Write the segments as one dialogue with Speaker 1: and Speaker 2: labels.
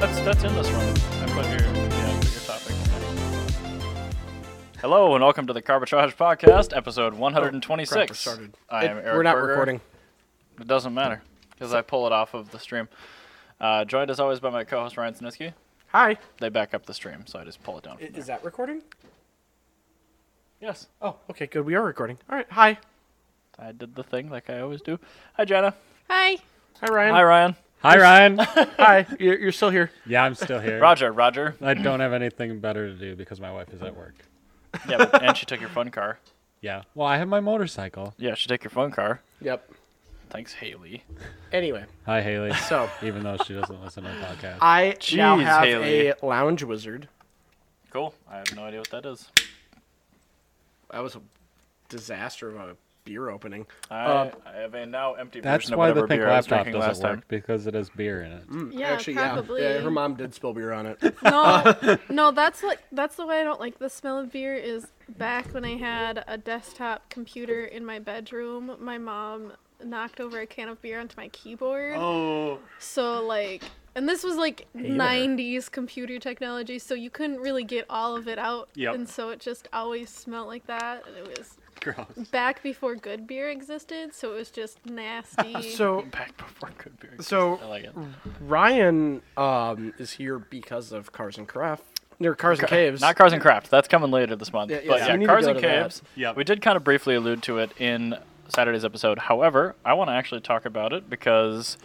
Speaker 1: that's in this one. I put your, yeah, I put your topic. Hello and welcome to the Carbitrage Podcast, episode
Speaker 2: Oh, Crap, we're
Speaker 1: 126.
Speaker 2: started.
Speaker 1: I am
Speaker 2: It-
Speaker 1: Eric
Speaker 2: We're not
Speaker 1: Berger.
Speaker 2: recording.
Speaker 1: It doesn't matter because I pull it off of the stream. Uh, joined as always by my co-host Ryan Sinisky.
Speaker 2: Hi.
Speaker 1: They back up the stream, so I just pull it down.
Speaker 2: Is that recording?
Speaker 1: yes,
Speaker 2: Oh, okay, good. We are recording. All right. Hi.
Speaker 1: I did the thing like I always do. Hi Jenna.
Speaker 3: Hi.
Speaker 2: Hi, Ryan.
Speaker 1: Hi Ryan.
Speaker 4: Hi, Ryan.
Speaker 2: Hi. You're, you're still here.
Speaker 4: yeah, I'm still here.
Speaker 1: Roger. Roger.
Speaker 4: I don't have anything better to do because my wife is at work.
Speaker 1: Yeah, but, and she took your fun car.
Speaker 4: Yeah. Well, I have my motorcycle.
Speaker 1: Yeah, she took your fun car.
Speaker 2: Yep.
Speaker 1: Thanks, Haley.
Speaker 2: Anyway,
Speaker 4: Hi, Haley.
Speaker 2: so
Speaker 4: Even though she doesn't listen to the podcast.
Speaker 2: I now
Speaker 1: Jeez,
Speaker 2: have
Speaker 1: Haley.
Speaker 2: a lounge wizard.
Speaker 1: Cool. I have no idea what that is.
Speaker 2: That was a disaster of a beer opening.
Speaker 1: I,
Speaker 2: Uh,
Speaker 1: I have a now empty
Speaker 4: Um, That's
Speaker 1: version of
Speaker 4: why
Speaker 1: whatever
Speaker 4: the pink
Speaker 1: beer I was
Speaker 4: laptop
Speaker 1: drinking
Speaker 4: doesn't
Speaker 1: last
Speaker 4: work
Speaker 1: time.
Speaker 4: because it has beer in it.
Speaker 3: Yeah,
Speaker 2: Actually,
Speaker 3: probably.
Speaker 2: yeah. Yeah, her mom did spill beer on it.
Speaker 3: No, no, that's like that's the way I don't like the smell of beer. Is back when I had a desktop computer in my bedroom, my mom knocked over a can of beer onto my keyboard.
Speaker 1: Oh,
Speaker 3: So like, and this was like '90s computer technology, so you couldn't really get all of it out,
Speaker 4: Yep.
Speaker 3: and so it just always smelled like that. And it was
Speaker 4: Gross.
Speaker 3: back before good beer existed, so it was just nasty.
Speaker 2: so,
Speaker 1: back before good beer.
Speaker 2: so
Speaker 1: I like it.
Speaker 2: Ryan um, is here because of Cars and Craft. Near Cars and Caves.
Speaker 1: Not Cars and Craft. That's coming later this month.
Speaker 2: Yeah, yeah,
Speaker 1: but
Speaker 2: so
Speaker 1: yeah,
Speaker 2: we need to
Speaker 1: Cars
Speaker 2: go
Speaker 1: and
Speaker 2: to that.
Speaker 1: Caves.
Speaker 4: Yep.
Speaker 1: We did kind of briefly allude to it in Saturday's episode. However, I want to actually talk about it because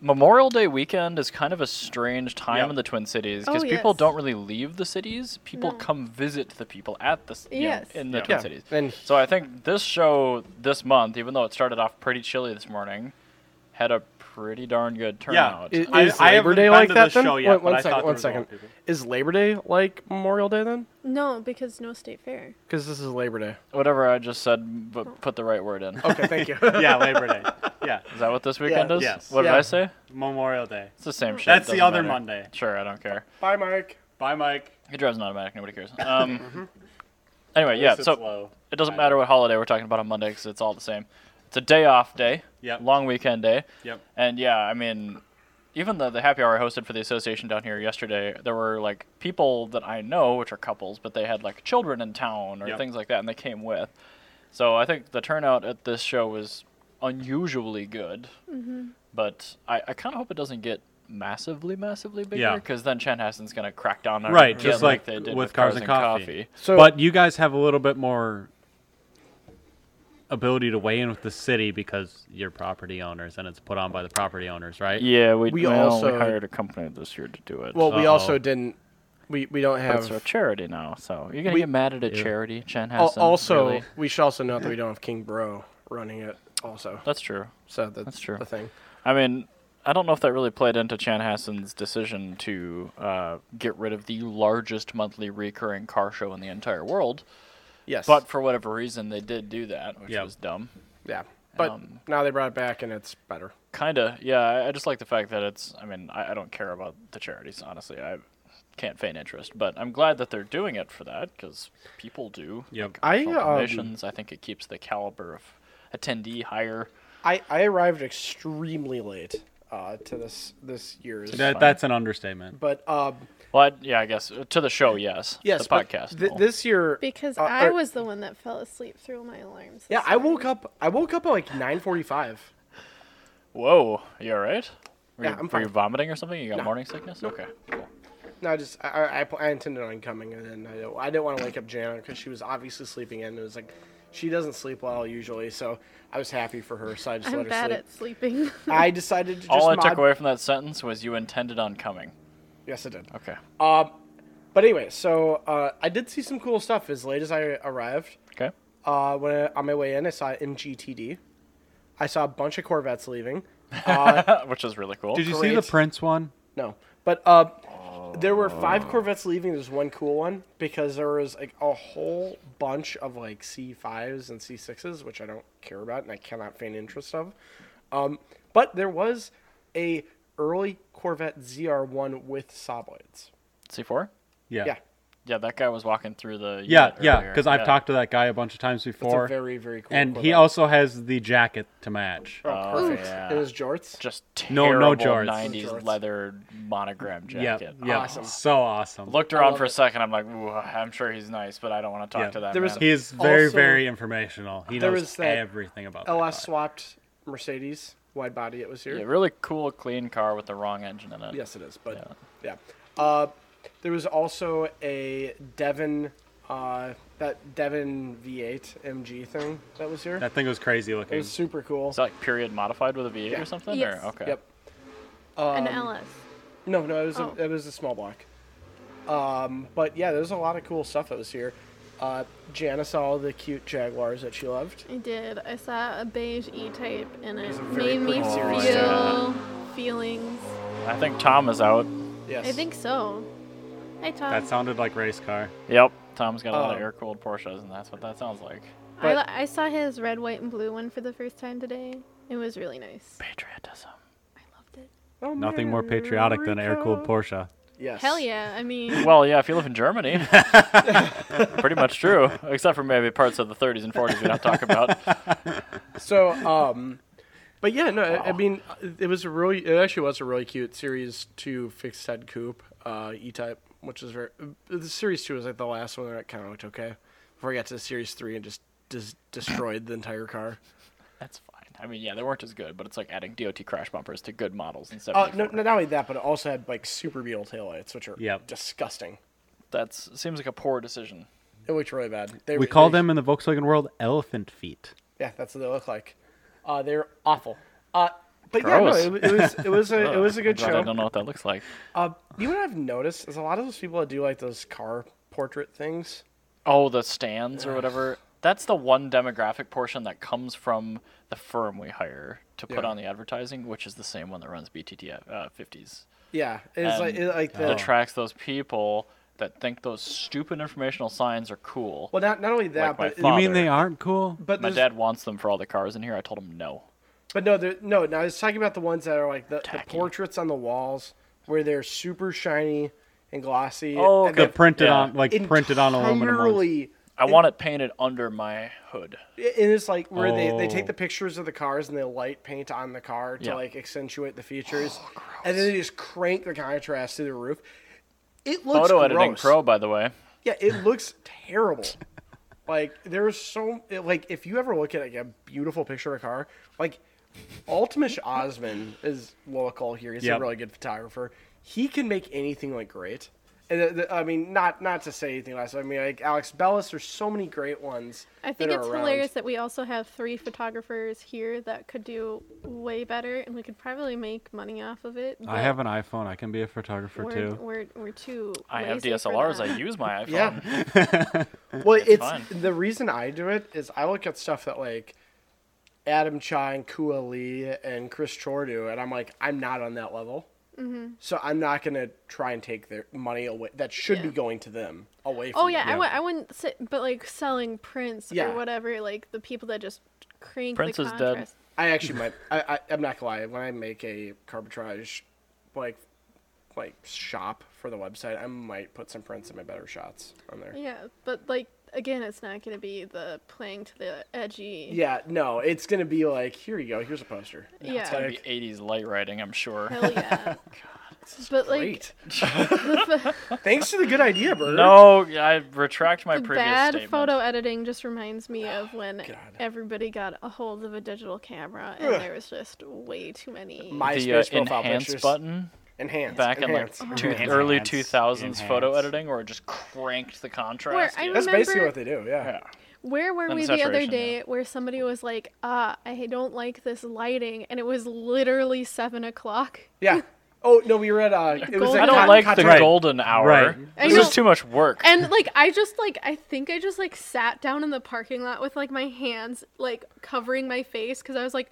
Speaker 1: Memorial Day weekend is kind of a strange time
Speaker 4: Yep.
Speaker 1: in the Twin Cities
Speaker 3: Oh,
Speaker 1: because people
Speaker 3: yes.
Speaker 1: don't really leave the cities. People
Speaker 3: No.
Speaker 1: come visit the people at the c- you know,
Speaker 3: Yes.
Speaker 1: in the
Speaker 4: Yeah.
Speaker 1: Twin
Speaker 2: Yeah,
Speaker 1: Cities.
Speaker 2: and-
Speaker 1: so I think this show this month, even though it started off pretty chilly this morning, had a pretty darn good turnout.
Speaker 2: I- Is,
Speaker 4: I- I
Speaker 2: Labor
Speaker 4: haven't
Speaker 2: Day
Speaker 4: been
Speaker 2: like
Speaker 4: to
Speaker 2: that
Speaker 4: this
Speaker 2: then?
Speaker 4: show yet,
Speaker 2: Wait,
Speaker 4: but
Speaker 2: one
Speaker 4: I
Speaker 2: second.
Speaker 4: thought
Speaker 2: One
Speaker 4: there was a lot
Speaker 2: second.
Speaker 4: of people.
Speaker 2: Is Labor Day like Memorial Day then?
Speaker 3: no, because no state fair.
Speaker 2: Because this is Labor Day.
Speaker 1: Whatever I just said, but put the right word in.
Speaker 2: Okay, thank you.
Speaker 4: yeah, Labor Day. Oh. Yeah.
Speaker 1: Is that what this weekend is?
Speaker 4: Yes.
Speaker 1: What
Speaker 2: Yeah.
Speaker 1: did I say?
Speaker 4: Memorial Day.
Speaker 1: It's the same shit.
Speaker 4: That's the
Speaker 1: doesn't
Speaker 4: other
Speaker 1: matter.
Speaker 4: Monday.
Speaker 1: Sure, I don't care.
Speaker 2: Bye, Mike.
Speaker 4: Bye, Mike.
Speaker 1: He drives an automatic. Nobody cares.
Speaker 4: Mm-hmm.
Speaker 1: Um. anyway, yeah.
Speaker 4: This is
Speaker 1: So
Speaker 4: low.
Speaker 1: it doesn't
Speaker 4: I
Speaker 1: matter
Speaker 4: know.
Speaker 1: what holiday we're talking about on Monday because it's all the same. It's a day off day.
Speaker 4: Yep.
Speaker 1: Long weekend day.
Speaker 4: Yep.
Speaker 1: And yeah, I mean, even the the happy hour I hosted for the association down here yesterday, there were like people that I know, which are couples, but they had like children in town or
Speaker 4: Yep.
Speaker 1: things like that, and they came with. So I think the turnout at this show was unusually good. Mm-hmm. But I, I kind of hope it doesn't get massively, massively bigger
Speaker 4: Yeah.
Speaker 1: because then Chanhasen's going to crack down on it
Speaker 4: Right,
Speaker 1: again
Speaker 4: just like
Speaker 1: they did
Speaker 4: with Cars and Coffee.
Speaker 2: So-
Speaker 4: but you guys have a little bit more ability to weigh in with the city because you're property owners and it's put on by the property owners, right?
Speaker 1: Yeah, we,
Speaker 2: We
Speaker 1: we only
Speaker 2: also-
Speaker 1: hired a company this year to do it.
Speaker 2: Well, we also
Speaker 4: Uh-oh.
Speaker 2: didn't. We we don't
Speaker 1: But it's a
Speaker 2: have.
Speaker 1: charity now, so you're gonna
Speaker 2: We-
Speaker 1: get mad at a charity, Chen
Speaker 2: al-
Speaker 1: Hassan.
Speaker 2: Also,
Speaker 1: really?
Speaker 2: we should also note that we don't have King Bro running it. Also,
Speaker 1: that's true.
Speaker 2: so that's,
Speaker 1: that's true.
Speaker 2: The thing.
Speaker 1: I mean, I don't know if that really played into Chan Hassan's decision to uh, get rid of the largest monthly recurring car show in the entire world,
Speaker 2: Yes.
Speaker 1: but for whatever reason, they did do that, which
Speaker 4: Yep.
Speaker 1: was dumb.
Speaker 2: yeah. But
Speaker 1: um,
Speaker 2: now they brought it back and it's better.
Speaker 1: Kinda, yeah. I- I just like the fact that it's. I mean, I, I don't care about the charities, honestly. I can't feign interest, but I'm glad that they're doing it for that because people do.
Speaker 4: Yep.
Speaker 2: I
Speaker 1: Full
Speaker 2: um,
Speaker 1: commissions. I think it keeps the caliber of attendee higher.
Speaker 2: I I arrived extremely late uh, to this this year's.
Speaker 4: That, that's an understatement.
Speaker 2: but um,
Speaker 1: Well, I, yeah, I guess uh, to the show, yes.
Speaker 2: yes,
Speaker 1: the
Speaker 2: but
Speaker 1: podcast. Oh.
Speaker 2: th-
Speaker 1: no.
Speaker 2: this year
Speaker 3: Because
Speaker 2: uh,
Speaker 3: I
Speaker 2: or-
Speaker 3: was the one that fell asleep through my alarms.
Speaker 2: Yeah, I woke up. I woke up at like nine forty-five.
Speaker 1: Whoa, you all right? Were
Speaker 2: Yeah,
Speaker 1: you,
Speaker 2: I'm
Speaker 1: were you
Speaker 2: fine.
Speaker 1: vomiting or something? You got morning sickness? Okay.
Speaker 2: No, I just I, I, I pl- I intended on coming and then I didn't, I didn't want to wake up Jana because she was obviously sleeping in. It was like she doesn't sleep well usually, so I was happy for her. So I just
Speaker 3: I'm
Speaker 2: let her
Speaker 3: bad
Speaker 2: sleep.
Speaker 3: at sleeping.
Speaker 2: I decided to just
Speaker 1: All I took
Speaker 2: mod-
Speaker 1: away from that sentence was you intended on coming.
Speaker 2: Yes, I did.
Speaker 1: Okay.
Speaker 2: But anyway, so uh, I did see some cool stuff as late as I arrived.
Speaker 1: Okay.
Speaker 2: Uh, when I, on my way in, I saw MGTD. I saw a bunch of Corvettes leaving. Uh,
Speaker 1: Which is really cool.
Speaker 4: Did you see the
Speaker 2: Great.
Speaker 4: Prince one?
Speaker 2: No, but uh, there were five
Speaker 4: Oh.
Speaker 2: Corvettes leaving. There's one cool one because there was like a whole bunch of like C5s and C6s, which I don't care about and I cannot feign interest of. Um, but there was a early Corvette ZR1 with saw blades.
Speaker 1: C4?
Speaker 4: Yeah.
Speaker 2: Yeah,
Speaker 1: yeah, that guy was walking through the.
Speaker 4: Yeah,
Speaker 1: unit
Speaker 4: yeah,
Speaker 1: earlier.
Speaker 4: because I've talked to that guy a bunch of times
Speaker 2: That's
Speaker 4: before,
Speaker 2: a very very cool.
Speaker 4: and he
Speaker 2: Corvette.
Speaker 4: also has the jacket to match.
Speaker 2: oh,
Speaker 1: Oh,
Speaker 2: perfect.
Speaker 1: yeah.
Speaker 2: And his jorts.
Speaker 1: Just
Speaker 4: No-
Speaker 1: terrible
Speaker 4: no jorts.
Speaker 1: '90s
Speaker 2: No jorts.
Speaker 1: leather monogram
Speaker 4: Yeah,
Speaker 1: jacket.
Speaker 4: yeah,
Speaker 2: Awesome.
Speaker 4: so awesome.
Speaker 1: Looked
Speaker 2: I
Speaker 1: around
Speaker 2: love
Speaker 1: for a
Speaker 2: it.
Speaker 1: second. I'm like, Ooh, I'm sure he's nice, but I don't want to talk
Speaker 4: Yeah.
Speaker 1: to that
Speaker 2: There was-
Speaker 1: man.
Speaker 4: He is very,
Speaker 2: Also-
Speaker 4: very informational. He
Speaker 2: There
Speaker 4: knows
Speaker 2: was that
Speaker 4: everything about that
Speaker 2: LS
Speaker 4: car.
Speaker 2: swapped Mercedes wide body. It was here.
Speaker 1: yeah, really cool, clean car with the wrong engine in it.
Speaker 2: Yes, it is. But yeah, Uh, there was also a Devon, uh, that Devon V8 MG thing that was here.
Speaker 4: That thing was crazy
Speaker 2: it
Speaker 4: looking.
Speaker 2: was super cool.
Speaker 1: Is that like period modified with a V8
Speaker 2: Yeah.
Speaker 1: or something?
Speaker 3: Yes.
Speaker 1: Or, okay.
Speaker 2: Yep. Um,
Speaker 3: An LS.
Speaker 2: No, no, it was a,
Speaker 3: Oh.
Speaker 2: it was a small block. Um, but yeah, there's a lot of cool stuff that was here. Uh, Jana saw the cute Jaguars that she loved.
Speaker 3: I did. I saw a beige E-type, and it
Speaker 2: a very
Speaker 3: made me
Speaker 2: pretty
Speaker 3: feel
Speaker 2: series
Speaker 3: feelings.
Speaker 1: I think Tom is out.
Speaker 2: Yes.
Speaker 3: Mm-hmm. I think so. Hi, Tom.
Speaker 4: That sounded like race car.
Speaker 1: Yep. Tom's got a lot of
Speaker 2: Um,
Speaker 1: air cooled Porsches, and that's what that sounds like.
Speaker 3: I,
Speaker 2: but-
Speaker 3: li- I saw his red, white, and blue one for the first time today. It was really nice.
Speaker 1: Patriotism.
Speaker 3: I loved it.
Speaker 2: Oh,
Speaker 4: Nothing more patriotic than an air cooled
Speaker 2: America.
Speaker 4: Porsche.
Speaker 2: Yes.
Speaker 3: Hell yeah! I mean,
Speaker 1: Well, yeah, if you live in Germany, pretty much true, except for maybe parts of the 30s and 40s we don't talk about.
Speaker 2: So, um, but yeah, no, I, I mean, it was a really, it actually was a really cute series two fixed head coupe, uh, E type, which is very, the series two was like the last one that kind of looked okay before I got to series three and just dis- destroyed the entire car.
Speaker 1: That's fine. I mean, yeah, they weren't as good, but it's like adding DOT crash bumpers to good models and
Speaker 2: Uh,
Speaker 1: stuff.
Speaker 2: no, no, not only that, but it also had like super beetle taillights, which are
Speaker 4: Yep.
Speaker 2: disgusting.
Speaker 1: That seems like a poor decision.
Speaker 2: It looked really bad. They,
Speaker 4: We
Speaker 2: were-
Speaker 4: call
Speaker 2: they-
Speaker 4: them in the Volkswagen world elephant feet.
Speaker 2: Yeah, that's what they look like. Uh, they're awful. Uh, but yeah, no, it,
Speaker 1: Gross.
Speaker 2: it was it was a it was a
Speaker 1: Ugh,
Speaker 2: good
Speaker 1: I'm glad
Speaker 2: show.
Speaker 1: I don't know what that looks like.
Speaker 2: Uh, you know what I've noticed is a lot of those people that do like those car portrait things.
Speaker 1: Oh, the stands or whatever. That's the one demographic portion that comes from the firm we hire to put
Speaker 2: Yeah.
Speaker 1: on the advertising, which is the same one that runs BTT uh, 50s.
Speaker 2: Yeah, it's like
Speaker 1: And
Speaker 2: it, like the
Speaker 1: It attracts those people that think those stupid informational signs are cool.
Speaker 2: well, not not only that,
Speaker 1: like my
Speaker 2: but
Speaker 1: father.
Speaker 4: You mean they aren't cool?
Speaker 2: but
Speaker 1: My
Speaker 2: there's-
Speaker 1: dad wants them for all the cars in here. I told him no.
Speaker 2: but no, there, no, no. I was talking about the ones that are like the, the
Speaker 1: Tacky.
Speaker 2: portraits on the walls where they're super shiny and glossy.
Speaker 1: Oh,
Speaker 2: and
Speaker 1: the
Speaker 4: The
Speaker 2: they've
Speaker 4: printed
Speaker 1: Yeah.
Speaker 4: on like printed on aluminum. ones.
Speaker 2: entirely-
Speaker 1: I want it painted under my hood.
Speaker 2: And it's like where they, they take
Speaker 4: Oh.
Speaker 2: the pictures of the cars and they light paint on the car to
Speaker 1: Yeah. Oh,
Speaker 2: like accentuate the features, and then they just crank the contrast to the roof. It looks
Speaker 1: Photo
Speaker 2: gross.
Speaker 1: editing pro, by the way.
Speaker 2: Yeah, it looks terrible. Like there's so it- like if you ever look at like a beautiful picture of a car, like Altmish Osman is local here. He's
Speaker 4: Yep.
Speaker 2: a really good photographer. He can make anything look great. And uh, the, the, I mean, not not to say anything less. I mean, like Alex Bellis, there's so many great ones.
Speaker 3: I
Speaker 2: that
Speaker 3: think it's
Speaker 2: are around.
Speaker 3: hilarious that we also have three photographers here that could do way better, and we could probably make money off of it.
Speaker 4: I have an iPhone. I can be a photographer
Speaker 3: we're,
Speaker 4: too.
Speaker 3: We're, we're too.
Speaker 1: I have
Speaker 3: lazy for
Speaker 1: DSLRs.
Speaker 3: that.
Speaker 1: I use my iPhone.
Speaker 2: Yeah. well, it's,
Speaker 1: fine.
Speaker 2: the reason I do it is I look at stuff that like Adam Chai and Kua Lee and Chris Chor do, and I'm like, I'm not on that level.
Speaker 3: Mm-hmm.
Speaker 2: So I'm not gonna try and take their money away that should be
Speaker 3: Yeah.
Speaker 2: going to them away. From
Speaker 3: Oh yeah, I
Speaker 4: Yeah.
Speaker 3: w- I wouldn't sit, but like selling prints
Speaker 2: Yeah.
Speaker 3: or whatever, like the people that just crank
Speaker 1: Prince
Speaker 3: the
Speaker 1: is dead.
Speaker 3: contrast.
Speaker 2: I actually might. I, I I'm not gonna lie. When I make a carbitrage, like like shop for the website, I might put some prints of my better shots on there.
Speaker 3: Yeah, but like again, it's not gonna be the playing to the edgy.
Speaker 2: Yeah, no, it's gonna be like, here you go, here's a poster.
Speaker 1: It's gonna
Speaker 3: yeah.
Speaker 1: be 80s light writing, I'm sure.
Speaker 3: Hell yeah. but like
Speaker 2: Great. Thanks to the good idea, Bird.
Speaker 1: No, I retract my
Speaker 3: the
Speaker 1: previous
Speaker 3: bad
Speaker 1: statement.
Speaker 3: photo editing just reminds me of when
Speaker 2: God.
Speaker 3: everybody got a hold of a digital camera and
Speaker 2: Ugh.
Speaker 3: there was just way too many.
Speaker 1: the uh, enhance button
Speaker 2: Enhance.
Speaker 1: back
Speaker 2: enhance.
Speaker 1: in like two,
Speaker 4: Enhance.
Speaker 1: early 2000s photo
Speaker 4: Enhance.
Speaker 1: editing where it just cranked the
Speaker 3: Where
Speaker 1: contrast.
Speaker 3: I
Speaker 1: yeah.
Speaker 2: That's basically
Speaker 3: Remember-
Speaker 2: what they do, yeah.
Speaker 3: Where were
Speaker 1: And
Speaker 3: we the other
Speaker 1: saturation,
Speaker 3: day
Speaker 1: yeah.
Speaker 3: where somebody was like, ah, I don't like this lighting, and it was literally seven o'clock?
Speaker 2: Yeah. Oh, no, we were at, uh, it was
Speaker 3: Gold-
Speaker 2: at
Speaker 1: I don't
Speaker 2: Cotton-
Speaker 1: like the
Speaker 2: Cotton-
Speaker 4: Right.
Speaker 1: golden hour.
Speaker 4: Right.
Speaker 3: I
Speaker 1: This is
Speaker 3: know.
Speaker 1: too much work.
Speaker 3: And like I just like I think I just like sat down in the parking lot with like my hands like covering my face because I was like,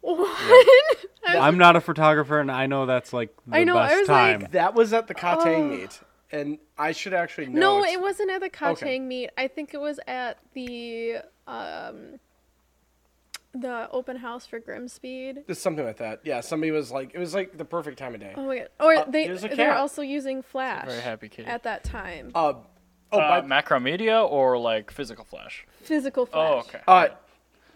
Speaker 3: what? I was-
Speaker 4: I'm not a photographer, and I know that's like the
Speaker 3: I know, I
Speaker 4: best
Speaker 3: was like-
Speaker 4: time.
Speaker 2: That was at the Katang meet, and I should actually know.
Speaker 3: Oh. no,
Speaker 2: it's-
Speaker 3: it wasn't at the Katang
Speaker 2: Okay.
Speaker 3: meet. I think it was at the um the open house for Grimspeed.
Speaker 2: Just something like that. Yeah, somebody was like, it was like the perfect time of day.
Speaker 3: Oh my god! Or
Speaker 2: Uh,
Speaker 3: they
Speaker 2: there's a
Speaker 3: they're
Speaker 2: cat.
Speaker 3: also using Flash
Speaker 1: Very happy kitty.
Speaker 3: at that time.
Speaker 2: Uh, oh,
Speaker 1: uh,
Speaker 2: by,
Speaker 1: macromedia or like physical flash?
Speaker 3: Physical Flash.
Speaker 1: Oh, okay.
Speaker 2: uh,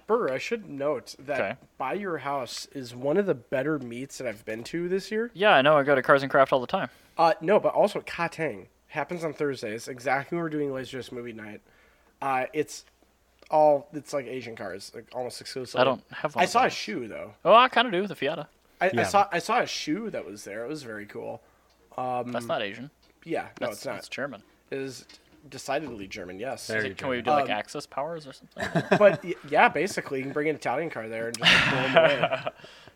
Speaker 2: Burger, I should note that
Speaker 1: Okay.
Speaker 2: by your house is one of the better meets that I've been to this year.
Speaker 1: yeah, I know. I go to Cars and Craft all the time.
Speaker 2: Uh, no, but also Katang happens on Thursdays. Exactly when we're doing Laserdisc movie night. Uh, it's all it's like Asian cars, like almost exclusively.
Speaker 1: I don't have one
Speaker 2: I
Speaker 1: of
Speaker 2: saw a
Speaker 1: those.
Speaker 2: shoe though.
Speaker 1: Oh, I kind of do with the Fiata.
Speaker 2: I, I
Speaker 4: Yeah.
Speaker 2: saw I saw a shoe that was there. It was very cool.
Speaker 1: That's not Asian.
Speaker 2: Yeah, Mm. no,
Speaker 1: That's,
Speaker 2: it's not.
Speaker 1: It's German.
Speaker 2: It is decidedly German. Yes,
Speaker 1: Is
Speaker 4: Very
Speaker 1: it- can we
Speaker 4: German.
Speaker 1: do like
Speaker 2: Um,
Speaker 1: access powers or something?
Speaker 2: but y- yeah, basically you can bring an Italian car there and just blow 'em away.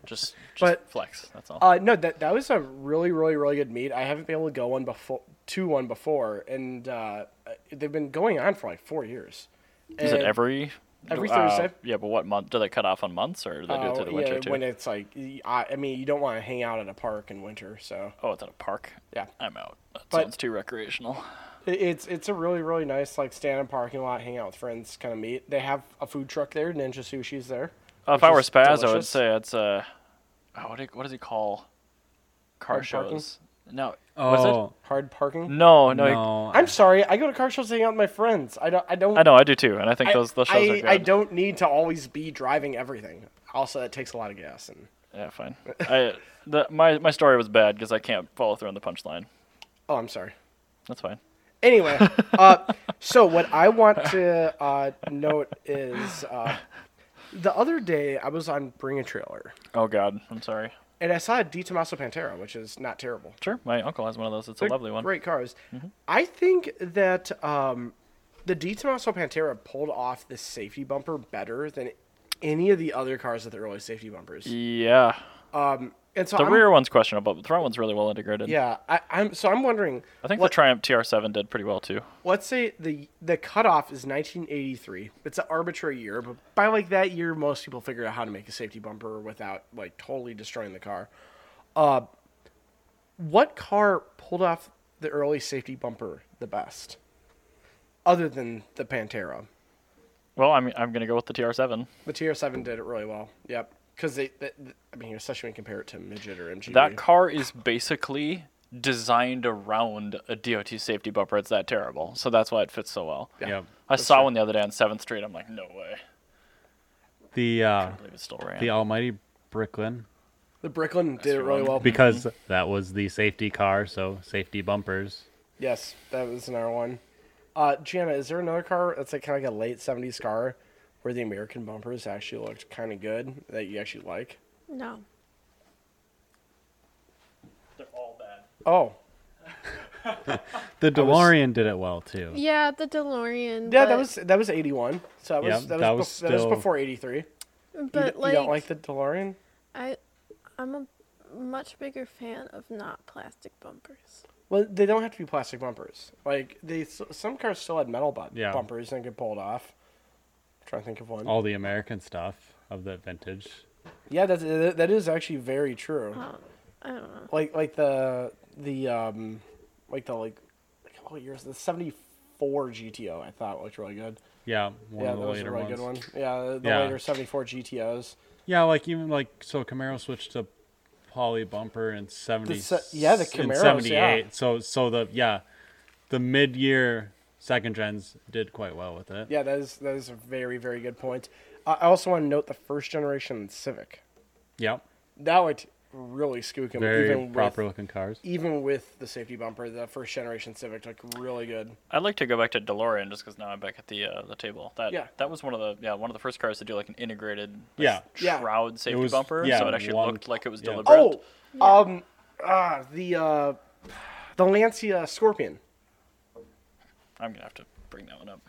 Speaker 1: just, just
Speaker 2: But-
Speaker 1: flex. That's all.
Speaker 2: Uh, no, that that was a really, really, really good meet. I haven't been able to go one before to one before, and uh, they've been going on for like four years.
Speaker 1: Is it
Speaker 2: And-
Speaker 1: every?
Speaker 2: every
Speaker 1: uh,
Speaker 2: Thursday.
Speaker 1: yeah, but what month? Do they cut off on months or do they do it
Speaker 2: Oh,
Speaker 1: through the winter
Speaker 2: yeah,
Speaker 1: too?
Speaker 2: when it's like, y- I, I mean, you don't want to hang out at a park in winter, so
Speaker 1: oh, it's at a park.
Speaker 2: yeah,
Speaker 1: I'm out. That
Speaker 2: But-
Speaker 1: sounds too recreational.
Speaker 2: It- it's it's a really, really nice like stand in parking lot, hang out with friends, kind of meet. They have a food truck there. Ninja Sushi's there.
Speaker 1: Uh, if
Speaker 2: which
Speaker 1: I were
Speaker 2: is
Speaker 1: Spaz, I would
Speaker 2: delicious.
Speaker 1: say it's uh, oh, what, do you, what does he call car
Speaker 2: Hard parking?
Speaker 1: shows? No, was
Speaker 4: Oh
Speaker 2: hard
Speaker 1: it?
Speaker 2: parking.
Speaker 1: No, no. he-
Speaker 4: no!
Speaker 2: I'm sorry, I go to car shows to hang out with my friends. I don't. I don't.
Speaker 1: I know, I do too, and I think
Speaker 2: I-
Speaker 1: those those shows
Speaker 2: I,
Speaker 1: are good.
Speaker 2: I don't need to always be driving everything. Also, that takes a lot of gas. And
Speaker 1: Yeah, fine. I the, my my story was bad because I can't follow through on the punchline.
Speaker 2: oh, I'm sorry.
Speaker 1: That's fine.
Speaker 2: Anyway, uh, so what I want to uh, note is uh, the other day I was on Bring a Trailer
Speaker 1: Oh God, I'm sorry.
Speaker 2: and I saw a Di Tommaso Pantera, which is not terrible.
Speaker 1: Sure, my uncle has one of those. It's
Speaker 2: They're
Speaker 1: a lovely one. Mm-hmm.
Speaker 2: Great cars. I think that um, the Di Tommaso Pantera pulled off the safety bumper better than any of the other cars with the early safety bumpers.
Speaker 1: Yeah,
Speaker 2: And so
Speaker 1: the
Speaker 2: I'm,
Speaker 1: rear one's questionable, but the front one's really well integrated.
Speaker 2: Yeah, I, I'm so I'm wondering.
Speaker 1: I think
Speaker 2: what-
Speaker 1: the Triumph TR7 did pretty well too.
Speaker 2: let's say the the cutoff is 1983. It's an arbitrary year, but by like that year, most people figured out how to make a safety bumper without like totally destroying the car. Uh, what car pulled off the early safety bumper the best, other than the Pantera?
Speaker 1: Well, I'm I'm gonna go with the TR7.
Speaker 2: The TR7 did it really well. Yep, because they, they, I mean, especially when you compare it to midget or MGB.
Speaker 1: That car is basically designed around a DOT safety bumper. It's that terrible, so that's why it fits so well.
Speaker 4: Yep.
Speaker 1: I saw one the other day on Seventh Street. I'm like, no way.
Speaker 4: The uh,
Speaker 1: I believe it still ran.
Speaker 4: the Almighty Bricklin
Speaker 2: the Bricklin did it really well.
Speaker 4: because that was the safety car, so safety bumpers.
Speaker 2: Yes, that was another one. Uh, Jana, is there another car that's like kind of like a late '70s car where the American bumpers actually looked kind of good that you actually like?
Speaker 3: No.
Speaker 1: They're all bad.
Speaker 2: Oh,
Speaker 4: The DeLorean did it well too.
Speaker 3: Yeah, the DeLorean.
Speaker 2: yeah,
Speaker 3: but,
Speaker 2: that was that was '81. So that was that
Speaker 4: Yeah,
Speaker 2: was
Speaker 4: that
Speaker 2: bef-
Speaker 4: was
Speaker 2: that
Speaker 4: still-
Speaker 2: was before '83. You,
Speaker 3: But
Speaker 2: d-
Speaker 3: like,
Speaker 2: you don't like the DeLorean?
Speaker 3: I, I'm a much bigger fan of not plastic bumpers.
Speaker 2: Well, they don't have to be plastic bumpers. Like they, s- some cars still had metal bu-
Speaker 4: Yeah.
Speaker 2: bumpers and get pulled off. I'm trying to think of one.
Speaker 4: All the American stuff of the vintage.
Speaker 2: Yeah, that's that that is actually very true.
Speaker 3: I don't know.
Speaker 2: like like the the um like the like like, what years the 74 GTO I thought looked really good.
Speaker 4: Yeah, one
Speaker 2: yeah,
Speaker 4: of
Speaker 2: that
Speaker 4: the
Speaker 2: was
Speaker 4: later
Speaker 2: a really
Speaker 4: ones.
Speaker 2: good one. Yeah, the
Speaker 4: Yeah.
Speaker 2: later 74 GTOs.
Speaker 4: Yeah, like even like so Camaro switched to poly bumper in seventy.
Speaker 2: se- yeah, the
Speaker 4: in
Speaker 2: Camaros,
Speaker 4: seventy eight.
Speaker 2: yeah.
Speaker 4: So so the yeah, the mid year second gens did quite well with it.
Speaker 2: Yeah, that is that is a very very good point. I I also want to note the first generation Civic.
Speaker 4: Yep.
Speaker 2: That looked really skookum
Speaker 4: Very
Speaker 2: even
Speaker 4: proper
Speaker 2: with
Speaker 4: looking cars.
Speaker 2: even with the safety bumper, the first generation Civic looked really good.
Speaker 1: I'd like to go back to DeLorean just because now I'm back at the uh, the table. That
Speaker 2: Yeah.
Speaker 1: that was one of the yeah one of the first cars to do like an integrated like,
Speaker 4: Yeah.
Speaker 2: Yeah.
Speaker 1: shroud safety
Speaker 4: was-
Speaker 1: bumper,
Speaker 4: yeah,
Speaker 1: so it actually
Speaker 4: one-
Speaker 1: looked like it was
Speaker 4: yeah.
Speaker 1: deliberate.
Speaker 2: Oh, um, ah, the uh, the Lancia Scorpion.
Speaker 1: I'm gonna have to bring that one up.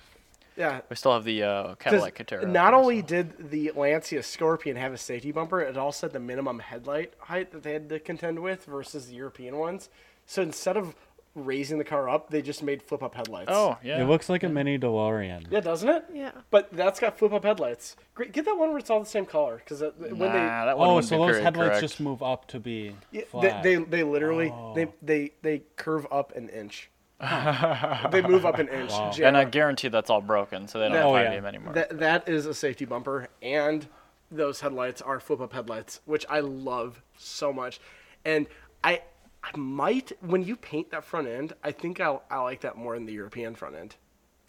Speaker 2: Yeah,
Speaker 1: We still have the uh,
Speaker 2: Because
Speaker 1: Cadillac Catera. up
Speaker 2: Not
Speaker 1: there,
Speaker 2: only
Speaker 1: so-
Speaker 2: did the Lancia Scorpion have a safety bumper, it also had the minimum headlight height that they had to contend with versus the European ones. So instead of raising the car up, they just made flip up headlights.
Speaker 1: oh yeah,
Speaker 4: It looks like a mini DeLorean.
Speaker 2: Yeah, doesn't it?
Speaker 3: Yeah.
Speaker 2: But that's got flip up headlights. Great. Get that one where it's all the same color because
Speaker 1: nah,
Speaker 2: when they
Speaker 1: that one
Speaker 4: Oh,
Speaker 1: wouldn't
Speaker 4: so
Speaker 1: be
Speaker 4: those
Speaker 1: period
Speaker 4: headlights
Speaker 1: correct.
Speaker 4: just move up to be
Speaker 2: Yeah,
Speaker 4: flat.
Speaker 2: They, they they literally
Speaker 1: Oh.
Speaker 2: they, they they curve up an inch. they move up an inch.
Speaker 4: Wow.
Speaker 2: Jana.
Speaker 1: and I guarantee that's all broken, so they don't
Speaker 2: That-
Speaker 1: have
Speaker 4: Oh,
Speaker 1: five
Speaker 4: yeah.
Speaker 1: anymore.
Speaker 2: that that is a safety bumper and those headlights are flip up headlights, which I love so much. And I, I might when you paint that front end, I think I'll I like that more than the European front end.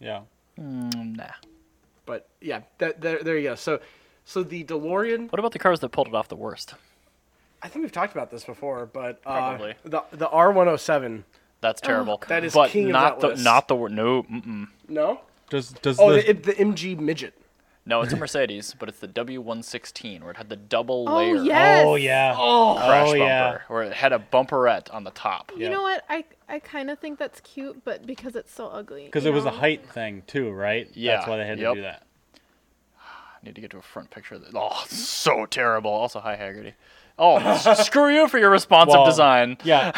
Speaker 4: Yeah.
Speaker 1: Mm, nah.
Speaker 2: But yeah, that there there you go. So so the DeLorean,
Speaker 1: What about the cars that pulled it off the worst?
Speaker 2: I think we've talked about this before, but uh,
Speaker 1: Probably.
Speaker 2: the the R107.
Speaker 1: That's terrible.
Speaker 3: God.
Speaker 2: That is
Speaker 1: but
Speaker 2: king of
Speaker 1: not
Speaker 2: that
Speaker 1: the
Speaker 2: list.
Speaker 1: not the wor- no. Mm-mm.
Speaker 2: No?
Speaker 4: Does does
Speaker 2: Oh,
Speaker 4: the,
Speaker 2: the, the MG midget.
Speaker 1: No, it's a Mercedes, but it's the W116 where it had the double
Speaker 3: Oh
Speaker 1: layer
Speaker 3: yes.
Speaker 5: Oh yeah.
Speaker 2: Oh,
Speaker 1: crash
Speaker 5: Oh,
Speaker 1: bumper,
Speaker 5: yeah.
Speaker 1: where it had a bumperette on the top.
Speaker 3: You
Speaker 5: Yeah.
Speaker 3: know what? I I kind of think that's cute, but because it's so ugly.
Speaker 4: because
Speaker 3: you
Speaker 4: it was a
Speaker 3: know?
Speaker 4: height thing too, right?
Speaker 1: Yeah,
Speaker 4: That's why they had
Speaker 1: yep.
Speaker 4: to do that.
Speaker 1: I need to get to a front picture. Of this. Oh, it's so terrible. Also, hi Haggerty. Oh, s- screw you for your responsive
Speaker 4: Well,
Speaker 1: design.
Speaker 4: Yeah.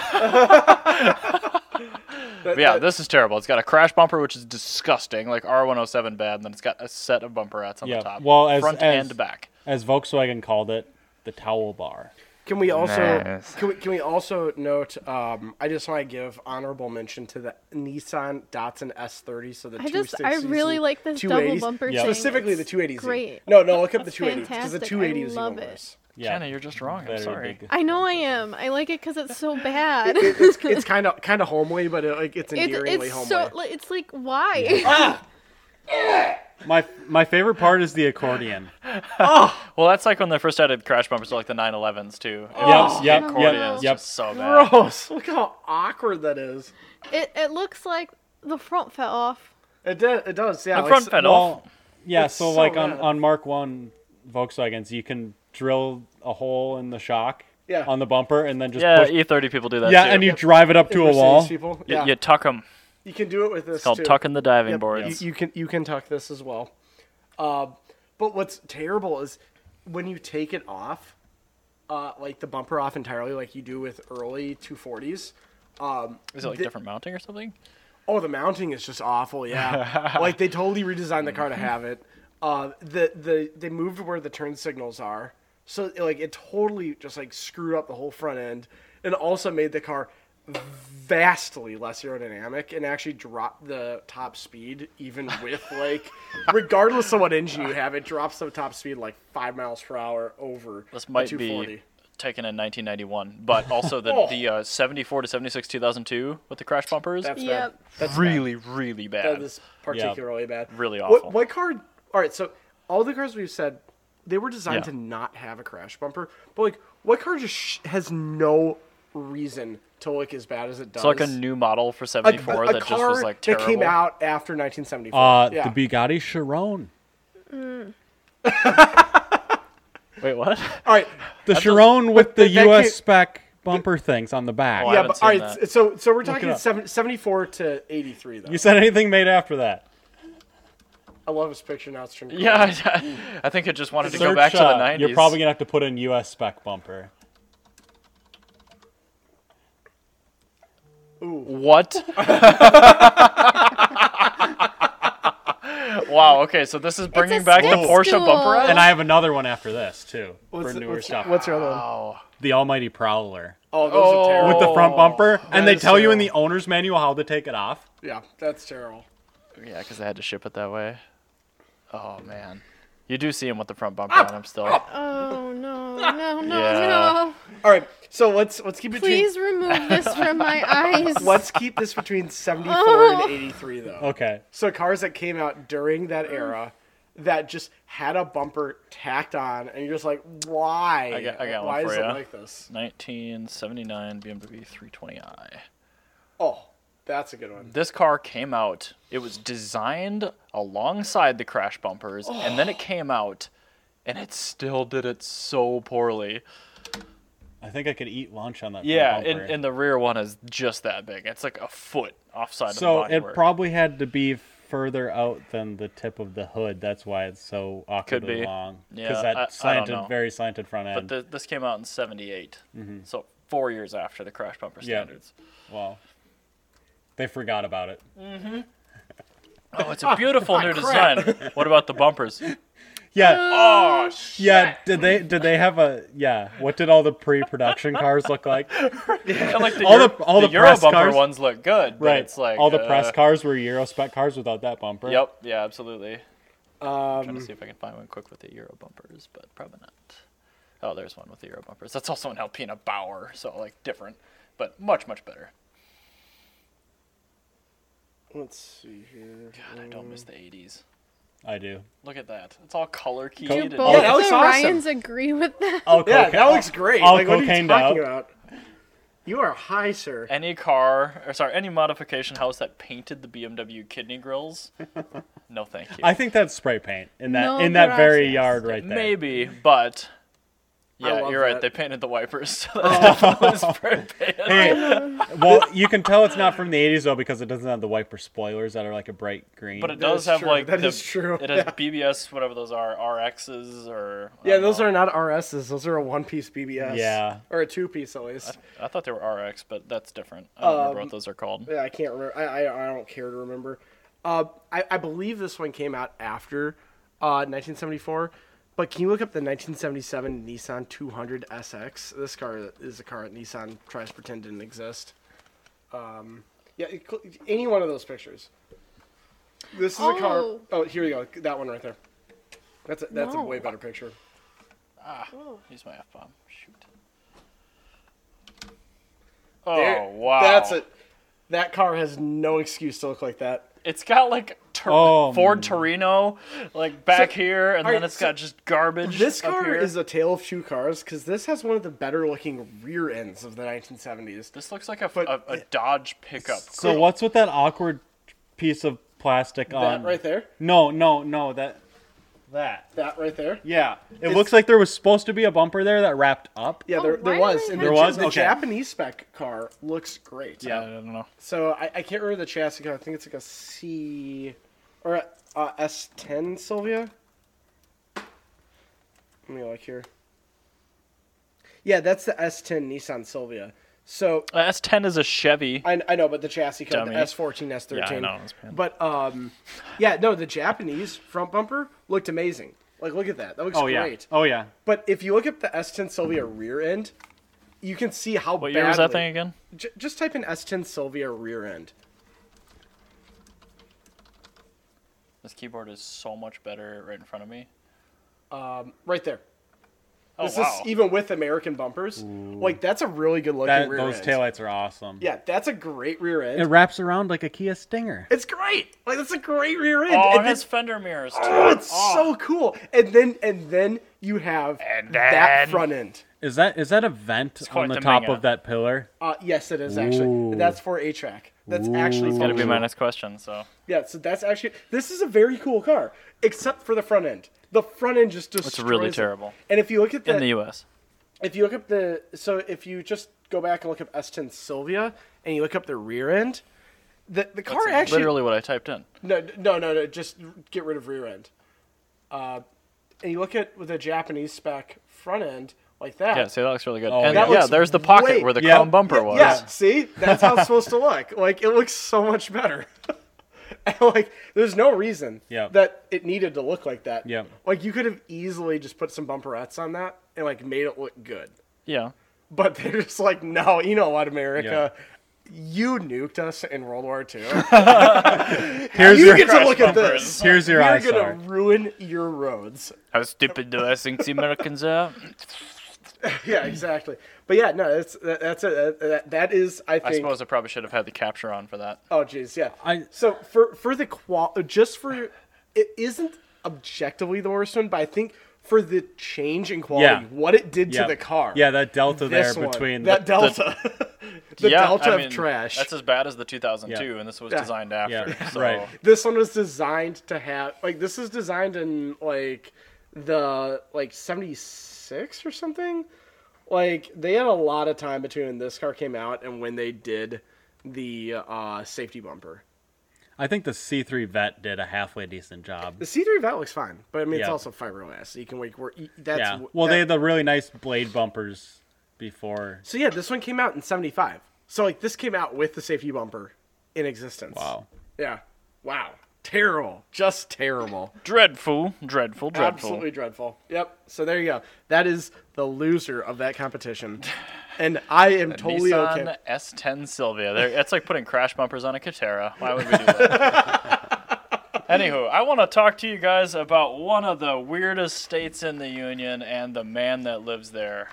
Speaker 2: That-
Speaker 1: Yeah,
Speaker 2: that-
Speaker 1: this is terrible. It's got a crash bumper, which is disgusting, like R107 bad, and then it's got a set of bumperettes on
Speaker 4: Yeah,
Speaker 1: the top,
Speaker 4: well, as-
Speaker 1: front
Speaker 4: as-
Speaker 1: and back.
Speaker 4: As Volkswagen called it, the towel bar.
Speaker 2: Can we also
Speaker 1: Nice.
Speaker 2: can, we, can we also note? Um, I just want to give honorable mention to the Nissan Datsun S30. So the
Speaker 3: I just
Speaker 2: 260
Speaker 3: I really like this double
Speaker 2: 280s.
Speaker 3: bumper
Speaker 4: Yeah.
Speaker 3: thing.
Speaker 2: specifically the
Speaker 3: It's
Speaker 2: 280s.
Speaker 3: Great.
Speaker 2: No, no, look up the
Speaker 3: That's
Speaker 2: 280s because the
Speaker 3: fantastic.
Speaker 2: 280 is
Speaker 3: I love
Speaker 2: even
Speaker 3: it.
Speaker 2: worse.
Speaker 4: Yeah.
Speaker 1: Jenna, you're just wrong. I'm
Speaker 4: Very
Speaker 1: sorry.
Speaker 4: big.
Speaker 3: I know I am. I like it because it's so bad.
Speaker 2: It's it's kind of kind of homely, but it, like it's
Speaker 3: It's,
Speaker 2: endearingly
Speaker 3: it's
Speaker 2: homely.
Speaker 3: so like, it's like why?
Speaker 4: My my favorite part is the accordion.
Speaker 1: Well, that's like when they first added crash bumpers to like the 911s too. It
Speaker 4: Yep, yep,
Speaker 1: accordion
Speaker 4: yep,
Speaker 1: is
Speaker 4: yep.
Speaker 1: just so bad.
Speaker 2: Oh. Gross! Look how awkward that is.
Speaker 3: it it looks like the front fell off.
Speaker 2: It does. It does. Yeah.
Speaker 1: the
Speaker 2: like
Speaker 1: front
Speaker 2: s-
Speaker 1: pedal.
Speaker 4: Well, Oh, yeah.
Speaker 2: It's
Speaker 4: So,
Speaker 2: so
Speaker 4: like on,
Speaker 2: bad.
Speaker 4: on Mark One Volkswagens, you can drill a hole in the shock
Speaker 2: Yeah.
Speaker 4: on the bumper and then just
Speaker 1: yeah,
Speaker 4: push.
Speaker 1: E30 people do that.
Speaker 4: yeah,
Speaker 1: too.
Speaker 4: and you drive it up to a
Speaker 2: Mercedes
Speaker 4: wall.
Speaker 2: People.
Speaker 1: You,
Speaker 2: Yeah.
Speaker 1: you tuck them.
Speaker 2: You can do it with this.
Speaker 1: It's called
Speaker 2: too.
Speaker 1: tucking the diving
Speaker 2: Yep,
Speaker 1: boards.
Speaker 2: You, you can you can tuck this as well. Uh, but what's terrible is when you take it off, uh, like the bumper off entirely, like you do with early 240s. Um,
Speaker 1: Is it like
Speaker 2: the-
Speaker 1: different mounting or something?
Speaker 2: Oh, the mounting is just awful. Yeah, like they totally redesigned the car
Speaker 1: Mm-hmm.
Speaker 2: to have it. Uh, the the they moved where the turn signals are, so like it totally just like screwed up the whole front end, and also made the car vastly less aerodynamic and actually dropped the top speed even with like regardless of what engine you have, it drops the top speed like five miles per hour over
Speaker 1: This
Speaker 2: the
Speaker 1: might
Speaker 2: 240.
Speaker 1: be taken in 1991, but also the
Speaker 2: Oh.
Speaker 1: the uh, 74 to 76 2002 with the crash bumpers.
Speaker 2: That's
Speaker 3: Yep.
Speaker 2: bad.
Speaker 1: really, really bad.
Speaker 2: that is particularly bad.
Speaker 1: Really awful.
Speaker 2: What, what car? All right, so all the cars we've said, they were designed
Speaker 1: Yeah.
Speaker 2: to not have a crash bumper. But like, what car just sh- has no reason to look as bad as it does?
Speaker 1: it's like a new model for 74 that just was like terrible.
Speaker 2: that came out after 1974.
Speaker 4: Uh,
Speaker 2: yeah.
Speaker 4: The Bugatti Chiron.
Speaker 1: Wait, what?
Speaker 2: all right,
Speaker 4: The Chiron with the
Speaker 2: that- that
Speaker 4: US
Speaker 2: can't-
Speaker 4: spec bumper things on the back.
Speaker 1: Oh, I
Speaker 2: yeah,
Speaker 1: haven't
Speaker 2: but all
Speaker 1: seen
Speaker 2: right.
Speaker 1: that.
Speaker 2: So so we're
Speaker 4: it
Speaker 2: talking
Speaker 4: up.
Speaker 2: seven, 74 to 83 though.
Speaker 4: You said anything made after that?
Speaker 2: I love this picture now. It's turned.
Speaker 1: yeah, I, I think it just wanted to go
Speaker 4: Search,
Speaker 1: back to the
Speaker 4: uh,
Speaker 1: 90s.
Speaker 4: You're probably gonna have to put in US spec bumper.
Speaker 1: What? wow. Okay, so this is bringing back the
Speaker 3: step
Speaker 1: Porsche
Speaker 3: stool.
Speaker 1: bumper.
Speaker 4: And I have another one after this too
Speaker 2: What's,
Speaker 4: for
Speaker 2: the-
Speaker 4: newer
Speaker 2: what's,
Speaker 4: stuff.
Speaker 2: what's your other one?
Speaker 1: Wow.
Speaker 4: the Almighty Prowler
Speaker 2: Oh, those are terrible.
Speaker 4: with the front bumper, and they
Speaker 2: is
Speaker 4: tell you in the
Speaker 2: terrible.
Speaker 4: owner's manual how to take it off.
Speaker 2: yeah, that's terrible.
Speaker 1: Yeah, because they had to ship it that way. Oh man, you do see him with the front bumper
Speaker 2: Ah,
Speaker 1: on him still.
Speaker 3: Oh no no no
Speaker 1: Yeah.
Speaker 3: no!
Speaker 2: All right, so let's let's keep it. between-
Speaker 3: Please remove this from my eyes.
Speaker 2: Let's keep this between 74
Speaker 3: Oh.
Speaker 2: and 83, though.
Speaker 4: Okay.
Speaker 2: So cars that came out during that era that just had a bumper tacked on, and you're just like, why?
Speaker 1: I got- I got one
Speaker 2: why
Speaker 1: for
Speaker 2: is it
Speaker 1: ya.
Speaker 2: like this?
Speaker 1: 1979 BMW 320i.
Speaker 2: Oh, that's a good one.
Speaker 1: This car came out. It was designed alongside the crash bumpers, and then it came out, and it still did it so poorly.
Speaker 4: I think I could eat lunch on that. front
Speaker 1: Yeah, and,
Speaker 4: bumper.
Speaker 1: and the rear one is just that big. It's like a foot offside of the
Speaker 4: so
Speaker 1: body
Speaker 4: it
Speaker 1: work.
Speaker 4: probably had to be further out than the tip of the hood. That's why it's so awkwardly
Speaker 1: be.
Speaker 4: long.
Speaker 1: Yeah,
Speaker 4: that
Speaker 1: I- I don't
Speaker 4: slanted,
Speaker 1: know.
Speaker 4: very slanted front
Speaker 1: but
Speaker 4: end.
Speaker 1: th- this came out in Mm-hmm. 78, so four years after the crash bumper
Speaker 4: Yeah.
Speaker 1: standards.
Speaker 4: well, they forgot about it.
Speaker 1: Oh, it's a beautiful new design. What about the bumpers?
Speaker 4: Yeah,
Speaker 2: Oh,
Speaker 4: yeah. Did they did they have a yeah? What did all the pre-production cars look like?
Speaker 1: And like the
Speaker 4: All
Speaker 1: Euro,
Speaker 4: the- all the
Speaker 1: Euro
Speaker 4: press
Speaker 1: bumper
Speaker 4: cars-
Speaker 1: ones look good, but
Speaker 4: Right.
Speaker 1: it's like
Speaker 4: all the press
Speaker 1: uh,
Speaker 4: cars were Euro spec cars without that bumper.
Speaker 1: Yep. Yeah. Absolutely. I'm trying to
Speaker 2: Um,
Speaker 1: see if I can find one quick with the Euro bumpers, but probably not. Oh, there's one with the Euro bumpers. That's also an Alpina Bauer, so like different, but much much better.
Speaker 2: let's see here.
Speaker 1: God, I don't miss the
Speaker 2: Mm.
Speaker 1: 80s.
Speaker 4: I do.
Speaker 1: Look at that. It's all color keyed.
Speaker 3: Do
Speaker 1: and-
Speaker 3: both
Speaker 2: Yeah, Oh, that
Speaker 3: the
Speaker 2: looks awesome.
Speaker 3: Ryans agree with that?
Speaker 4: All
Speaker 2: Yeah,
Speaker 4: coca-
Speaker 2: that looks great.
Speaker 4: All
Speaker 2: like, what are you
Speaker 4: cocaine
Speaker 2: talking
Speaker 4: out.
Speaker 2: about? You are high, sir.
Speaker 1: any car or sorry any modification house that painted the bmw kidney grills no thank you
Speaker 4: I think that's spray paint in that
Speaker 3: No
Speaker 4: in that very
Speaker 3: gracias.
Speaker 4: yard right there.
Speaker 1: maybe but
Speaker 2: I
Speaker 1: yeah
Speaker 2: love
Speaker 1: you're right
Speaker 2: that.
Speaker 1: they painted the wipers so that definitely was spray paint.
Speaker 4: Hey, well, you can tell it's not from the 80s though because it doesn't have the wiper spoilers that are like a bright green.
Speaker 1: but it
Speaker 2: That
Speaker 1: does
Speaker 2: is
Speaker 1: have
Speaker 2: true.
Speaker 1: like
Speaker 2: That
Speaker 1: the,
Speaker 2: is true.
Speaker 1: it has bbs whatever those are rx's or I
Speaker 2: Yeah,
Speaker 1: don't
Speaker 2: those
Speaker 1: know.
Speaker 2: are not RSs. Those are a one piece BBS.
Speaker 4: Yeah.
Speaker 2: Or a two piece at least.
Speaker 1: i thought they were rx but that's different i don't remember what those are called
Speaker 2: Um, Yeah, I can't remember. I, I, I don't care to remember. Uh, I, I believe this one came out after uh, 1974. But can you look up the 1977 Nissan 200 SX? This car is a car that Nissan tries to pretend didn't exist. Um, yeah, it, cl- any one of those pictures. This is a car.
Speaker 3: Oh.
Speaker 2: Oh, here we go. That one right there. That's a, that's
Speaker 3: No.
Speaker 2: a way better picture.
Speaker 3: Oh.
Speaker 1: use my f-bomb shoot oh
Speaker 2: There-
Speaker 1: wow
Speaker 2: That's it. That car has no excuse to look like that.
Speaker 1: It's got like Tur-
Speaker 4: Oh,
Speaker 1: Ford Torino, like back
Speaker 2: So-
Speaker 1: here, and
Speaker 2: all
Speaker 1: then
Speaker 2: right,
Speaker 1: it's
Speaker 2: so
Speaker 1: got just garbage.
Speaker 2: This
Speaker 1: up
Speaker 2: car
Speaker 1: here.
Speaker 2: is a tale of two cars because this has one of the better looking rear ends of the 1970s.
Speaker 1: This looks like a,
Speaker 2: but-
Speaker 1: a, a Dodge pickup.
Speaker 4: So what's with that awkward piece of plastic on
Speaker 2: That right there,
Speaker 4: No, no, no. That that.
Speaker 2: that right there.
Speaker 4: Yeah, it
Speaker 2: It's-
Speaker 4: looks like there was supposed to be a bumper there that wrapped up.
Speaker 2: Yeah,
Speaker 3: Oh,
Speaker 2: there, there
Speaker 3: why
Speaker 2: was.
Speaker 3: do
Speaker 2: And
Speaker 3: they
Speaker 2: the
Speaker 4: have- There
Speaker 2: Ja-
Speaker 4: was?
Speaker 2: The
Speaker 4: Okay.
Speaker 2: Japanese spec car looks great.
Speaker 1: Yeah, I don't know.
Speaker 2: So I, I can't remember the chassis car. I think it's like a C or a, a S10 Sylvia. Let me look here. Yeah, that's the S10 Nissan Sylvia. So
Speaker 1: Uh, S10 is a Chevy.
Speaker 2: I, I know, but the chassis code,
Speaker 1: Dummy.
Speaker 2: the S14, S13.
Speaker 1: Yeah, I know, it's bad.
Speaker 2: But um, yeah, no, the Japanese front bumper looked amazing. Like, look at that. That looks
Speaker 4: Oh yeah.
Speaker 2: great.
Speaker 4: Oh yeah.
Speaker 2: But if you look up the S10 Sylvia rear end, you can see how
Speaker 1: What
Speaker 2: badly.
Speaker 1: year was that thing again?
Speaker 2: J- just type in S10 Sylvia rear end.
Speaker 1: This keyboard is so much better right in front of me.
Speaker 2: Right there.
Speaker 1: Oh
Speaker 2: this
Speaker 1: wow.
Speaker 2: is even with American bumpers. Like, that's a really good looking
Speaker 4: That
Speaker 2: rear
Speaker 4: those
Speaker 2: end.
Speaker 4: taillights are awesome.
Speaker 2: yeah, that's a great rear end.
Speaker 4: It wraps around like a Kia Stinger.
Speaker 2: it's great. Like, that's a great rear end.
Speaker 1: oh,
Speaker 2: And
Speaker 1: and
Speaker 2: then-
Speaker 1: it's fender mirrors. Too.
Speaker 2: oh, it's so cool. And then and then you have that
Speaker 1: then-
Speaker 2: front end.
Speaker 4: Is that is that a vent
Speaker 1: quite
Speaker 4: on the
Speaker 1: the
Speaker 4: top
Speaker 1: mega.
Speaker 4: of that pillar?
Speaker 2: Uh, yes, it is actually.
Speaker 4: Ooh.
Speaker 2: That's for A track. That's actually
Speaker 4: Ooh.
Speaker 1: Gonna be
Speaker 2: functional.
Speaker 1: my next question. So
Speaker 2: Yeah, so that's actually. This is a very cool car, except for the front end. The front end just destroys.
Speaker 1: really
Speaker 2: it.
Speaker 1: terrible.
Speaker 2: And if you look at the,
Speaker 1: in the U.S.
Speaker 2: if you look up the, so if you just go back and look up S10 Sylvia and you look up the rear end, the the car
Speaker 1: That's
Speaker 2: actually
Speaker 1: literally what I typed in.
Speaker 2: no no no no just get rid of rear end. Uh, and you look at with a Japanese spec front end like that.
Speaker 1: Yeah, see that looks really good.
Speaker 4: Oh,
Speaker 1: and
Speaker 4: that
Speaker 1: yeah,
Speaker 2: looks
Speaker 1: there's the pocket
Speaker 2: way-
Speaker 1: where the
Speaker 4: yeah,
Speaker 1: chrome bumper
Speaker 2: Yeah,
Speaker 1: was.
Speaker 2: Yeah, see, that's how it's supposed to look. Like it looks so much better. and, like there's no reason
Speaker 4: Yeah.
Speaker 2: that it needed to look like that.
Speaker 4: Yeah.
Speaker 2: like you could have easily just put some bumperettes on that and like made it look good.
Speaker 1: yeah.
Speaker 2: But they're just like, no, you know what, America. You nuked us in World War II.
Speaker 4: Here's
Speaker 2: you
Speaker 4: your
Speaker 2: get to
Speaker 1: crash
Speaker 2: look at
Speaker 1: bumpers.
Speaker 2: this.
Speaker 4: here's your
Speaker 2: You're gonna
Speaker 4: eyesore.
Speaker 2: ruin your roads.
Speaker 1: How stupid do I think the Americans are?
Speaker 2: Yeah, exactly. But yeah, no, that's that, that's it. That, that is, I
Speaker 1: I
Speaker 2: think.
Speaker 1: suppose I probably should have had the capture on for that.
Speaker 2: Oh jeez, yeah.
Speaker 4: I-
Speaker 2: so for for the qual just for it isn't objectively the worst one, but I think for the change in quality,
Speaker 4: Yeah.
Speaker 2: what it did
Speaker 4: Yeah.
Speaker 2: to the car.
Speaker 4: Yeah, that delta
Speaker 2: this
Speaker 4: there
Speaker 2: one,
Speaker 4: between
Speaker 2: that
Speaker 4: the,
Speaker 2: delta, the, delta of trash.
Speaker 1: That's as bad as the 2002,
Speaker 4: Yeah.
Speaker 1: and this was
Speaker 2: Yeah.
Speaker 1: designed after.
Speaker 4: Yeah,
Speaker 1: so
Speaker 4: right.
Speaker 2: this one was designed to have like this is designed in like the like 76 or something like they had a lot of time between this car came out and when they did the uh safety bumper
Speaker 4: I think the C3 vet did a halfway decent job.
Speaker 2: the c3 vet looks fine but i mean it's
Speaker 4: Yeah.
Speaker 2: also fiberglass so you can like work that's
Speaker 4: Yeah. Well,
Speaker 2: that-
Speaker 4: they had the really nice blade bumpers before.
Speaker 2: so yeah this one came out in 75 so like this came out with the safety bumper in existence
Speaker 4: Wow.
Speaker 2: yeah wow terrible just terrible
Speaker 1: dreadful, dreadful, dreadful.
Speaker 2: Absolutely dreadful. Yep. So there you go. That is the loser of that competition. And I am totally
Speaker 1: Nissan
Speaker 2: okay.
Speaker 1: S10 Sylvia. There, that's like putting crash bumpers on a Catera. Why would we do that? Anywho, I want to talk to you guys about one of the weirdest states in the union and the man that lives there.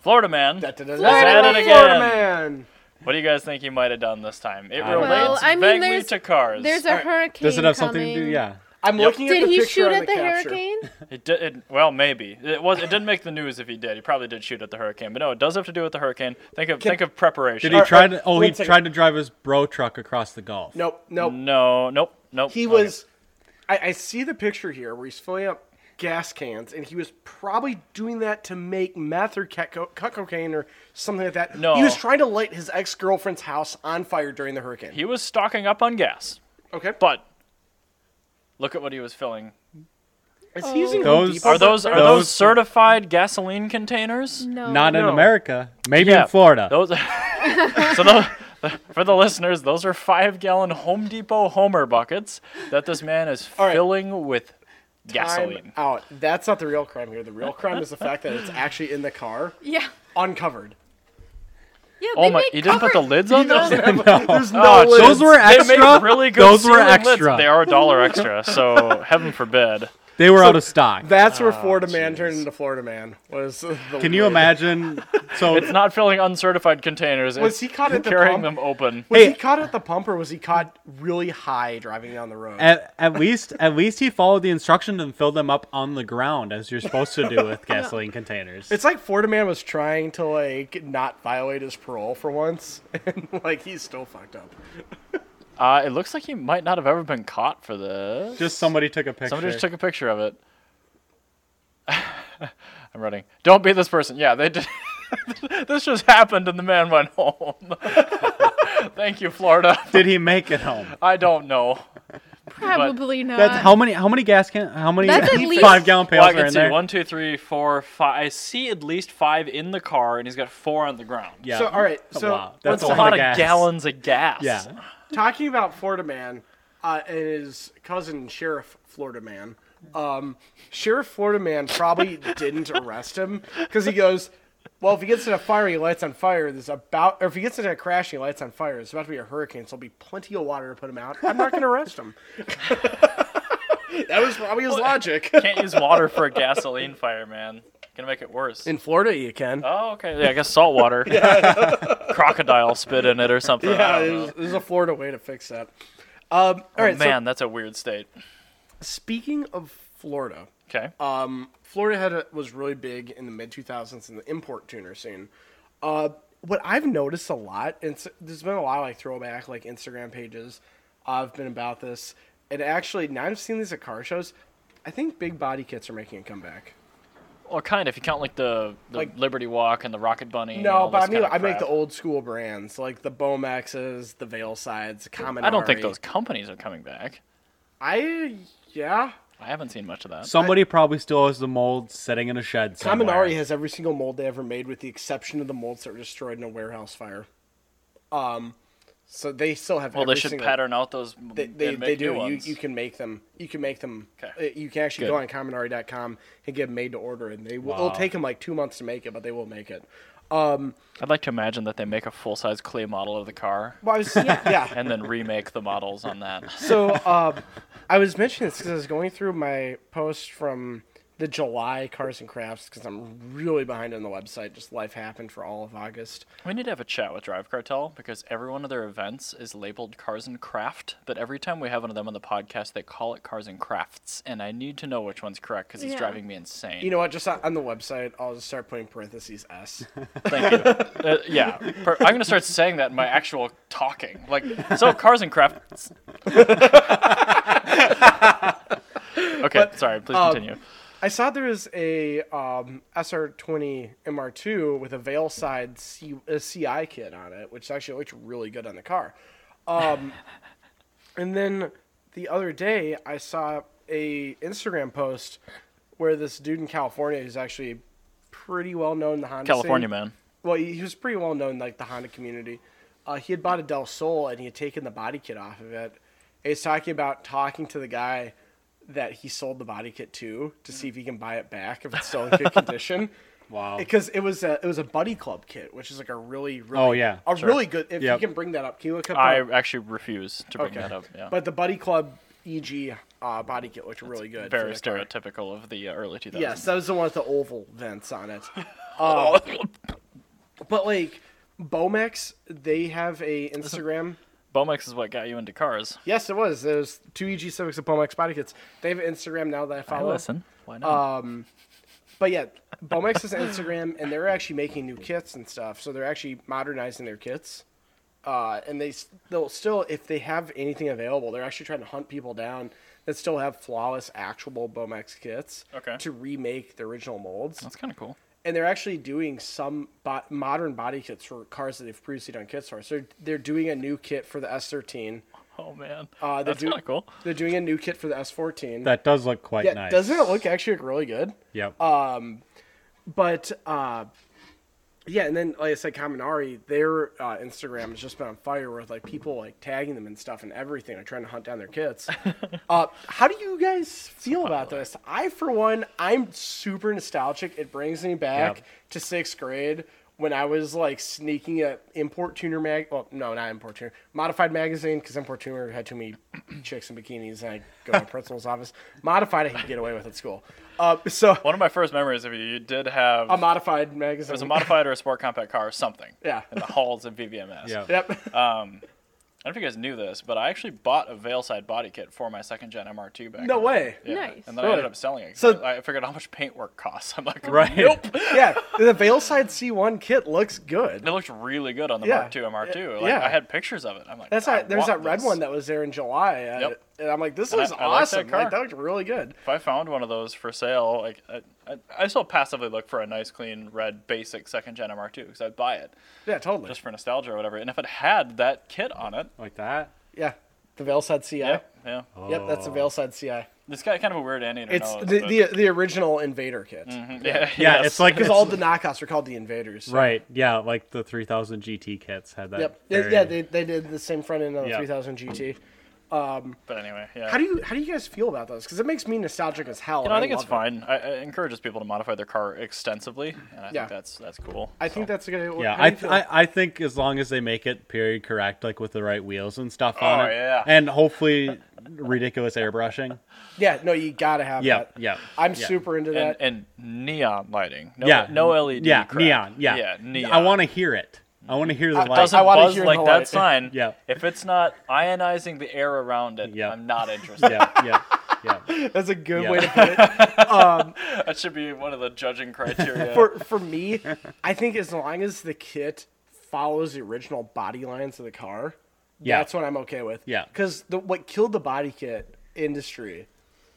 Speaker 1: Florida man.
Speaker 2: Da-da-da-da.
Speaker 1: Florida man.
Speaker 2: Florida man.
Speaker 1: What do you guys think he might have done this time? It relates
Speaker 4: I don't know.
Speaker 3: Well, I mean,
Speaker 1: vaguely
Speaker 3: there's-
Speaker 1: to cars.
Speaker 3: There's a hurricane.
Speaker 4: Does it have
Speaker 3: coming.
Speaker 4: something to do? Yeah.
Speaker 2: I'm
Speaker 1: Yep.
Speaker 2: looking at
Speaker 3: Did
Speaker 2: the
Speaker 3: he
Speaker 2: picture
Speaker 3: shoot
Speaker 2: on
Speaker 3: at
Speaker 2: the,
Speaker 3: the,
Speaker 2: capture.
Speaker 3: hurricane?
Speaker 1: It did. It, well, maybe it was. It didn't make the news if he did. He probably did shoot at the hurricane, but no, it does have to do with the hurricane. Think of
Speaker 2: Can-
Speaker 1: think of preparation.
Speaker 4: Did he
Speaker 2: Or-
Speaker 4: try
Speaker 2: or-
Speaker 4: to? Oh,
Speaker 2: wait
Speaker 4: he
Speaker 2: a second.
Speaker 4: tried to drive his bro truck across the Gulf.
Speaker 2: Nope, nope.
Speaker 1: No, nope, nope.
Speaker 2: He
Speaker 1: Okay.
Speaker 2: was. I, I see the picture here where he's filling up gas cans, and he was probably doing that to make meth or cat co- cut cocaine or something like that.
Speaker 1: No.
Speaker 2: he was trying to light his ex girlfriend's house on fire during the hurricane.
Speaker 1: He was stocking up on gas,
Speaker 2: okay,
Speaker 1: but look at what he was filling.
Speaker 2: is he using
Speaker 4: Those-
Speaker 2: Home Depot
Speaker 1: Are those are
Speaker 2: for-
Speaker 1: those,
Speaker 4: Those-
Speaker 1: certified gasoline containers?
Speaker 3: No.
Speaker 4: Not in
Speaker 2: No.
Speaker 4: America. Maybe
Speaker 1: Yeah,
Speaker 4: in Florida.
Speaker 1: Those. so tho- for the listeners, those are five-gallon Home Depot Homer buckets that this man is
Speaker 2: All right.
Speaker 1: filling with
Speaker 2: Time
Speaker 1: gasoline.
Speaker 2: out? That's not the real crime here. The real crime is the fact that it's actually in the car,
Speaker 3: Yeah.
Speaker 2: uncovered.
Speaker 3: Yeah.
Speaker 1: Oh
Speaker 3: they
Speaker 1: my!
Speaker 3: make
Speaker 1: He didn't put the
Speaker 3: covered-
Speaker 1: lids on that.
Speaker 2: There's no
Speaker 1: Oh,
Speaker 2: lids.
Speaker 4: Those were
Speaker 1: They make
Speaker 4: extra.
Speaker 1: really good
Speaker 4: Those were
Speaker 1: ceiling lids.
Speaker 4: extra.
Speaker 1: They are a dollar extra, so heaven forbid.
Speaker 4: They were out of stock.
Speaker 2: That's where Florida man turned into Florida man. Was the
Speaker 4: Can you
Speaker 2: lid.
Speaker 4: imagine? So
Speaker 1: It's not filling uncertified containers.
Speaker 2: Was
Speaker 1: it's
Speaker 2: he caught at the
Speaker 1: carrying
Speaker 2: pump?
Speaker 1: them open?
Speaker 2: Was
Speaker 4: Hey.
Speaker 2: he caught at the pump or was he caught really high driving down the road?
Speaker 4: at, at least at least he followed the instructions and filled them up on the ground as you're supposed to do with gasoline containers.
Speaker 2: It's like Florida Man was trying to like not violate his parole for once, and like he's still fucked up.
Speaker 1: Uh, it looks like he might not have ever been caught for this.
Speaker 4: just somebody took a picture.
Speaker 1: Somebody just took a picture of it. I'm running. Don't be this person. Yeah, they did. this just happened, and the man went home. Thank you, Florida.
Speaker 4: Did he make it home?
Speaker 1: I don't know.
Speaker 3: Probably not.
Speaker 4: That's how many how many gas can how many
Speaker 3: That's at least-
Speaker 4: five gallon pails
Speaker 1: Well, I
Speaker 4: are
Speaker 1: can
Speaker 4: in
Speaker 1: see
Speaker 4: there?
Speaker 1: one, two, three, four, five. I see at least five in the car, and he's got four on the ground.
Speaker 4: yeah.
Speaker 2: So uh, all right,
Speaker 4: That's
Speaker 2: so
Speaker 4: a lot. That's
Speaker 1: That's
Speaker 4: a
Speaker 1: a
Speaker 4: lot,
Speaker 1: lot
Speaker 4: of gas.
Speaker 1: gallons of gas.
Speaker 4: Yeah.
Speaker 2: talking about Florida Man uh, and his cousin Sheriff Florida Man. Um, Sheriff Florida Man probably didn't arrest him because he goes, "Well, if he gets in a fire, he lights on fire. There's about, or if he gets into a crash, he lights on fire. There's about to be a hurricane, so there'll be plenty of water to put him out. I'm not going to arrest him." that was probably his logic.
Speaker 1: Can't use water for a gasoline fire, man. Gonna make it worse.
Speaker 2: In Florida, you can.
Speaker 1: oh, okay. Yeah, I guess salt water. Crocodile spit in it or something.
Speaker 2: Yeah,
Speaker 1: I don't know.
Speaker 2: there's, there's a Florida way to fix that. Um, all right,
Speaker 1: Oh, Man, that's a weird state.
Speaker 2: so speaking of Florida,
Speaker 1: Okay.
Speaker 2: um, Florida had a, was really big in the mid 2000s in the import tuner scene. Uh, what I've noticed a lot, and it's, there's been a lot of like throwback like Instagram pages, uh, I've been about this, and actually now I've seen these at car shows. I think big body kits are making a comeback.
Speaker 1: well, kind of. If you count like the, the
Speaker 2: Like-
Speaker 1: Liberty Walk and the Rocket Bunny. and
Speaker 2: No,
Speaker 1: all
Speaker 2: but I
Speaker 1: this
Speaker 2: mean,
Speaker 1: kind of
Speaker 2: I make the
Speaker 1: crap.
Speaker 2: old school brands like the Bomaxes, the Veil Sides, the Common.
Speaker 1: I don't think those companies are coming back.
Speaker 2: I yeah,
Speaker 1: I haven't seen much of that.
Speaker 4: Somebody probably still has the mold sitting in a shed somewhere.
Speaker 2: Kaminari has every single mold they ever made, with the exception of the molds that were destroyed in a warehouse fire. Um, so they still have.
Speaker 1: well, they
Speaker 2: every
Speaker 1: should
Speaker 2: single-
Speaker 1: pattern out those. m-
Speaker 2: They, they,
Speaker 1: and
Speaker 2: they
Speaker 1: make new
Speaker 2: do. You,
Speaker 1: ones.
Speaker 2: you can make them. You can make them.
Speaker 1: 'Kay.
Speaker 2: uh, You can actually
Speaker 1: Good.
Speaker 2: go on Kaminari.com and get made to order, and they will. It'll
Speaker 4: Wow.
Speaker 2: take them like two months to make it, but they will make it.
Speaker 1: I'd like to imagine that they make a full size clay model of the car
Speaker 2: Well, I was, yeah.
Speaker 1: and then remake the models on that.
Speaker 2: So um, I was mentioning this because I was going through my post from the July Cars and Crafts because I'm really behind on the website. Just life happened for all of August.
Speaker 1: We need to have a chat with Drive Cartel because every one of their events is labeled Cars and Craft, but every time we have one of them on the podcast, they call it Cars and Crafts, and I need to know which one's correct because it's
Speaker 3: Yeah.
Speaker 1: driving me insane.
Speaker 2: You know what? Just on on the website, I'll just start putting parentheses S.
Speaker 1: Thank you. Uh, yeah, per- I'm gonna start saying that in my actual talking. Like, so Cars and Crafts. okay, sorry. Please
Speaker 2: um,
Speaker 1: continue.
Speaker 2: I saw there was a um, SR20 MR2 with a veil side C- a CI kit on it, which actually looked really good on the car. Um, and then the other day, I saw a Instagram post where this dude in California who's actually pretty well known in the Honda scene-
Speaker 1: California man.
Speaker 2: well, he he was pretty well known in, like the Honda community. Uh, he had bought a Del Sol and he had taken the body kit off of it. And he's talking about talking to the guy that he sold the body kit to to see if he can buy it back if it's still in good condition.
Speaker 4: Wow.
Speaker 2: Because it was a it was a buddy club kit, which is like a really really
Speaker 4: Oh, yeah,
Speaker 2: a
Speaker 4: sure.
Speaker 2: really good. If
Speaker 4: Yep.
Speaker 2: you can bring that up, can you look up?
Speaker 1: I
Speaker 2: uh,
Speaker 1: actually refuse to bring
Speaker 2: okay.
Speaker 1: that up. Yeah.
Speaker 2: But the buddy club EG uh, body kit looked really good. for
Speaker 1: Very
Speaker 2: the car.
Speaker 1: stereotypical of the uh, early 2000s.
Speaker 2: Yes, that was the one with the oval vents on it. Um,
Speaker 1: Oh,
Speaker 2: But like Bomex, they have a Instagram.
Speaker 1: Bomex is what got you into cars.
Speaker 2: Yes, it was. It was two EG Civics and Bomex body kits. They have an Instagram now that I
Speaker 1: I
Speaker 2: follow.
Speaker 1: listen. Why not?
Speaker 2: But yeah, Bomex is Instagram, and they're actually making new kits and stuff. So they're actually modernizing their kits. Uh, and they s- they'll still, if they have anything available, they're actually trying to hunt people down that still have flawless, actual Bomex kits
Speaker 1: Okay.
Speaker 2: to remake the original molds.
Speaker 1: That's kind of cool.
Speaker 2: and they're actually doing some bo- modern body kits for cars that they've previously done kits for. So they're doing a new kit for the S13.
Speaker 1: Oh man,
Speaker 2: Uh, they
Speaker 1: that's
Speaker 2: do-
Speaker 1: kind of cool.
Speaker 2: They're doing a new kit for the S14.
Speaker 4: That does look quite
Speaker 2: yeah,
Speaker 4: nice.
Speaker 2: doesn't it look uh, actually really good?
Speaker 4: Yep.
Speaker 2: But uh, yeah, and then like I said, Kaminari, their uh, Instagram has just been on fire with like people like tagging them and stuff and everything, like trying to hunt down their kits. uh, how do you guys feel about this? I, for one, I'm super nostalgic. It brings me back
Speaker 4: Yep.
Speaker 2: to sixth grade when I was like sneaking a import tuner mag. Well, no, not import tuner, modified magazine because import tuner had too many chicks in bikinis, and I go to my principal's office. Modified, I could get away with at school. Uh, so.
Speaker 1: One of my first memories of you, you did have
Speaker 2: A modified magazine.
Speaker 1: it was a modified or a sport compact car or something.
Speaker 2: Yeah.
Speaker 1: In the halls of VBMS.
Speaker 4: Yeah.
Speaker 2: Yep.
Speaker 1: Uh, I don't know if you guys knew this, but I actually bought a Veilside body kit for my second gen MR2 back.
Speaker 2: No
Speaker 1: then.
Speaker 2: way.
Speaker 1: Yeah.
Speaker 3: Nice.
Speaker 1: And then I
Speaker 2: Really?
Speaker 1: ended up selling it.
Speaker 2: So-
Speaker 1: So I I figured out how much paintwork costs. I'm like,
Speaker 4: Right.
Speaker 1: right. Nope.
Speaker 2: yeah, the Veilside C1 kit looks
Speaker 1: It
Speaker 2: good.
Speaker 1: looked really good on the
Speaker 2: Yeah.
Speaker 1: Mark II MR2. Like,
Speaker 2: Yeah.
Speaker 1: I had pictures of it. I'm like,
Speaker 2: That's
Speaker 1: I
Speaker 2: that. There's
Speaker 1: want
Speaker 2: that red
Speaker 1: this.
Speaker 2: one that was there in July, uh,
Speaker 1: Yep.
Speaker 2: and I'm like, this
Speaker 1: And I-
Speaker 2: is
Speaker 1: I like that
Speaker 2: awesome.
Speaker 1: car.
Speaker 2: Like, that looked really good.
Speaker 1: If I found one of those for sale, like I, I, I still passively look for a nice, clean red basic second gen MR2 because I'd buy it
Speaker 2: Yeah, totally.
Speaker 1: just for nostalgia or whatever. And if it had that kit on it,
Speaker 4: like that.
Speaker 2: yeah, the Veilside CI.
Speaker 1: yeah,
Speaker 2: Yep,
Speaker 1: yeah.
Speaker 2: that's the Veilside CI.
Speaker 1: It's got kind of a weird ending.
Speaker 2: It's
Speaker 1: nose,
Speaker 2: the,
Speaker 1: but-
Speaker 2: the the original Invader kit
Speaker 1: Mhm, yeah,
Speaker 4: Yeah,
Speaker 1: yes.
Speaker 4: it's like
Speaker 2: because
Speaker 4: it's,
Speaker 2: all the knockoffs are called the Invaders.
Speaker 4: right. Yeah, like the 3000 GT kits had that.
Speaker 2: Yep. They-
Speaker 4: very-
Speaker 2: yeah, they, they did the same front end on the
Speaker 4: Yeah.
Speaker 2: 3000 GT.
Speaker 1: But anyway, yeah.
Speaker 2: How do you how do you guys feel about those? Because it makes me nostalgic as hell.
Speaker 1: You
Speaker 2: and
Speaker 1: know, I think it's
Speaker 2: love
Speaker 1: fine.
Speaker 2: it.
Speaker 1: I, I encourages people to modify their car extensively, and I
Speaker 2: Yeah.
Speaker 1: think that's that's cool.
Speaker 2: I think that's a good. idea.
Speaker 4: Yeah,
Speaker 2: How do
Speaker 4: I,
Speaker 2: you feel?
Speaker 4: I I think as long as they make it period correct, like with the right wheels and stuff on
Speaker 1: Oh,
Speaker 4: it,
Speaker 1: yeah.
Speaker 4: and hopefully ridiculous airbrushing.
Speaker 2: yeah, no, you gotta have
Speaker 4: Yeah,
Speaker 2: that.
Speaker 4: yeah.
Speaker 2: I'm
Speaker 4: yeah.
Speaker 2: super into
Speaker 1: and,
Speaker 2: that.
Speaker 1: and neon lighting. No,
Speaker 4: yeah,
Speaker 1: no LED.
Speaker 4: Yeah,
Speaker 1: crap.
Speaker 4: neon. Yeah,
Speaker 1: yeah, neon.
Speaker 4: I want to hear it. I want to hear the
Speaker 2: Uh,
Speaker 4: light.
Speaker 1: doesn't
Speaker 2: I wanna
Speaker 1: buzz
Speaker 2: hear the
Speaker 1: like
Speaker 2: light.
Speaker 1: that sign.
Speaker 4: Yeah.
Speaker 1: If it's not ionizing the air around it,
Speaker 4: Yeah.
Speaker 1: I'm not interested.
Speaker 4: yeah, yeah, yeah.
Speaker 2: That's a good
Speaker 4: Yeah.
Speaker 2: way to put it.
Speaker 1: That should be one of the judging criteria.
Speaker 2: for for me, I think as long as the kit follows the original body lines of the car,
Speaker 4: Yeah.
Speaker 2: that's what I'm okay with.
Speaker 4: Yeah.
Speaker 2: because what killed the body kit industry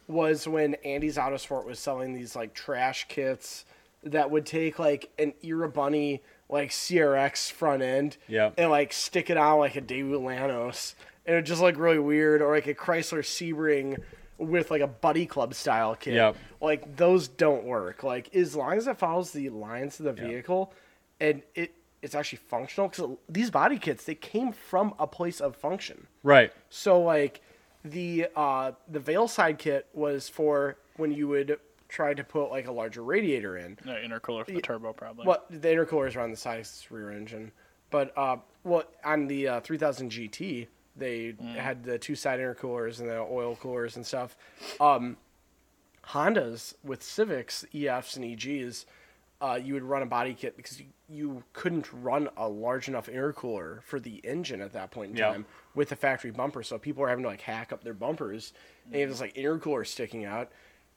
Speaker 2: was when Andy's Autosport was selling these like trash kits that would take like an Era Bunny like CRX front end,
Speaker 4: Yep.
Speaker 2: and like stick it on like a Daewoo Lanos, and it would just look really weird, or like a Chrysler Sebring. With like a buddy club style kit,
Speaker 4: Yep.
Speaker 2: like those don't work. Like as long as it follows the lines of the vehicle, and it it's actually functional because these body kits they came from a place of function.
Speaker 4: Right.
Speaker 2: So like the uh, the veil side kit was for when you would try to put like a larger radiator in.
Speaker 1: No, intercooler for the turbo, probably.
Speaker 2: Well, the intercoolers are on the side 'cause it's rear engine, but uh, well, on the uh, 3000 GT, they had the two side intercoolers and the oil coolers and stuff. Um, Hondas with Civics, EFs, and EGs, uh, you would run a body kit because you, you couldn't run a large enough intercooler for the engine at that point in
Speaker 4: Yeah.
Speaker 2: time with the factory bumper. So people are having to like hack up their bumpers, and you have this like intercooler sticking out.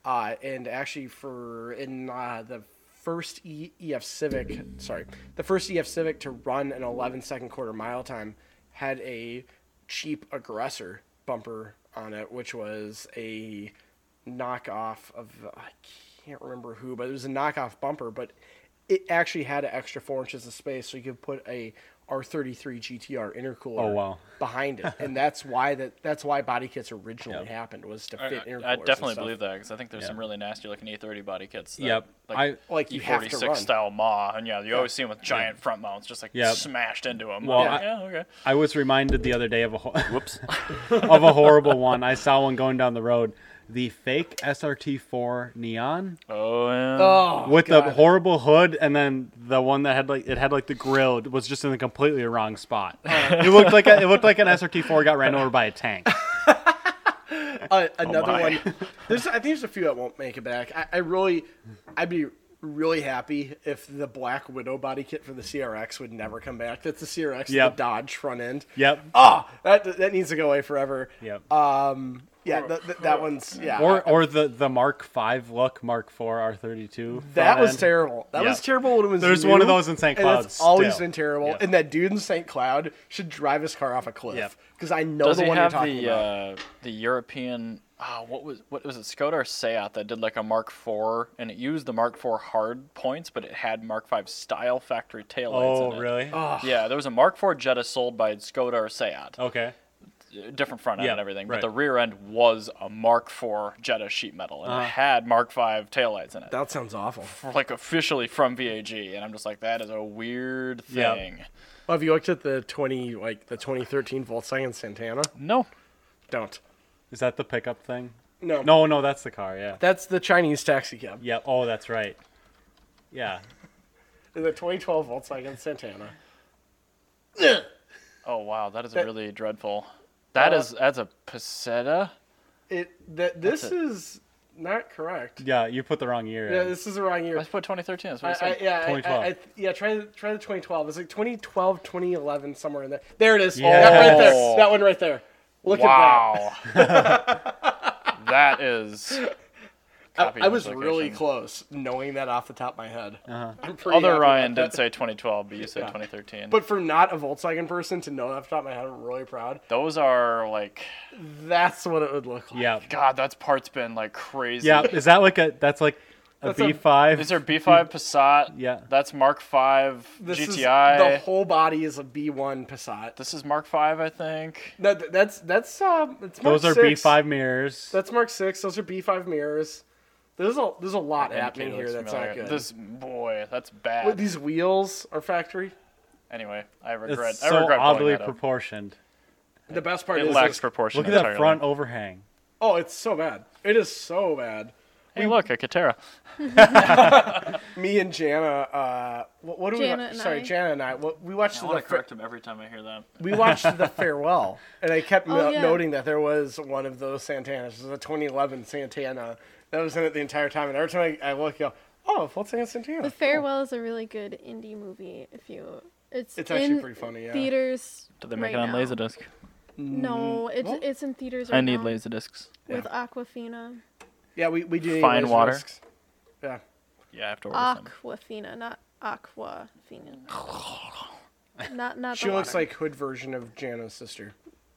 Speaker 2: Uh, and actually, for in uh, the first e- EF Civic, sorry, the first EF Civic to run an 11 second quarter mile time had a cheap aggressor bumper on it, which was a knockoff of I can't remember who, but it was a knockoff bumper, but it actually had an extra four inches of space, so you could put a R33 GTR intercooler
Speaker 4: Oh, wow.
Speaker 2: behind it, and that's why that that's why body kits originally
Speaker 4: Yep.
Speaker 2: happened was to
Speaker 1: I,
Speaker 2: fit
Speaker 1: I-
Speaker 2: intercoolers.
Speaker 1: I definitely
Speaker 2: and stuff.
Speaker 1: believe that because I think there's
Speaker 4: Yeah.
Speaker 1: some really nasty looking E30 body kits. That,
Speaker 4: Yep.
Speaker 1: Like,
Speaker 4: I-
Speaker 2: Like, you have to
Speaker 1: E46
Speaker 2: run.
Speaker 1: style Ma, and yeah, you always see them with giant front mounts just like
Speaker 4: Yep.
Speaker 1: smashed into them.
Speaker 4: Well,
Speaker 1: yeah,
Speaker 4: I-
Speaker 1: yeah, okay.
Speaker 4: I was reminded the other day of a ho- whoops of a horrible one. I saw one going down the road. The fake SRT4 neon
Speaker 1: Oh, yeah.
Speaker 2: Oh,
Speaker 4: with the
Speaker 2: God.
Speaker 4: horrible hood, and then the one that had like it had like the grill was just in the completely wrong
Speaker 2: Uh.
Speaker 4: spot. it looked like a, it looked like an SRT4 got ran over by a tank.
Speaker 2: uh, another
Speaker 4: Oh,
Speaker 1: my.
Speaker 2: one. There's, I think there's a few that won't make it back. I, I really, I'd be really happy if the Black Widow body kit for the CRX would never come back. That's the CRX,
Speaker 4: Yep.
Speaker 2: the Dodge front end.
Speaker 4: Yep.
Speaker 2: Ah, that that needs to go away forever.
Speaker 4: Yep.
Speaker 2: Um, yeah, th- th- that one's yeah.
Speaker 4: or or the the Mark Five look, Mark Four R thirty two.
Speaker 2: that was terrible. That was
Speaker 4: Yeah.
Speaker 2: terrible when it was.
Speaker 4: There's
Speaker 2: new,
Speaker 4: one of those in St.
Speaker 2: and
Speaker 4: Cloud
Speaker 2: It's always
Speaker 4: still.
Speaker 2: been terrible.
Speaker 4: Yeah.
Speaker 2: And that dude in St. Cloud should drive his car off a
Speaker 4: Yeah.
Speaker 2: cliff because I know
Speaker 1: Does
Speaker 2: the
Speaker 1: he
Speaker 2: one
Speaker 1: have
Speaker 2: you're talking
Speaker 1: the
Speaker 2: about.
Speaker 1: uh, the European? ah, what was what was it? Skoda or Seat that did like a Mark IV, and it used the Mark IV hard points, but it had Mark V style factory taillights.
Speaker 4: Oh
Speaker 1: in it.
Speaker 4: really?
Speaker 2: Uh.
Speaker 1: Yeah, there was a Mark IV Jetta sold by Skoda or Seat,
Speaker 4: Okay.
Speaker 1: Uh, different front end
Speaker 4: Yeah,
Speaker 1: and everything, but
Speaker 4: right.
Speaker 1: the rear end was a Mark IV Jetta sheet metal,
Speaker 4: Uh.
Speaker 1: and it had Mark V taillights in it.
Speaker 2: that sounds awful.
Speaker 1: like officially from VAG, and I'm just like, that is a weird
Speaker 4: Yeah.
Speaker 1: thing.
Speaker 2: Well, have you looked at the twenty like the twenty thirteen Volkswagen Santana?
Speaker 1: No,
Speaker 2: Don't.
Speaker 4: Is that the pickup thing?
Speaker 2: No.
Speaker 4: No, no, that's the car. Yeah.
Speaker 2: That's the Chinese taxi cab.
Speaker 4: Yeah. Oh, that's right. Yeah.
Speaker 2: The 2012 Volkswagen Santana.
Speaker 1: Oh wow, that is really dreadful.
Speaker 2: Uh,
Speaker 1: That is that's a Pasetta.
Speaker 2: It that this
Speaker 1: That's it.
Speaker 2: is not correct.
Speaker 4: Yeah. You put the wrong year.
Speaker 2: Yeah,
Speaker 4: in.
Speaker 2: this is the wrong year.
Speaker 1: Let's put 2013. That's what
Speaker 2: I,
Speaker 1: I,
Speaker 2: I,
Speaker 1: said.
Speaker 2: yeah, I- I,
Speaker 4: 2012.
Speaker 2: I, yeah. Try the try the 2012. It's like 2012, 2011, somewhere in there. There it is. That
Speaker 4: Yes.
Speaker 2: right there. That one right there. Look at
Speaker 1: wow. that is.
Speaker 2: that.
Speaker 1: copy
Speaker 2: I, I was really
Speaker 1: implication.
Speaker 2: close, knowing that off the top of my head. Uh-huh. I'm pretty. happy
Speaker 1: Other
Speaker 2: about
Speaker 1: Ryan
Speaker 2: that.
Speaker 1: did say 2012, but you said
Speaker 2: Yeah.
Speaker 1: 2013.
Speaker 2: But for not a Volkswagen person to know that off the top of my head, I'm really proud.
Speaker 1: those are like,
Speaker 2: That's what it would look like.
Speaker 4: Yeah.
Speaker 1: God, that's part's been like crazy.
Speaker 4: Yeah. Is that like a? That's like a
Speaker 2: That's a-
Speaker 4: B five.
Speaker 1: These are B5 Passat.
Speaker 4: Yeah.
Speaker 1: That's Mark V
Speaker 2: This is-
Speaker 1: GTI.
Speaker 2: the whole body is a B1 Passat.
Speaker 1: this is Mark V, I think.
Speaker 2: No, th- that's that's um, it's Mark
Speaker 4: Those are B
Speaker 2: six.
Speaker 4: five mirrors.
Speaker 2: That's Mark six. Those are B five mirrors. There's a there's a lot happening here
Speaker 1: Looks
Speaker 2: that's
Speaker 1: familiar.
Speaker 2: not good.
Speaker 1: This boy, that's bad.
Speaker 2: What, these wheels are factory.
Speaker 1: Anyway, I
Speaker 4: it's
Speaker 1: regret. I
Speaker 4: so
Speaker 1: regret pulling
Speaker 4: oddly
Speaker 1: that up.
Speaker 4: proportioned.
Speaker 2: The best part
Speaker 1: It
Speaker 2: is
Speaker 1: lacks
Speaker 2: is-
Speaker 1: proportion.
Speaker 4: Look at that
Speaker 1: entirely.
Speaker 4: front overhang.
Speaker 2: oh, it's so bad. It is so bad.
Speaker 1: Hey, look, a Katera.
Speaker 2: Me and Jana, uh, what, what do
Speaker 3: Jana
Speaker 2: we? wa-
Speaker 3: and
Speaker 2: Sorry,
Speaker 3: I.
Speaker 2: Jana and I. What, we watched the fir-
Speaker 1: him every time I hear that.
Speaker 2: we watched the farewell, and I kept
Speaker 3: Oh,
Speaker 2: no-
Speaker 3: yeah.
Speaker 2: noting that there was one of those Santanas. This is a 2011 Santana that was in it the entire time, and every time I, I look, I go, oh, Volkswagen Santana.
Speaker 3: The Farewell is a really good indie movie. If you, it's
Speaker 2: It's actually
Speaker 3: in
Speaker 2: pretty funny, yeah.
Speaker 3: Theaters.
Speaker 1: Did they make
Speaker 3: right
Speaker 1: it on
Speaker 3: now.
Speaker 1: Laserdisc?
Speaker 3: No, it's
Speaker 2: What?
Speaker 3: it's in theaters right
Speaker 1: I need
Speaker 3: now
Speaker 1: Laserdiscs.
Speaker 3: with Aquafina.
Speaker 2: Yeah, we, we do need
Speaker 1: Fine
Speaker 2: those
Speaker 1: water.
Speaker 2: risks. Yeah.
Speaker 1: Yeah, I have to order some.
Speaker 3: Aquafina, not Aquafina. not not.
Speaker 2: She
Speaker 3: the
Speaker 2: looks
Speaker 3: water.
Speaker 2: like hood version of Jana's sister.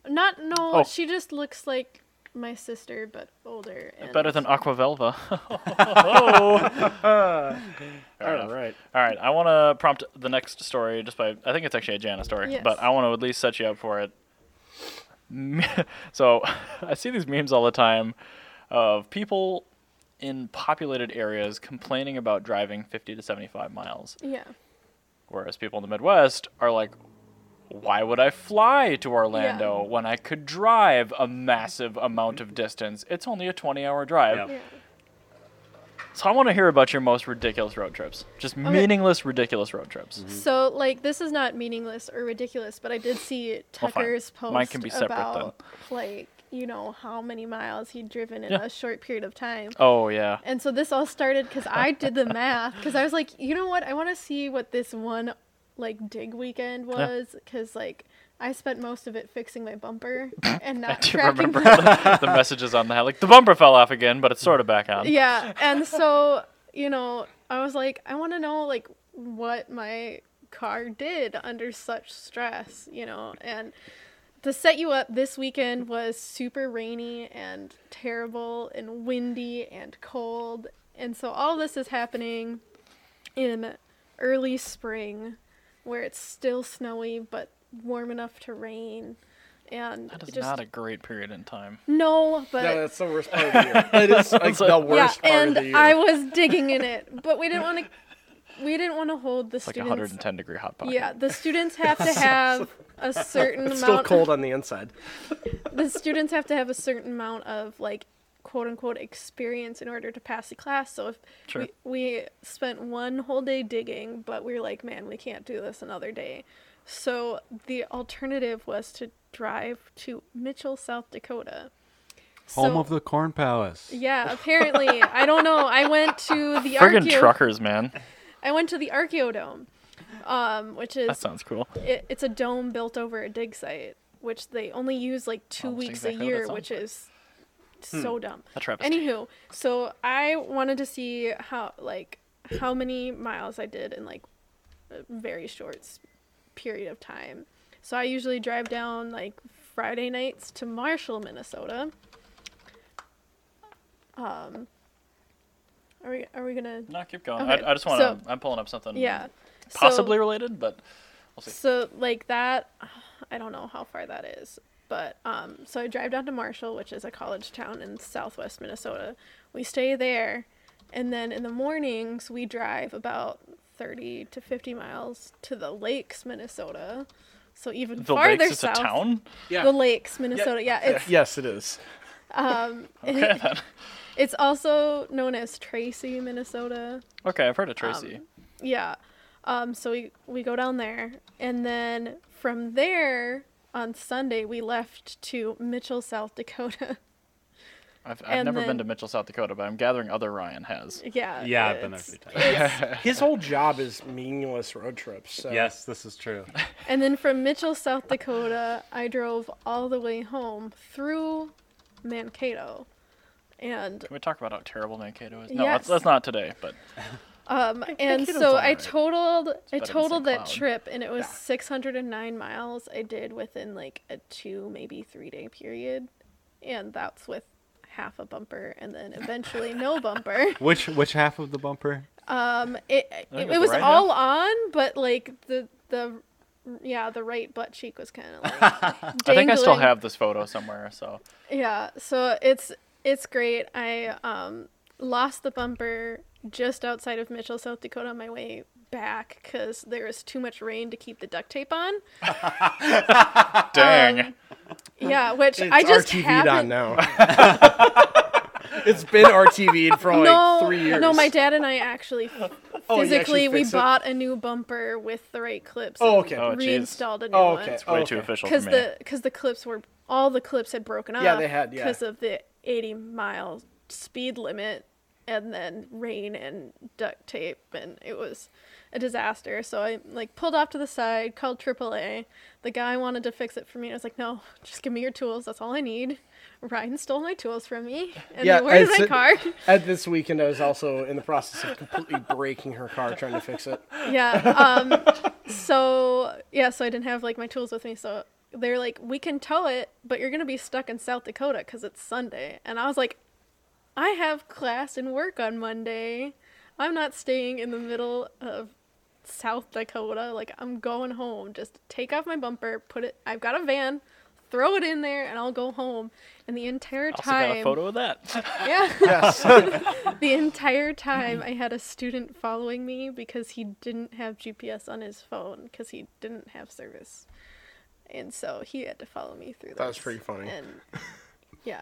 Speaker 3: Not no.
Speaker 1: Oh.
Speaker 3: She just looks like my sister, but older. And
Speaker 1: Better than Aquavelva.
Speaker 4: Oh.
Speaker 2: All right.
Speaker 1: All right, I want to prompt the next story just by. I think it's actually a Jana story,
Speaker 3: Yes.
Speaker 1: but I want to at least set you up for it. Me- so, I see these memes all the time of people in populated areas complaining about driving 50 to 75 miles,
Speaker 3: yeah.
Speaker 1: whereas people in the Midwest are like, why would I fly to Orlando when I could drive a massive amount of distance? It's only a 20 hour drive.
Speaker 4: Yep.
Speaker 3: Yeah.
Speaker 1: So I want to hear about your most ridiculous road trips. Just meaningless, ridiculous road trips.
Speaker 3: So like this is not meaningless or ridiculous, but I did see
Speaker 1: Well, fine.
Speaker 3: Tucker's post
Speaker 1: Mine can be separate, then.
Speaker 3: about like you know how many miles he'd driven in
Speaker 1: Yeah.
Speaker 3: a short period of time.
Speaker 1: Oh yeah.
Speaker 3: And so this all started because I did the math because I was like, you know what? I want to see what this one like dig weekend was because like I spent most of it fixing my bumper and
Speaker 1: I
Speaker 3: not
Speaker 1: do
Speaker 3: tracking.
Speaker 1: remember the, the messages on the hat. Like the bumper fell off again, but it's sort of back on.
Speaker 3: yeah, and so you know I was like, I want to know like what my car did under such stress, you know, and to set you up, this weekend was super rainy and terrible and windy and cold. And so all this is happening in early spring where it's still snowy but warm enough to rain. And
Speaker 1: That is
Speaker 3: just
Speaker 1: not a great period in time.
Speaker 3: no, but
Speaker 2: Yeah, that's the worst part of the year. It is like the worst
Speaker 3: yeah,
Speaker 2: part
Speaker 3: and
Speaker 2: of the year.
Speaker 3: I was digging in it, but we didn't want to. We didn't want to hold the
Speaker 1: It's like a
Speaker 3: students.
Speaker 1: 110 degree hot pocket.
Speaker 3: yeah, the students have to have a certain
Speaker 2: it's still
Speaker 3: amount.
Speaker 2: cold on the inside.
Speaker 3: The students have to have a certain amount of like quote unquote experience in order to pass the class. So if
Speaker 1: Sure.
Speaker 3: we, we spent one whole day digging, but we were like, man, we can't do this another day. So the alternative was to drive to Mitchell, South Dakota.
Speaker 4: Home
Speaker 3: So-
Speaker 4: of the Corn Palace.
Speaker 3: Yeah, apparently. I don't know. I went to the
Speaker 1: Friggin'
Speaker 3: Archeo-
Speaker 1: truckers, man.
Speaker 3: I went to the Archaeodome, um, which
Speaker 1: That
Speaker 3: is
Speaker 1: sounds cool.
Speaker 3: it, it's a dome built over a dig site, which they only use like two
Speaker 1: Almost
Speaker 3: weeks
Speaker 1: exactly
Speaker 3: a
Speaker 1: what it
Speaker 3: year,
Speaker 1: sounds
Speaker 3: which
Speaker 1: like.
Speaker 3: is so dumb.
Speaker 1: A travesty.
Speaker 3: Anywho, so I wanted to see how like how many miles I did in like a very short s- period of time. So I usually drive down like Friday nights to Marshall, Minnesota. Um, are we are we gonna?
Speaker 1: No, keep going.
Speaker 3: Okay,
Speaker 1: I, I just want to.
Speaker 3: so-
Speaker 1: I'm pulling up something.
Speaker 3: Yeah. So-
Speaker 1: Possibly related, but we'll see.
Speaker 3: So like that, I don't know how far that is, but um, so I drive down to Marshall, which is a college town in southwest Minnesota. We stay there, and then in the mornings we drive about thirty to fifty miles to the Lakes, Minnesota. So even
Speaker 1: The
Speaker 3: farther
Speaker 1: Lakes is
Speaker 3: south.
Speaker 1: a town.
Speaker 2: Yeah.
Speaker 3: The Lakes, Minnesota. Yeah, it's
Speaker 2: yes, it is.
Speaker 1: Okay, then.
Speaker 3: it's also known as Tracy, Minnesota.
Speaker 1: Okay, I've heard of Tracy.
Speaker 3: Yeah. Um, so we, we go down there, and then from there on Sunday we left to Mitchell, South Dakota.
Speaker 1: I've, I've
Speaker 3: and
Speaker 1: never been
Speaker 3: then-
Speaker 1: to Mitchell, South Dakota, but I'm gathering other Ryan has.
Speaker 3: yeah.
Speaker 4: Yeah, I've been there a
Speaker 3: it's-
Speaker 4: few times.
Speaker 2: His whole job is meaningless road trips. So.
Speaker 4: Yes, this is true.
Speaker 3: And then from Mitchell, South Dakota, I drove all the way home through Mankato, and
Speaker 1: Can we talk about how terrible Mankato is? No, that's,
Speaker 3: Yes.
Speaker 1: that's not today, but
Speaker 3: um and
Speaker 2: Mankato's
Speaker 3: so
Speaker 2: all
Speaker 3: I
Speaker 2: right.
Speaker 3: totaled I
Speaker 1: better than
Speaker 3: totaled
Speaker 1: St.
Speaker 3: that
Speaker 1: Cloud.
Speaker 3: trip, and it was
Speaker 2: Yeah.
Speaker 3: 609 miles I did within like a two maybe three day period, and that's with half a bumper and then eventually no bumper.
Speaker 4: Which which half of the bumper?
Speaker 3: Um, it it,
Speaker 1: it's
Speaker 3: it was
Speaker 1: right
Speaker 3: all on, but like the the yeah the right butt cheek was kind of like.
Speaker 1: I think I still
Speaker 3: dangling.
Speaker 1: have this photo somewhere. So
Speaker 3: Yeah, so it's it's great. I um lost the bumper just outside of Mitchell, South Dakota, on my way back because there was too much rain to keep the duct tape on. Um,
Speaker 1: dang.
Speaker 3: Yeah, which
Speaker 2: It's
Speaker 3: I just
Speaker 2: RTV'd on
Speaker 3: haven't.
Speaker 2: now. it's been RTV'd for like
Speaker 3: no,
Speaker 2: three years.
Speaker 3: no, my dad and I actually
Speaker 2: Oh, you actually
Speaker 3: physically we
Speaker 2: fixed it?
Speaker 3: bought a new bumper with the right clips.
Speaker 2: Oh,
Speaker 3: and
Speaker 2: okay.
Speaker 1: Oh, geez.
Speaker 3: reinstalled a new
Speaker 2: Oh,
Speaker 3: one.
Speaker 2: okay.
Speaker 1: Way too
Speaker 2: okay.
Speaker 1: official for
Speaker 3: because
Speaker 1: me.
Speaker 3: the because the clips were all the clips had broken off.
Speaker 2: Yeah, they had, yeah.
Speaker 3: Because of the 80 mile speed limit, and then rain and duct tape, and it was a disaster. So I like pulled off to the side, called AAA. The guy wanted to fix it for me. and I was like, no, just give me your tools. That's all I need. Ryan stole my tools from me, and
Speaker 2: Yeah,
Speaker 3: where's
Speaker 2: I
Speaker 3: my
Speaker 2: said-
Speaker 3: car?
Speaker 2: At this weekend, I was also in the process of completely breaking her car trying to fix it.
Speaker 3: yeah. Um, so yeah, so I didn't have like my tools with me. So they're like, we can tow it, but you're gonna be stuck in South Dakota because it's Sunday. And I was like, I have class and work on Monday. I'm not staying in the middle of South Dakota. Like I'm going home. Just take off my bumper, put it. I've got a van. Throw it in there, and I'll go home. And the entire
Speaker 1: also
Speaker 3: time,
Speaker 1: got a photo of that.
Speaker 3: yeah.
Speaker 2: Yes.
Speaker 3: The entire time I had a student following me because he didn't have GPS on his phone because he didn't have service. And so he had to follow me through
Speaker 2: That was
Speaker 3: this.
Speaker 2: pretty funny.
Speaker 3: And yeah.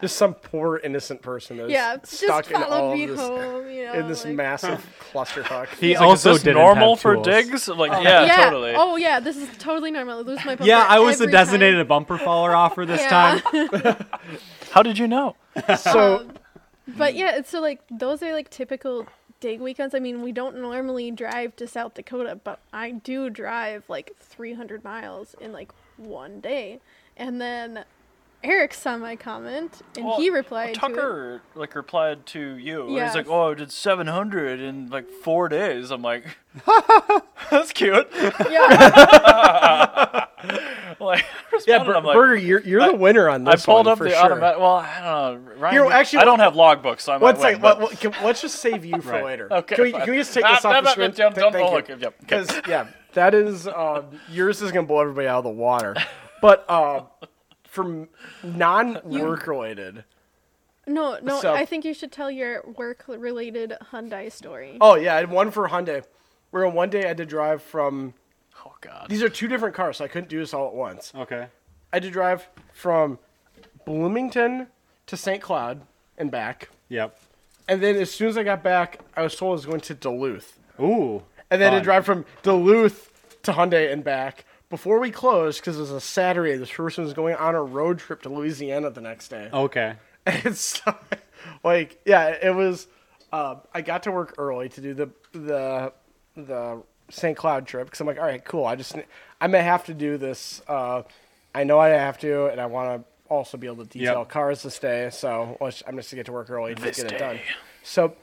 Speaker 2: Just some poor innocent person that's
Speaker 3: yeah,
Speaker 2: stuck
Speaker 3: just
Speaker 2: in all
Speaker 3: followed me
Speaker 2: of this,
Speaker 3: home, you know.
Speaker 2: in this
Speaker 3: like-
Speaker 2: massive clusterfuck.
Speaker 4: He
Speaker 1: It's like,
Speaker 4: also
Speaker 1: is this
Speaker 4: didn't
Speaker 1: normal
Speaker 4: have
Speaker 1: for
Speaker 4: tools.
Speaker 1: digs? Like, yeah,
Speaker 3: yeah.
Speaker 1: totally.
Speaker 3: Oh yeah, this is totally normal. I lose my bumper
Speaker 4: Yeah, I was the
Speaker 3: every time.
Speaker 4: designated bumper faller offer this
Speaker 3: Yeah.
Speaker 4: time.
Speaker 1: How did you know?
Speaker 2: so
Speaker 3: Um, But yeah, it's so like those are like typical dig weekends. I mean, we don't normally drive to South Dakota, but I do drive like 300 miles in like one day. And then Eric saw my comment and
Speaker 2: Oh,
Speaker 3: he
Speaker 1: Well,
Speaker 3: replied to it.
Speaker 1: Tucker like replied to you. and He's like,
Speaker 3: Yes.
Speaker 1: "Oh, I did 700 in like four days." I'm like, "That's cute."
Speaker 3: Yeah,
Speaker 1: Like, I
Speaker 2: yeah,
Speaker 1: responded,
Speaker 2: Bur-
Speaker 1: I'm like,
Speaker 2: Burger, you're, you're the winner on
Speaker 1: I
Speaker 2: this.
Speaker 1: pulled
Speaker 2: one,
Speaker 1: up
Speaker 2: for
Speaker 1: the
Speaker 2: sure.
Speaker 1: automatic. Well, I don't know. Ryan,
Speaker 2: Here,
Speaker 1: did-
Speaker 2: actually,
Speaker 1: I don't have logbooks, so I might
Speaker 2: One
Speaker 1: win,
Speaker 2: second.
Speaker 1: but-
Speaker 2: Let, let, can, let's just save you for
Speaker 4: Right.
Speaker 2: later.
Speaker 1: Okay,
Speaker 2: Can we,
Speaker 1: fine.
Speaker 2: can we just take
Speaker 1: Ah,
Speaker 2: this
Speaker 1: no,
Speaker 2: off
Speaker 1: no,
Speaker 2: the screen?
Speaker 1: don't- don't- don't
Speaker 2: Thank
Speaker 1: look. Yep, okay.
Speaker 2: Because yeah, that is um, yours is gonna blow everybody out of the water. But um, from non-work related.
Speaker 3: no, no.
Speaker 2: So-
Speaker 3: I think you should tell your work-related Hyundai story.
Speaker 2: Oh yeah, I had one for Hyundai. Where one day I had to drive from.
Speaker 1: Oh God.
Speaker 2: These are two different cars, so I couldn't do this all at once.
Speaker 4: Okay.
Speaker 2: I had to drive from Bloomington to St. Cloud and back.
Speaker 4: Yep.
Speaker 2: And then as soon as I got back, I was told I was going to Duluth.
Speaker 4: Ooh.
Speaker 2: And then I
Speaker 4: fun.
Speaker 2: drive from Duluth to Hyundai and back before we closed because it was a Saturday. This person was going on a road trip to Louisiana the next day.
Speaker 4: Okay.
Speaker 2: And so, like, yeah, it was. Uh, I got to work early to do the the the St. Cloud trip because I'm like, all right, cool. I just I may have to do this. Uh, I know I have to, and I want to also be able to detail
Speaker 4: Yep.
Speaker 2: cars this day. So let's, I'm just gonna get to work early and just
Speaker 1: This
Speaker 2: get it done.
Speaker 1: day.
Speaker 2: So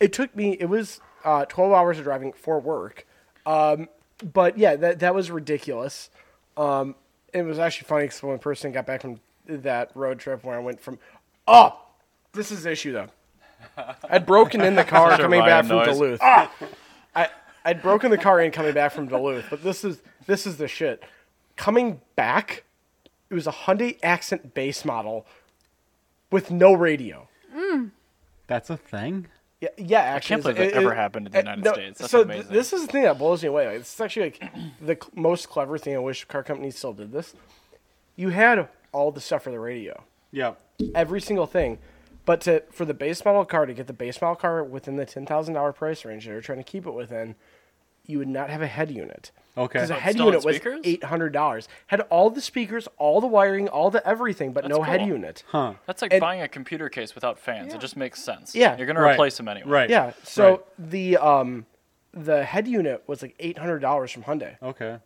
Speaker 2: it took me. It was uh, 12 hours of driving for work. Um, but yeah, that that was ridiculous. Um, it was actually funny because when person got back from that road trip where I went from, oh, this is the issue though. I'd broken in the car
Speaker 1: Such a
Speaker 2: coming back
Speaker 1: Ryan
Speaker 2: from
Speaker 1: noise.
Speaker 2: Duluth. Ah! I I'd broken the car in coming back from Duluth, but this is this is the shit. Coming back, it was a Hyundai Accent base model with no radio.
Speaker 4: That's a thing.
Speaker 2: Yeah, yeah actually.
Speaker 1: can't believe that ever happened in the United States. That's
Speaker 2: eh, so th-
Speaker 1: amazing.
Speaker 2: this is the thing that blows me away. Like, it's actually like the cl- most clever thing. I wish car companies still did this. You had all the stuff for the radio,
Speaker 4: Yep.
Speaker 2: every single thing, but to for the base model car to get the base model car within the ten thousand dollar price range they're trying to keep it within, you would not have a head unit.
Speaker 4: Okay. Oh,
Speaker 2: Because a
Speaker 4: But
Speaker 2: head
Speaker 1: still had
Speaker 2: unit was
Speaker 1: speakers?
Speaker 2: eight hundred dollars. Had all the speakers, all the wiring, all the everything, but no head
Speaker 1: cool.
Speaker 2: unit.
Speaker 4: Huh.
Speaker 1: That's like
Speaker 2: And-
Speaker 1: buying a computer case without fans. It just makes sense.
Speaker 2: Yeah.
Speaker 1: You're going to
Speaker 4: Right.
Speaker 1: replace them anyway.
Speaker 4: Right.
Speaker 2: Yeah. So
Speaker 4: Right.
Speaker 2: the um the head unit was like eight hundred dollars from Hyundai.
Speaker 4: Okay.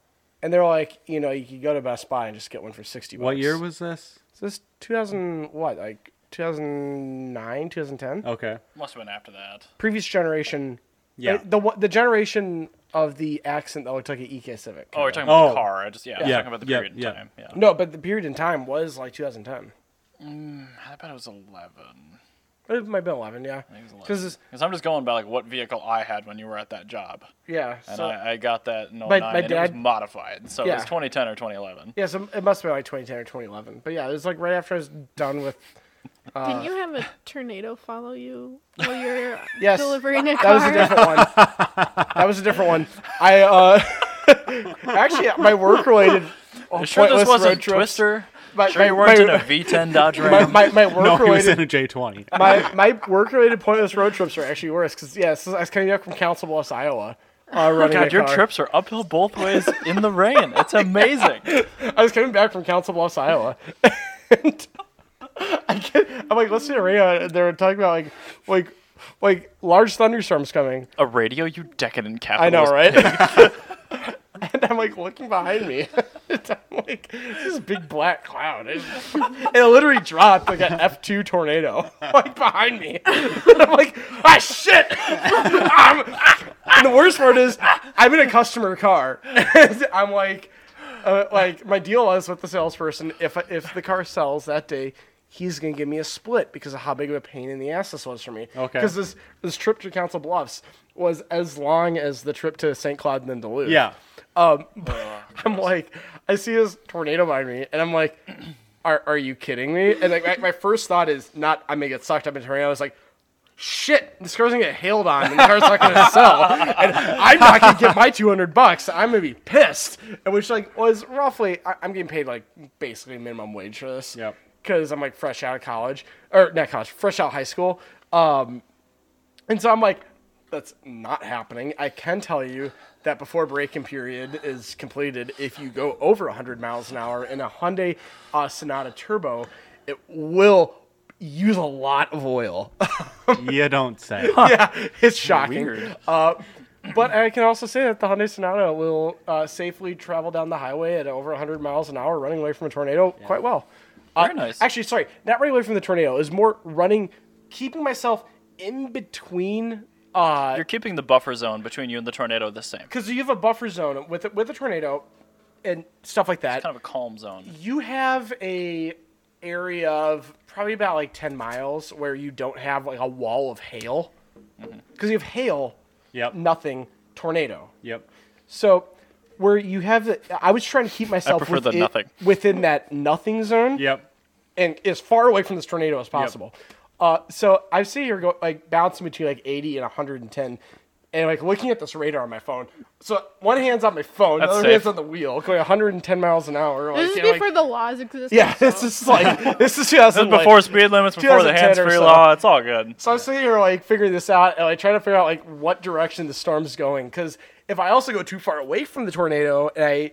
Speaker 2: And they're like, you know, you could go to Best Buy and just get one for sixty. bucks.
Speaker 4: What year was this?
Speaker 2: So this? Two thousand what? Like two thousand nine, two thousand ten.
Speaker 4: Okay.
Speaker 1: Must have been after that.
Speaker 2: Previous generation.
Speaker 4: Yeah.
Speaker 2: uh, The one- the generation of the accent that looked like an EK E Civic.
Speaker 1: Oh, we're talking about the
Speaker 4: Oh.
Speaker 1: car. I just yeah, I was
Speaker 4: Yeah,
Speaker 1: talking about the
Speaker 4: yeah,
Speaker 1: period in
Speaker 4: yeah.
Speaker 1: time. Yeah.
Speaker 2: No, but the period in time was like 2010.
Speaker 1: I bet it was eleven.
Speaker 2: It might have been 11, yeah. Because
Speaker 1: Because I'm just going by like what vehicle I had when you were at that job,
Speaker 2: yeah,
Speaker 1: and
Speaker 2: so
Speaker 1: I, I got that in 09,
Speaker 2: My- my
Speaker 1: and it was
Speaker 2: dad-
Speaker 1: modified, so it was
Speaker 2: Yeah.
Speaker 1: 2010 or 2011.
Speaker 2: yeah, so it must have been like 2010 or 2011. But yeah, it was like right after I was done with. Uh,
Speaker 3: Didn't you have a tornado follow you while you're
Speaker 2: Yes.
Speaker 3: delivering a
Speaker 2: That
Speaker 3: car?
Speaker 2: was a different one. That was a different one. I uh, actually my work related.
Speaker 1: You sure this wasn't
Speaker 2: road trips-
Speaker 1: Twister?
Speaker 2: My-
Speaker 1: sure you
Speaker 2: my-
Speaker 1: weren't
Speaker 2: my-
Speaker 1: in a V10 Dodge
Speaker 2: my,
Speaker 1: Ram?
Speaker 2: my, my
Speaker 4: No,
Speaker 2: work
Speaker 4: he was
Speaker 2: related
Speaker 4: in a J20.
Speaker 2: my, my work related pointless road trips are actually worse because yeah, so I was coming up from Council Bluffs, Iowa, uh, running a
Speaker 1: Oh, God, your
Speaker 2: car.
Speaker 1: trips are uphill both ways in the rain. It's amazing.
Speaker 2: I was coming back from Council Bluffs, Iowa. and I get, I'm like listening to radio, and they're talking about like like like large thunderstorms coming.
Speaker 1: A radio, you decadent capitalist.
Speaker 2: I know, right? and I'm like looking behind me. And I'm like this big black cloud. It, it literally dropped like an F2 tornado like behind me. And I'm like, ah shit. I'm- ah. and the worst part is I'm in a customer car. And I'm like uh, like my deal was with the salesperson if if the car sells that day He's gonna give me a split because of how big of a pain in the ass this was for me.
Speaker 4: Okay.
Speaker 2: Because this this trip to Council Bluffs was as long as the trip to St. Cloud and then Duluth.
Speaker 4: Yeah.
Speaker 2: I'm like, I see this tornado behind me, and I'm like, are, are you kidding me? And like, my, my first thought is not I'm gonna get sucked up in a tornado. It's like, shit, this car's gonna get hailed on, and the car's not gonna sell, and I'm not gonna get my 200 bucks. I'm gonna be pissed. And which like was roughly, I, I'm getting paid like basically minimum wage for this.
Speaker 4: Yep.
Speaker 2: Because I'm like fresh out of college, or not college, fresh out of high school. Um, and so I'm like, that's not happening. I can tell you that before break-in period is completed, if you go over 100 miles an hour in a Hyundai uh, Sonata Turbo, it will use a lot of oil.
Speaker 4: you don't say.
Speaker 2: yeah, it's shocking.
Speaker 1: Weird.
Speaker 2: Uh, but I can also say that the Hyundai Sonata will uh, safely travel down the highway at over 100 miles an hour, running away from a tornado quite well. Uh,
Speaker 1: Very nice.
Speaker 2: Actually, sorry, not running away from the tornado. Is more running, keeping myself in between. Uh,
Speaker 1: You're keeping the buffer zone between you and the tornado the same.
Speaker 2: because you have a buffer zone with a, with a tornado and stuff like that.
Speaker 1: Kind of a calm zone.
Speaker 2: You have a area of probably about like ten miles where you don't have like a wall of hail
Speaker 1: Mm-hmm.
Speaker 2: because you have hail,
Speaker 4: Yep.
Speaker 2: nothing tornado.
Speaker 4: Yep.
Speaker 2: So where you have the, I was trying to keep myself
Speaker 1: prefer the
Speaker 2: within,
Speaker 1: nothing.
Speaker 2: within that nothing zone
Speaker 4: Yep.
Speaker 2: and as far away from this tornado as possible. Uh, so I see her go like bouncing between like 80 and 110, and like looking at this radar on my phone. So one hand's on my phone, the
Speaker 1: That's
Speaker 2: other
Speaker 1: safe.
Speaker 2: hand's on the wheel, going 110 miles an hour. Like,
Speaker 3: This
Speaker 2: you
Speaker 3: is
Speaker 2: know,
Speaker 3: before
Speaker 2: like-
Speaker 3: the laws existed.
Speaker 2: yeah, this is like this is 2000 like-
Speaker 1: Before speed limits, before the
Speaker 2: 2010 or
Speaker 1: hands-free
Speaker 2: so.
Speaker 1: law, it's all good.
Speaker 2: So I'm sitting here like figuring this out and like trying to figure out like what direction the storm's going. Because if I also go too far away from the tornado and I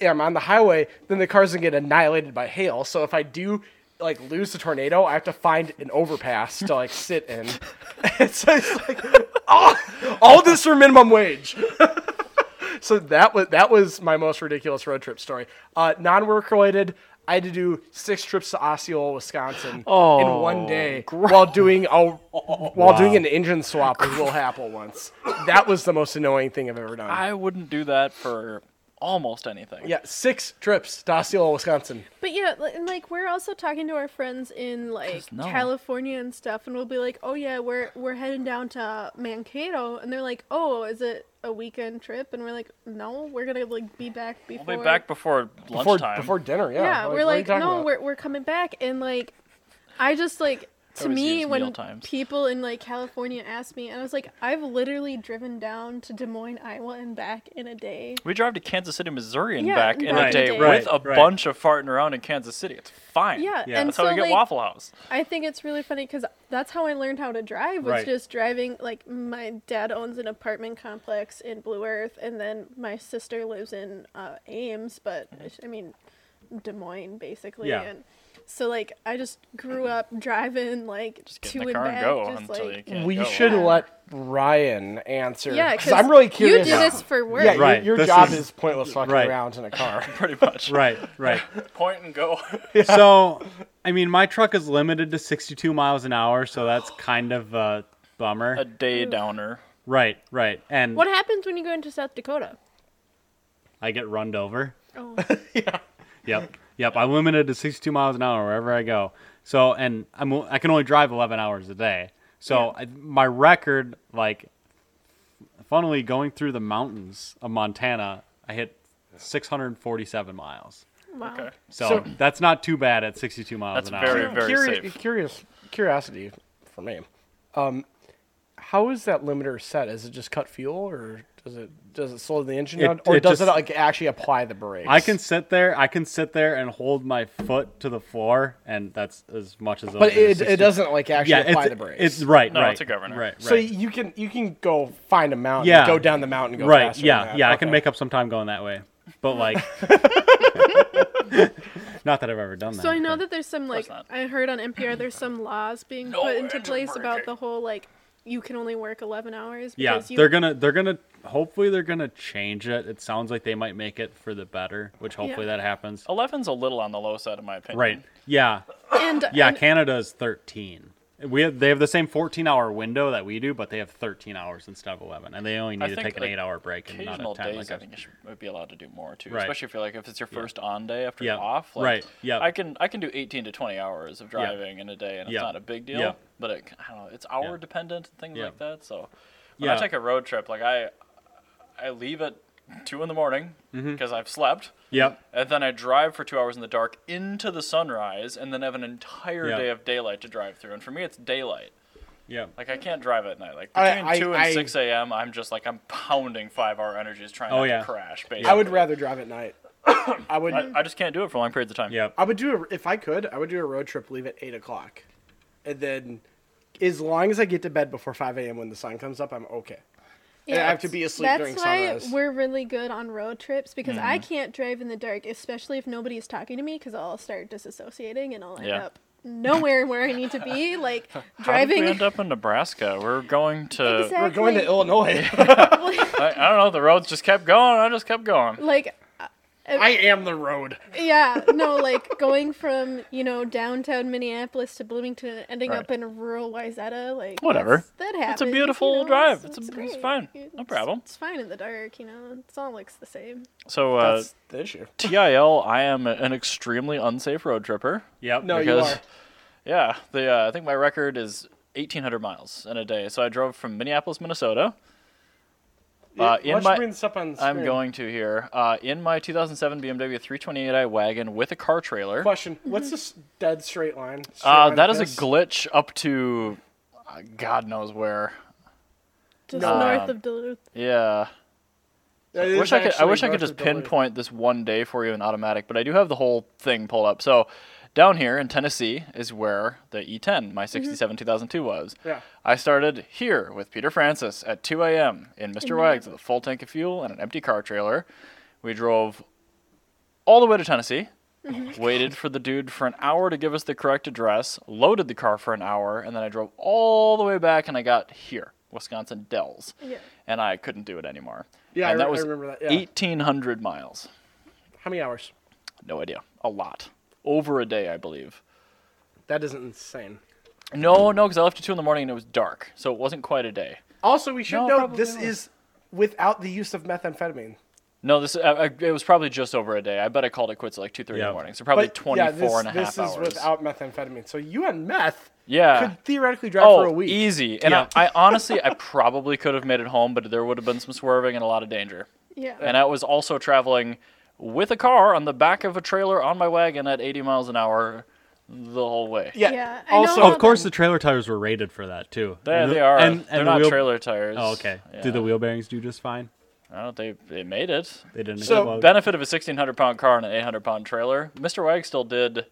Speaker 2: am on the highway, then the car's gonna get annihilated by hail. So if I do like lose the tornado, I have to find an overpass to like sit in. it's, it's like oh, all this for minimum wage. so that was that was my most ridiculous road trip story. Uh, non-work related. I had to do six trips to Osceola, Wisconsin, in one day while doing a, while doing an engine swap with Will Happel once. That was the most annoying thing I've ever done.
Speaker 1: I wouldn't do that for almost anything.
Speaker 2: yeah, six trips to Osceola, Wisconsin.
Speaker 3: But yeah, li- and like we're also talking to our friends in like
Speaker 1: no.
Speaker 3: California and stuff, and we'll be like, "Oh yeah, we're we're heading down to Mankato," and they're like, "Oh, is it a weekend trip?" And we're like, "No, we're gonna like be back before."
Speaker 1: I'll be back before
Speaker 2: Before,
Speaker 1: lunchtime.
Speaker 2: before dinner, yeah.
Speaker 3: yeah, we're
Speaker 2: what are you
Speaker 3: like,
Speaker 2: talking
Speaker 3: "No,
Speaker 2: about?"
Speaker 3: we're we're coming back," and like, I just like to
Speaker 1: always
Speaker 3: me
Speaker 1: use
Speaker 3: when
Speaker 1: meal times.
Speaker 3: people in like California ask me, and I was like, "I've literally driven down to Des Moines, Iowa, and back in a day."
Speaker 1: we drive to Kansas City, Missouri, and
Speaker 3: Yeah,
Speaker 1: back in
Speaker 3: Right,
Speaker 1: a day
Speaker 3: right,
Speaker 1: with a
Speaker 4: right.
Speaker 1: bunch of farting around in Kansas City. It's fine.
Speaker 3: Yeah,
Speaker 4: Yeah.
Speaker 3: and
Speaker 1: That's
Speaker 3: so
Speaker 1: how we get
Speaker 3: like,
Speaker 1: Waffle House.
Speaker 3: I think it's really funny because that's how I learned how to drive was
Speaker 4: Right.
Speaker 3: just driving. Like my dad owns an apartment complex in Blue Earth, and then my sister lives in uh, Ames, but
Speaker 1: Mm-hmm.
Speaker 3: I mean Des Moines basically.
Speaker 4: Yeah.
Speaker 3: And so like I just grew up driving like
Speaker 1: Just get
Speaker 3: to
Speaker 1: in the
Speaker 3: and
Speaker 1: car
Speaker 3: back,
Speaker 1: and go
Speaker 3: just
Speaker 1: until you
Speaker 3: like
Speaker 1: can't
Speaker 2: we
Speaker 1: go.
Speaker 2: should
Speaker 3: Yeah.
Speaker 2: let Ryan answer.
Speaker 3: yeah,
Speaker 2: because I'm really curious.
Speaker 3: You do this for work.
Speaker 2: yeah, your-
Speaker 4: Right,
Speaker 2: Your,
Speaker 4: this
Speaker 2: job
Speaker 4: is-
Speaker 2: is, pointless fucking
Speaker 4: right.
Speaker 2: around in a car.
Speaker 1: pretty much.
Speaker 4: Right, right.
Speaker 1: Point and go.
Speaker 4: So, I mean, my truck is limited to 62 miles an hour, so that's kind of a bummer.
Speaker 1: a day downer.
Speaker 4: Right, right. And
Speaker 3: What happens when you go into South Dakota?
Speaker 4: I get runned over.
Speaker 3: Oh,
Speaker 4: Yep, yep. I'm limited to 62 miles an hour wherever I go. So, and I'm I can only drive 11 hours a day. So, I, my record, like, funnily going through the mountains of Montana, I hit 647 miles.
Speaker 3: wow.
Speaker 1: Okay.
Speaker 4: So,
Speaker 2: So-
Speaker 4: that's not too bad at 62 miles
Speaker 1: That's
Speaker 4: an hour.
Speaker 1: very-
Speaker 2: Curi-
Speaker 1: safe.
Speaker 2: Curious, curiosity for me. Um, how is that limiter set? Is it just cut fuel, or does it does it slow the engine
Speaker 4: It-
Speaker 2: down, or
Speaker 4: it
Speaker 2: does
Speaker 4: just-
Speaker 2: it like actually apply the brakes?
Speaker 4: I can sit there. I can sit there and hold my foot to the floor, and that's as much as.
Speaker 2: but it, it doesn't like actually
Speaker 4: Yeah,
Speaker 2: apply
Speaker 4: it's,
Speaker 2: the brakes.
Speaker 4: it's right.
Speaker 1: No,
Speaker 4: right,
Speaker 1: it's a governor.
Speaker 4: Right, right.
Speaker 2: So you can you can go find a mountain,
Speaker 4: Yeah.
Speaker 2: go down the mountain, and go
Speaker 4: right.
Speaker 2: faster than
Speaker 4: Yeah,
Speaker 2: that.
Speaker 4: yeah. I can
Speaker 2: Okay.
Speaker 4: make up some time going that way, but like, not that I've ever done that.
Speaker 3: So I know
Speaker 4: but-
Speaker 3: that there's some like
Speaker 1: course not.
Speaker 3: I heard on NPR there's some laws being
Speaker 1: No
Speaker 3: put into
Speaker 1: engine
Speaker 3: place about
Speaker 1: braking.
Speaker 3: the whole like you can only work 11 hours
Speaker 4: Yeah,
Speaker 3: because you
Speaker 4: they're gonna, they're gonna. Hopefully, they're gonna change it. It sounds like they might make it for the better, which hopefully
Speaker 3: Yeah.
Speaker 4: that happens.
Speaker 1: 11's a little on the low side, in my opinion.
Speaker 4: Right. Yeah.
Speaker 3: and
Speaker 4: Yeah.
Speaker 3: and
Speaker 4: Canada is 13. We have, they have the same 14 hour window that we do, but they have 13 hours instead of 11, and they only
Speaker 1: I
Speaker 4: need to
Speaker 1: think,
Speaker 4: take an
Speaker 1: like,
Speaker 4: eight hour break and not
Speaker 1: Occasional
Speaker 4: a 10.
Speaker 1: days,
Speaker 4: Like
Speaker 1: I
Speaker 4: us.
Speaker 1: think you should might be allowed to do more too,
Speaker 4: Right.
Speaker 1: especially if you're like if it's your first on day after
Speaker 4: Yeah.
Speaker 1: you're off. Like,
Speaker 4: Right. Yeah.
Speaker 1: I can I can do 18 to 20 hours of driving in a day, and it's
Speaker 4: Yeah.
Speaker 1: not a big deal.
Speaker 4: Yeah.
Speaker 1: But it, I don't know, it's hour
Speaker 4: Yeah.
Speaker 1: dependent and things
Speaker 4: Yeah.
Speaker 1: like that. So when I
Speaker 4: Yeah.
Speaker 1: take a road trip, like I I leave at two in the morning
Speaker 4: Mm-hmm.
Speaker 1: because I've slept.
Speaker 4: Yep.
Speaker 1: And then I drive for two hours in the dark into the sunrise, and then have an entire
Speaker 4: Yeah.
Speaker 1: day of daylight to drive through. And for me, it's daylight.
Speaker 4: Yep.
Speaker 1: Like I can't drive at night. Like
Speaker 2: I-
Speaker 1: between
Speaker 2: I-
Speaker 1: two and
Speaker 2: I-
Speaker 1: six a.m., I'm just like I'm pounding five-hour energies trying
Speaker 4: Oh,
Speaker 1: not
Speaker 4: yeah.
Speaker 1: to crash. Basically,
Speaker 2: I would rather drive at night. I would.
Speaker 1: I, I just can't do it for long periods of time.
Speaker 4: Yep.
Speaker 2: I would do a, if I could. I would do a road trip. Leave at eight o'clock, and then as long as I get to bed before five a.m. when the sun comes up, I'm okay. And I have to be asleep
Speaker 3: that's
Speaker 2: during
Speaker 3: why
Speaker 2: sunrise. Mm-hmm.
Speaker 3: we're really good on road trips because I can't drive in the dark especially if nobody's talking to me cuz I'll start disassociating and I'll end
Speaker 1: Yeah.
Speaker 3: up nowhere where I need to be like
Speaker 1: How did
Speaker 3: driving
Speaker 1: we end up in Nebraska? We're going to.
Speaker 2: We're going to
Speaker 3: Exactly.
Speaker 2: Illinois.
Speaker 1: I, I don't know. The roads just kept going. I just kept going.
Speaker 3: like
Speaker 2: I am the road.
Speaker 3: Yeah, no, like going from you know downtown Minneapolis to Bloomington, and ending
Speaker 1: Right.
Speaker 3: up in rural Wyzetta, like
Speaker 1: Whatever.
Speaker 3: that's- that happens.
Speaker 1: It's a beautiful
Speaker 3: you know,
Speaker 1: drive. It's, a, it's
Speaker 3: great.
Speaker 1: fine. No
Speaker 3: It's-
Speaker 1: problem.
Speaker 3: It's fine in the dark, you know. It all looks the same.
Speaker 1: So uh,
Speaker 2: That's the issue.
Speaker 1: TIL, I am an extremely unsafe road tripper.
Speaker 4: Yep.
Speaker 2: No, Oh, you
Speaker 1: because-
Speaker 2: are.
Speaker 1: Yeah, the uh, I think my record is 1,800 miles in a day. So I drove from Minneapolis, Minnesota. Uh,
Speaker 2: Why
Speaker 1: in
Speaker 2: don't
Speaker 1: my,
Speaker 2: you bring this up on
Speaker 1: I'm
Speaker 2: screen?
Speaker 1: going to here uh, in my 2007 BMW 328i wagon with a car trailer.
Speaker 2: Question: What's this dead straight line? Straight
Speaker 1: Uh,
Speaker 2: line
Speaker 1: that
Speaker 2: of
Speaker 1: is a
Speaker 2: this?
Speaker 1: glitch up to uh, God knows where.
Speaker 3: Just
Speaker 2: No.
Speaker 3: north of Duluth.
Speaker 1: Yeah,
Speaker 2: That
Speaker 1: I
Speaker 2: is
Speaker 1: wish I could. I
Speaker 2: actually
Speaker 1: wish I could
Speaker 2: north
Speaker 1: just
Speaker 2: of Duluth.
Speaker 1: pinpoint this one day for you in automatic, but I do have the whole thing pulled up. So, down here in Tennessee is where the E10, my '67 2002, was.
Speaker 2: Mm-hmm. Yeah.
Speaker 1: I started here with Peter Francis at 2 a.m. in
Speaker 2: Mm-hmm.
Speaker 1: Mr. Wags with a full tank of fuel and an empty car trailer. We drove all the way to Tennessee.
Speaker 2: Mm-hmm.
Speaker 1: waited for the dude for an hour to give us the correct address, loaded the car for an hour, and then I drove all the way back and I got here, Wisconsin Dells.
Speaker 3: Yeah.
Speaker 1: And I couldn't do it anymore.
Speaker 2: Yeah, I
Speaker 1: and that
Speaker 2: re- I
Speaker 1: was
Speaker 2: remember that, yeah.
Speaker 1: 1,800 miles.
Speaker 2: How many hours?
Speaker 1: No idea. A lot. Over a day, I believe.
Speaker 2: That isn't insane.
Speaker 1: No, no, because I left at 2 in the morning and it was dark, so it wasn't quite a day.
Speaker 2: Also, we should
Speaker 1: No,
Speaker 2: note
Speaker 1: probably
Speaker 2: this
Speaker 1: not.
Speaker 2: is without the use of methamphetamine.
Speaker 1: No, this I, I, it was probably just over a day. I bet I called it quits at like 2.30 in
Speaker 4: Yeah.
Speaker 1: the morning, so probably
Speaker 2: But, yeah,
Speaker 1: 24
Speaker 2: this,
Speaker 1: and a half
Speaker 2: this
Speaker 1: hours.
Speaker 2: is without methamphetamine. So you and meth
Speaker 1: yeah.
Speaker 2: could theoretically drive for a week.
Speaker 1: Oh, easy. And
Speaker 4: Yeah.
Speaker 1: I, I honestly, I probably could have made it home, but there would have been some swerving and a lot of danger.
Speaker 3: Yeah.
Speaker 1: And I was also traveling with a car on the back of a trailer on my wagon at 80 miles an hour the whole way.
Speaker 2: Yeah.
Speaker 3: Yeah, I
Speaker 2: also,
Speaker 3: know
Speaker 4: of course, the trailer tires were rated for that too.
Speaker 1: They,
Speaker 4: And the-
Speaker 1: they are.
Speaker 4: And, and
Speaker 1: They're
Speaker 4: the
Speaker 1: not
Speaker 4: wheel-
Speaker 1: trailer tires.
Speaker 4: Oh, okay.
Speaker 1: Yeah.
Speaker 4: Do the wheel bearings do just fine?
Speaker 1: I don't think they made it.
Speaker 4: They didn't.
Speaker 2: So,
Speaker 4: explode?
Speaker 1: Benefit of a 1,600 pound car and an 800 pound trailer. Mr. Wag still did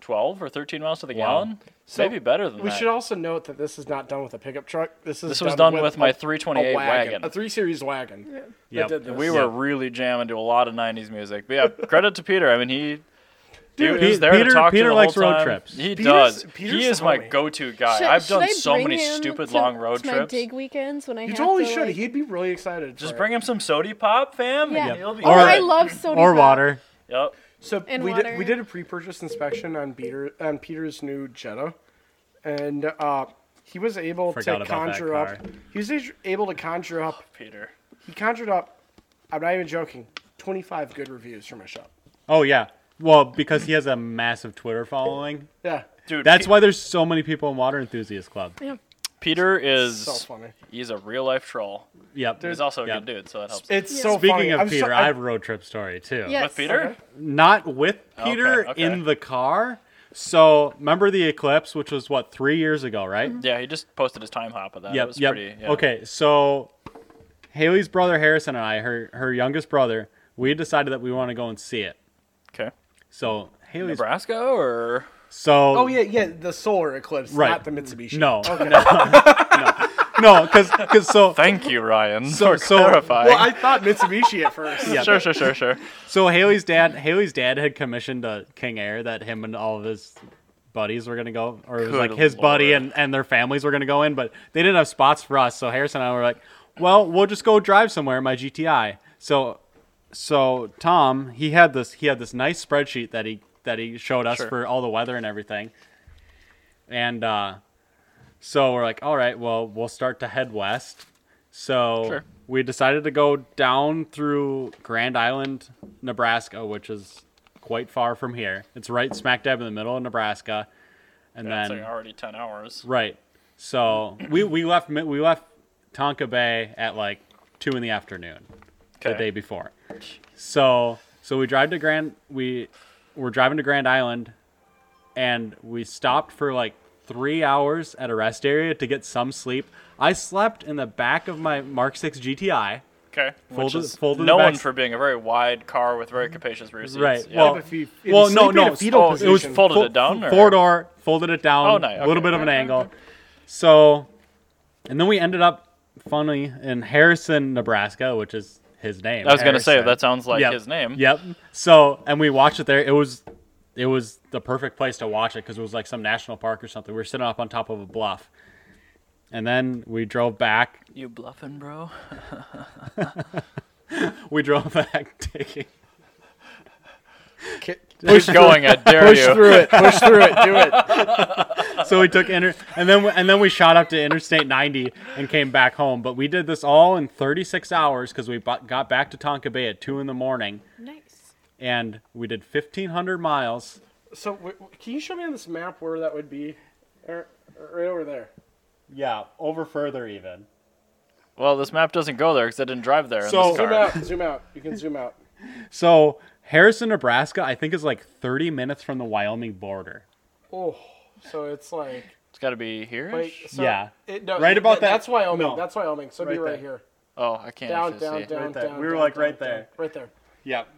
Speaker 1: 12 or 13 miles to the
Speaker 4: Wow.
Speaker 1: gallon.
Speaker 2: So,
Speaker 1: Maybe better than
Speaker 2: we
Speaker 1: that.
Speaker 2: should also note that this is not done with a pickup truck. This is
Speaker 1: Oh, This was done with my
Speaker 2: a-
Speaker 1: 328
Speaker 2: a
Speaker 1: wagon.
Speaker 2: a three series wagon.
Speaker 3: Yeah.
Speaker 4: Yep.
Speaker 2: did this.
Speaker 1: We
Speaker 4: Yeah.
Speaker 1: were really jamming to a lot of '90s music. But yeah, credit to Peter. I mean, he
Speaker 4: Dude,
Speaker 1: he was
Speaker 4: Pe-
Speaker 1: there
Speaker 4: Peter-
Speaker 1: to talk
Speaker 4: Peter
Speaker 1: to the
Speaker 4: likes
Speaker 1: whole
Speaker 4: road
Speaker 1: time.
Speaker 4: trips.
Speaker 1: He
Speaker 2: Peter's-
Speaker 1: does.
Speaker 2: Peter's
Speaker 1: he is
Speaker 2: the
Speaker 1: my
Speaker 2: homie.
Speaker 1: go-to guy.
Speaker 3: Should-
Speaker 1: I've
Speaker 3: should
Speaker 1: done
Speaker 3: I
Speaker 1: so
Speaker 3: bring
Speaker 1: many
Speaker 3: him
Speaker 1: stupid
Speaker 3: to-
Speaker 1: long road
Speaker 3: to my
Speaker 1: trips.
Speaker 3: dig weekends when I
Speaker 2: You
Speaker 3: have
Speaker 2: totally
Speaker 3: to,
Speaker 2: should.
Speaker 3: like-
Speaker 2: He'd be really excited.
Speaker 1: Just
Speaker 2: for it.
Speaker 1: bring him some sody pop, fam.
Speaker 3: Yeah.
Speaker 1: and He'll be
Speaker 3: Oh,
Speaker 4: Or-
Speaker 3: I love soda.
Speaker 4: or
Speaker 3: pop.
Speaker 4: water.
Speaker 1: Yep.
Speaker 2: So
Speaker 3: and
Speaker 2: we did
Speaker 3: water.
Speaker 2: we did a pre-purchase inspection on Peter on Peter's new Jetta, and uh, he was able
Speaker 4: Forgot
Speaker 2: to
Speaker 4: about that
Speaker 2: conjure up.
Speaker 4: car.
Speaker 2: He was a- able to conjure up.
Speaker 1: Peter.
Speaker 2: He conjured up. I'm not even joking. 25 good reviews from my shop.
Speaker 4: Oh yeah. Well, because he has a massive Twitter following.
Speaker 2: Yeah,
Speaker 1: Dude,
Speaker 4: That's
Speaker 1: Pe-
Speaker 4: why there's so many people in Water Enthusiast Club.
Speaker 3: Yeah.
Speaker 1: Peter is
Speaker 2: so funny.
Speaker 1: he's a real life troll.
Speaker 4: Yep.
Speaker 1: He's also a
Speaker 4: Yep.
Speaker 1: good dude, so that helps.
Speaker 2: It's
Speaker 3: Yeah.
Speaker 2: so
Speaker 4: Speaking
Speaker 2: funny.
Speaker 4: of
Speaker 2: I'm so-
Speaker 4: Peter, I
Speaker 2: I-
Speaker 4: have a road trip story too.
Speaker 3: Yes.
Speaker 1: With Peter?
Speaker 2: Okay.
Speaker 4: Not with
Speaker 1: Okay,
Speaker 4: Peter
Speaker 1: okay.
Speaker 4: in the car. So remember the eclipse, which was what three years ago, right?
Speaker 1: Yeah, he just posted his time hop of that.
Speaker 4: Yep.
Speaker 1: it was
Speaker 4: yep.
Speaker 1: pretty. Yeah.
Speaker 4: Okay. So Haley's brother Harrison and I, her her youngest brother, we decided that we want to go and see it.
Speaker 1: Okay.
Speaker 4: So Haley's
Speaker 1: Nebraska or
Speaker 4: so
Speaker 2: Oh yeah, yeah. The solar eclipse,
Speaker 4: Right.
Speaker 2: not the Mitsubishi. Oh,
Speaker 4: no no no because because so
Speaker 1: thank you, Ryan,
Speaker 4: So-
Speaker 1: for
Speaker 4: so-
Speaker 1: clarifying.
Speaker 2: Well, I thought Mitsubishi at first.
Speaker 4: Yeah.
Speaker 1: Sure, sure, sure, sure.
Speaker 4: So Haley's dad, Haley's dad had commissioned a King Air that him and all of his buddies were gonna go, or it was
Speaker 1: Good
Speaker 4: like his buddy
Speaker 1: lord.
Speaker 4: and, and their families were gonna go in, but they didn't have spots for us. So Harrison and I were like, "Well, we'll just go drive somewhere in my GTI." So, so Tom, he had this, he had this nice spreadsheet that he that he showed us
Speaker 1: Sure.
Speaker 4: for all the weather and everything, and uh, so we're like, "All right, well, we'll start to head west." So
Speaker 1: Sure.
Speaker 4: we decided to go down through Grand Island, Nebraska, which is quite far from here. It's right smack dab in the middle of Nebraska, and
Speaker 1: That's
Speaker 4: then
Speaker 1: like already ten hours.
Speaker 4: right. So we we left Mi- we left Tonka Bay at like two in the afternoon the day before. So so we drive to Grand we we're driving to Grand Island and we stopped for like three hours at a rest area to get some sleep. I slept in the back of my Mark Six GTI.
Speaker 1: Okay. Which
Speaker 4: to-
Speaker 1: is
Speaker 4: fold to the
Speaker 1: known
Speaker 4: back.
Speaker 1: for being a very wide car with
Speaker 2: Mm-hmm.
Speaker 1: very capacious rear seats.
Speaker 4: Right.
Speaker 1: Yeah.
Speaker 4: Well,
Speaker 2: but if you- if
Speaker 4: well
Speaker 2: you
Speaker 4: no,
Speaker 2: sleep in a
Speaker 4: no.
Speaker 2: fetal
Speaker 4: oh, it was
Speaker 2: position-
Speaker 1: Folded it down, or-
Speaker 4: Four door, folded it down.
Speaker 1: Oh,
Speaker 4: A
Speaker 1: nice.
Speaker 4: little
Speaker 1: Okay.
Speaker 4: bit of an angle. So, and then we ended up funny in Harrison, Nebraska, which is his name.
Speaker 1: I was going to say
Speaker 4: Harrison.
Speaker 1: that sounds like
Speaker 4: Yep.
Speaker 1: his name.
Speaker 4: Yep. So, and we watched it there. It was, it was the perfect place to watch it because it was like some national park or something. We were sitting up on top of a bluff, and then we drove back.
Speaker 1: You bluffing, bro?
Speaker 4: We drove back taking.
Speaker 2: Ki-
Speaker 1: Push going, I dare
Speaker 2: Push
Speaker 1: you.
Speaker 2: through it. Push through it. Do it.
Speaker 4: so we took inter and then we, and then we shot up to Interstate 90 and came back home. But we did this all in 36 hours because we bu- got back to Tonka Bay at two in the morning,
Speaker 3: Nice.
Speaker 4: and we did 1,500 miles.
Speaker 2: So w- w- can you show me on this map where that would be? Or, right over there.
Speaker 4: Yeah, over further even.
Speaker 1: Well, this map doesn't go there because I didn't drive there in
Speaker 4: So-
Speaker 1: this
Speaker 2: Zoom
Speaker 1: car.
Speaker 2: out. Zoom out. You can zoom out.
Speaker 4: So Harrison, Nebraska, I think is like 30 minutes from the Wyoming border.
Speaker 2: Oh, so it's like
Speaker 1: It's got to be here.
Speaker 2: wait. So
Speaker 4: Yeah.
Speaker 2: It, no,
Speaker 4: Right about that-
Speaker 2: That's Wyoming.
Speaker 4: no.
Speaker 2: That's Wyoming. So it'd be
Speaker 4: Right
Speaker 2: right
Speaker 4: there.
Speaker 2: here.
Speaker 1: Oh, I can't
Speaker 2: Down,
Speaker 1: actually
Speaker 2: down,
Speaker 1: see.
Speaker 2: down,
Speaker 4: Right there.
Speaker 2: down.
Speaker 4: We were,
Speaker 2: down,
Speaker 4: like,
Speaker 2: down,
Speaker 4: right
Speaker 2: down.
Speaker 4: there.
Speaker 2: Right there.
Speaker 4: Yep.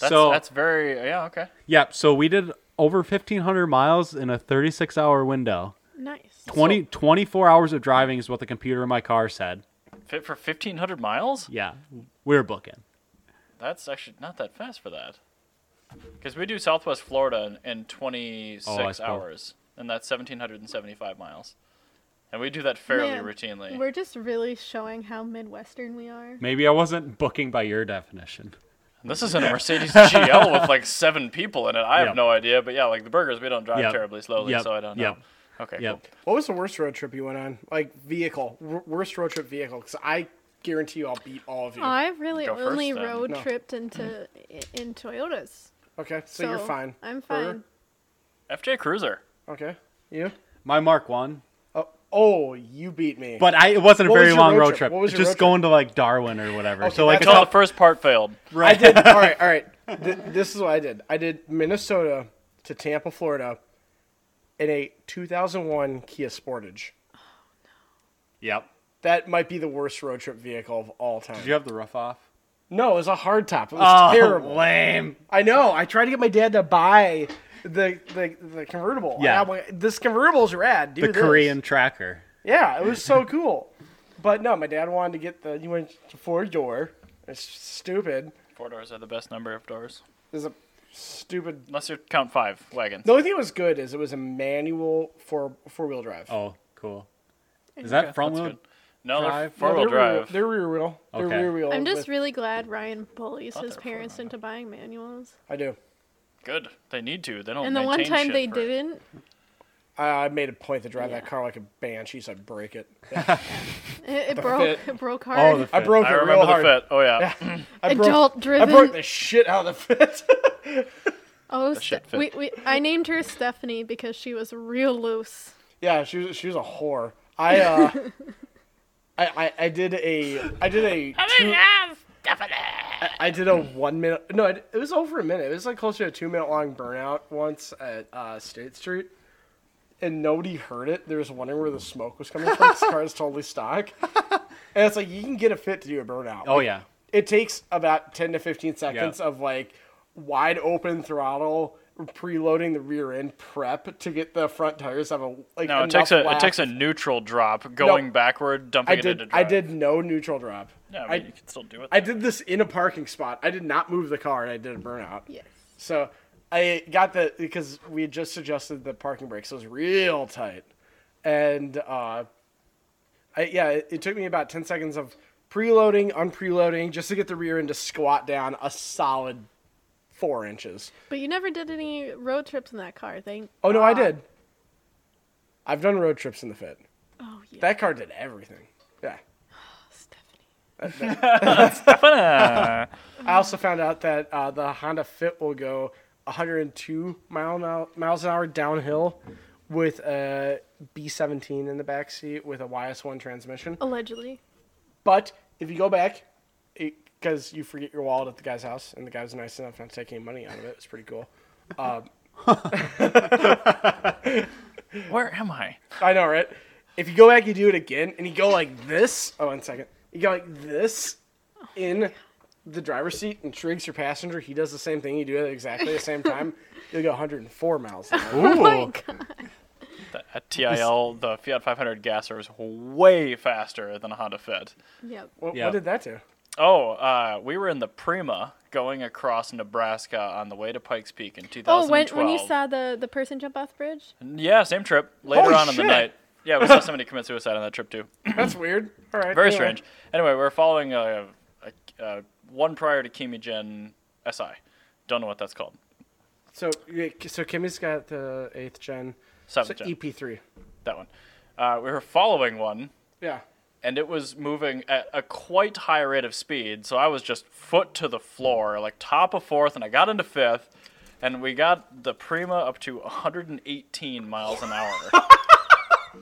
Speaker 1: That's,
Speaker 4: so
Speaker 1: that's very yeah okay.
Speaker 4: yep. So we did over 1,500 miles in a 36 hour window.
Speaker 3: Nice.
Speaker 4: 20, 24 hours of driving is what the computer in my car said.
Speaker 1: Fit for fifteen hundred miles?
Speaker 4: Yeah, we were booking.
Speaker 1: That's actually not that fast for that. Because we do Southwest Florida in, in 26
Speaker 4: Oh, I suppose.
Speaker 1: hours, and that's 1,775 miles. And we do that fairly
Speaker 3: Man,
Speaker 1: routinely.
Speaker 3: We're just really showing how Midwestern we are.
Speaker 4: Maybe I wasn't booking by your definition.
Speaker 1: And This is in a Mercedes GL with like seven people in it. I have
Speaker 4: Yep.
Speaker 1: no idea, but yeah, like the burgers, we don't drive
Speaker 4: Yep.
Speaker 1: terribly slowly,
Speaker 4: Yep.
Speaker 1: so I don't know.
Speaker 4: Yep.
Speaker 1: Okay,
Speaker 4: Yep.
Speaker 1: cool.
Speaker 2: What was the worst road trip you went on? Like vehicle, w- worst road trip vehicle? Because I guarantee you, I'll beat all of you.
Speaker 3: I've really
Speaker 1: Go first,
Speaker 3: only
Speaker 1: then. Mm.
Speaker 3: road
Speaker 2: No.
Speaker 3: tripped into i- in Toyotas.
Speaker 2: okay, so, you're fine.
Speaker 3: I'm
Speaker 2: Burger?
Speaker 3: fine.
Speaker 1: FJ Cruiser.
Speaker 2: Okay, you?
Speaker 4: My Mark one,
Speaker 2: Oh, oh, you beat me.
Speaker 4: but I it wasn't a
Speaker 2: What was
Speaker 4: very
Speaker 2: your
Speaker 4: long
Speaker 2: road
Speaker 4: road
Speaker 2: trip?
Speaker 4: trip.
Speaker 2: What was your
Speaker 4: Just
Speaker 2: road trip?
Speaker 4: going to like Darwin or whatever.
Speaker 2: Okay,
Speaker 4: so like
Speaker 2: that's
Speaker 4: it's
Speaker 1: Until the
Speaker 4: not
Speaker 1: first part failed.
Speaker 2: I did. All right, all right. Th- this is what I did. I did Minnesota to Tampa, Florida, in a 2001 Kia Sportage.
Speaker 4: Yep.
Speaker 2: That might be the worst road trip vehicle of all time.
Speaker 4: Did you have the roof off? Oh,
Speaker 2: No, it was a hardtop. It was terrible.
Speaker 4: Lame.
Speaker 2: I know. I tried to get my dad to buy the the, the convertible.
Speaker 4: Yeah.
Speaker 2: Yeah, this convertible's rad. Do
Speaker 4: The
Speaker 2: this.
Speaker 4: Korean tracker.
Speaker 2: Yeah, it was so cool. But no, my dad wanted to get the. He went to four door. It's stupid.
Speaker 1: Four doors are the best number of doors.
Speaker 2: There's a stupid.
Speaker 1: Unless you count five wagons.
Speaker 2: The only thing that was good is it was a manual four four wheel drive.
Speaker 4: Oh, cool. Is that front
Speaker 1: That's
Speaker 4: wheel?
Speaker 1: good. No, they're
Speaker 4: Drive?
Speaker 1: four wheel
Speaker 2: they're rear-
Speaker 1: drive.
Speaker 2: they're rear wheel. They're
Speaker 4: Okay.
Speaker 2: rear wheel.
Speaker 3: I'm just
Speaker 2: with-
Speaker 3: really glad Ryan bullies his
Speaker 1: they're
Speaker 3: parents into buying manuals.
Speaker 2: I do.
Speaker 1: Good. They need to. They don't.
Speaker 3: and the one
Speaker 1: maintain
Speaker 3: time
Speaker 1: shit
Speaker 3: they
Speaker 1: for-
Speaker 3: didn't,
Speaker 2: I I made a point to drive that
Speaker 3: Yeah.
Speaker 2: car like a banshee, so I'd break it.
Speaker 3: it, it broke.
Speaker 2: fit.
Speaker 3: It broke
Speaker 4: Oh,
Speaker 3: hard.
Speaker 4: the
Speaker 2: I
Speaker 4: fit.
Speaker 2: broke
Speaker 1: I
Speaker 2: it
Speaker 1: remember
Speaker 2: real
Speaker 1: the
Speaker 2: hard.
Speaker 1: fit. Oh yeah.
Speaker 2: I broke,
Speaker 3: Adult driven.
Speaker 2: I broke the shit out of the fit.
Speaker 3: oh,
Speaker 1: shit
Speaker 3: Ste-
Speaker 1: fit.
Speaker 3: we, we, I named her Stephanie because she was real loose.
Speaker 2: Yeah, she was she was a whore. I uh I, I, I did a I did a two, I, I did a one minute no it, it was over a minute it was like closer to a two minute long burnout once at uh, State Street and nobody heard it they were just wondering where the smoke was coming from this car is totally stock and it's like you can get a fit to do a burnout
Speaker 4: Oh yeah.
Speaker 2: it takes about 10 to 15 seconds of like wide open throttle preloading the rear end prep to get the front tires have a like
Speaker 1: No, it
Speaker 2: enough
Speaker 1: takes a it
Speaker 2: lap.
Speaker 1: takes a neutral drop, going backward, dumping
Speaker 2: I
Speaker 1: it
Speaker 2: did
Speaker 1: into
Speaker 2: I
Speaker 1: drive.
Speaker 2: did no neutral drop
Speaker 1: Yeah, I
Speaker 2: I,
Speaker 1: mean, you can still do it.
Speaker 2: I did this in a parking spot I did not move the car and I did a burnout
Speaker 3: Yes.
Speaker 2: so I got the because we had just suggested the parking brake, so it was real tight, and uh, I yeah, it, it took me about ten seconds of preloading, unpreloading, just to get the rear end to squat down a solid four inches.
Speaker 3: But you never did any road trips in that car. They.
Speaker 2: Oh no, I did. I've done road trips in the Fit.
Speaker 3: Oh yeah.
Speaker 2: That car did everything. Yeah.
Speaker 3: Stephanie.
Speaker 2: I also found out that uh, the Honda Fit will go 102 mile now, miles an hour downhill with a B17 in the back seat with a YS1
Speaker 3: Oh.
Speaker 2: transmission.
Speaker 3: Allegedly.
Speaker 2: But if you go back, because you forget your wallet at the guy's house, and the guy was nice enough not to take any money out of it, it's pretty cool.
Speaker 1: Where am I?
Speaker 2: I know, right? If you go back, you do it again, and you go like this. Oh, one second. You go like this in the driver's seat and trigs your passenger. He does the same thing. You do it at exactly the same time. You'll go 104 miles an hour.
Speaker 4: Ooh.
Speaker 1: The, at TIL, the Fiat 500 gasser is way faster than a Honda Fit.
Speaker 3: Yep.
Speaker 2: What,
Speaker 4: Yeah.
Speaker 2: what did that do?
Speaker 1: Oh, uh, we were in the Prima going across Nebraska on the way to Pikes Peak in 2012.
Speaker 3: Oh, when when you saw the the person jump off the bridge.
Speaker 1: Yeah, same trip. Later
Speaker 2: Holy
Speaker 1: on in
Speaker 2: shit.
Speaker 1: the night. Yeah, we saw somebody commit suicide on that trip too.
Speaker 2: That's weird. All right.
Speaker 1: Very
Speaker 2: anyway.
Speaker 1: strange. Anyway, we were following a, a, a one prior to Kimi Gen SI. Don't know what that's called.
Speaker 2: So, yeah, so Kimmy's got the eighth gen, so E
Speaker 1: Seventh gen.
Speaker 2: EP3.
Speaker 1: that one. Uh, we were following one,
Speaker 2: Yeah.
Speaker 1: and it was moving at a quite high rate of speed. So I was just foot to the floor, like top of fourth, and I got into fifth, and we got the Prima up to 118 miles an hour.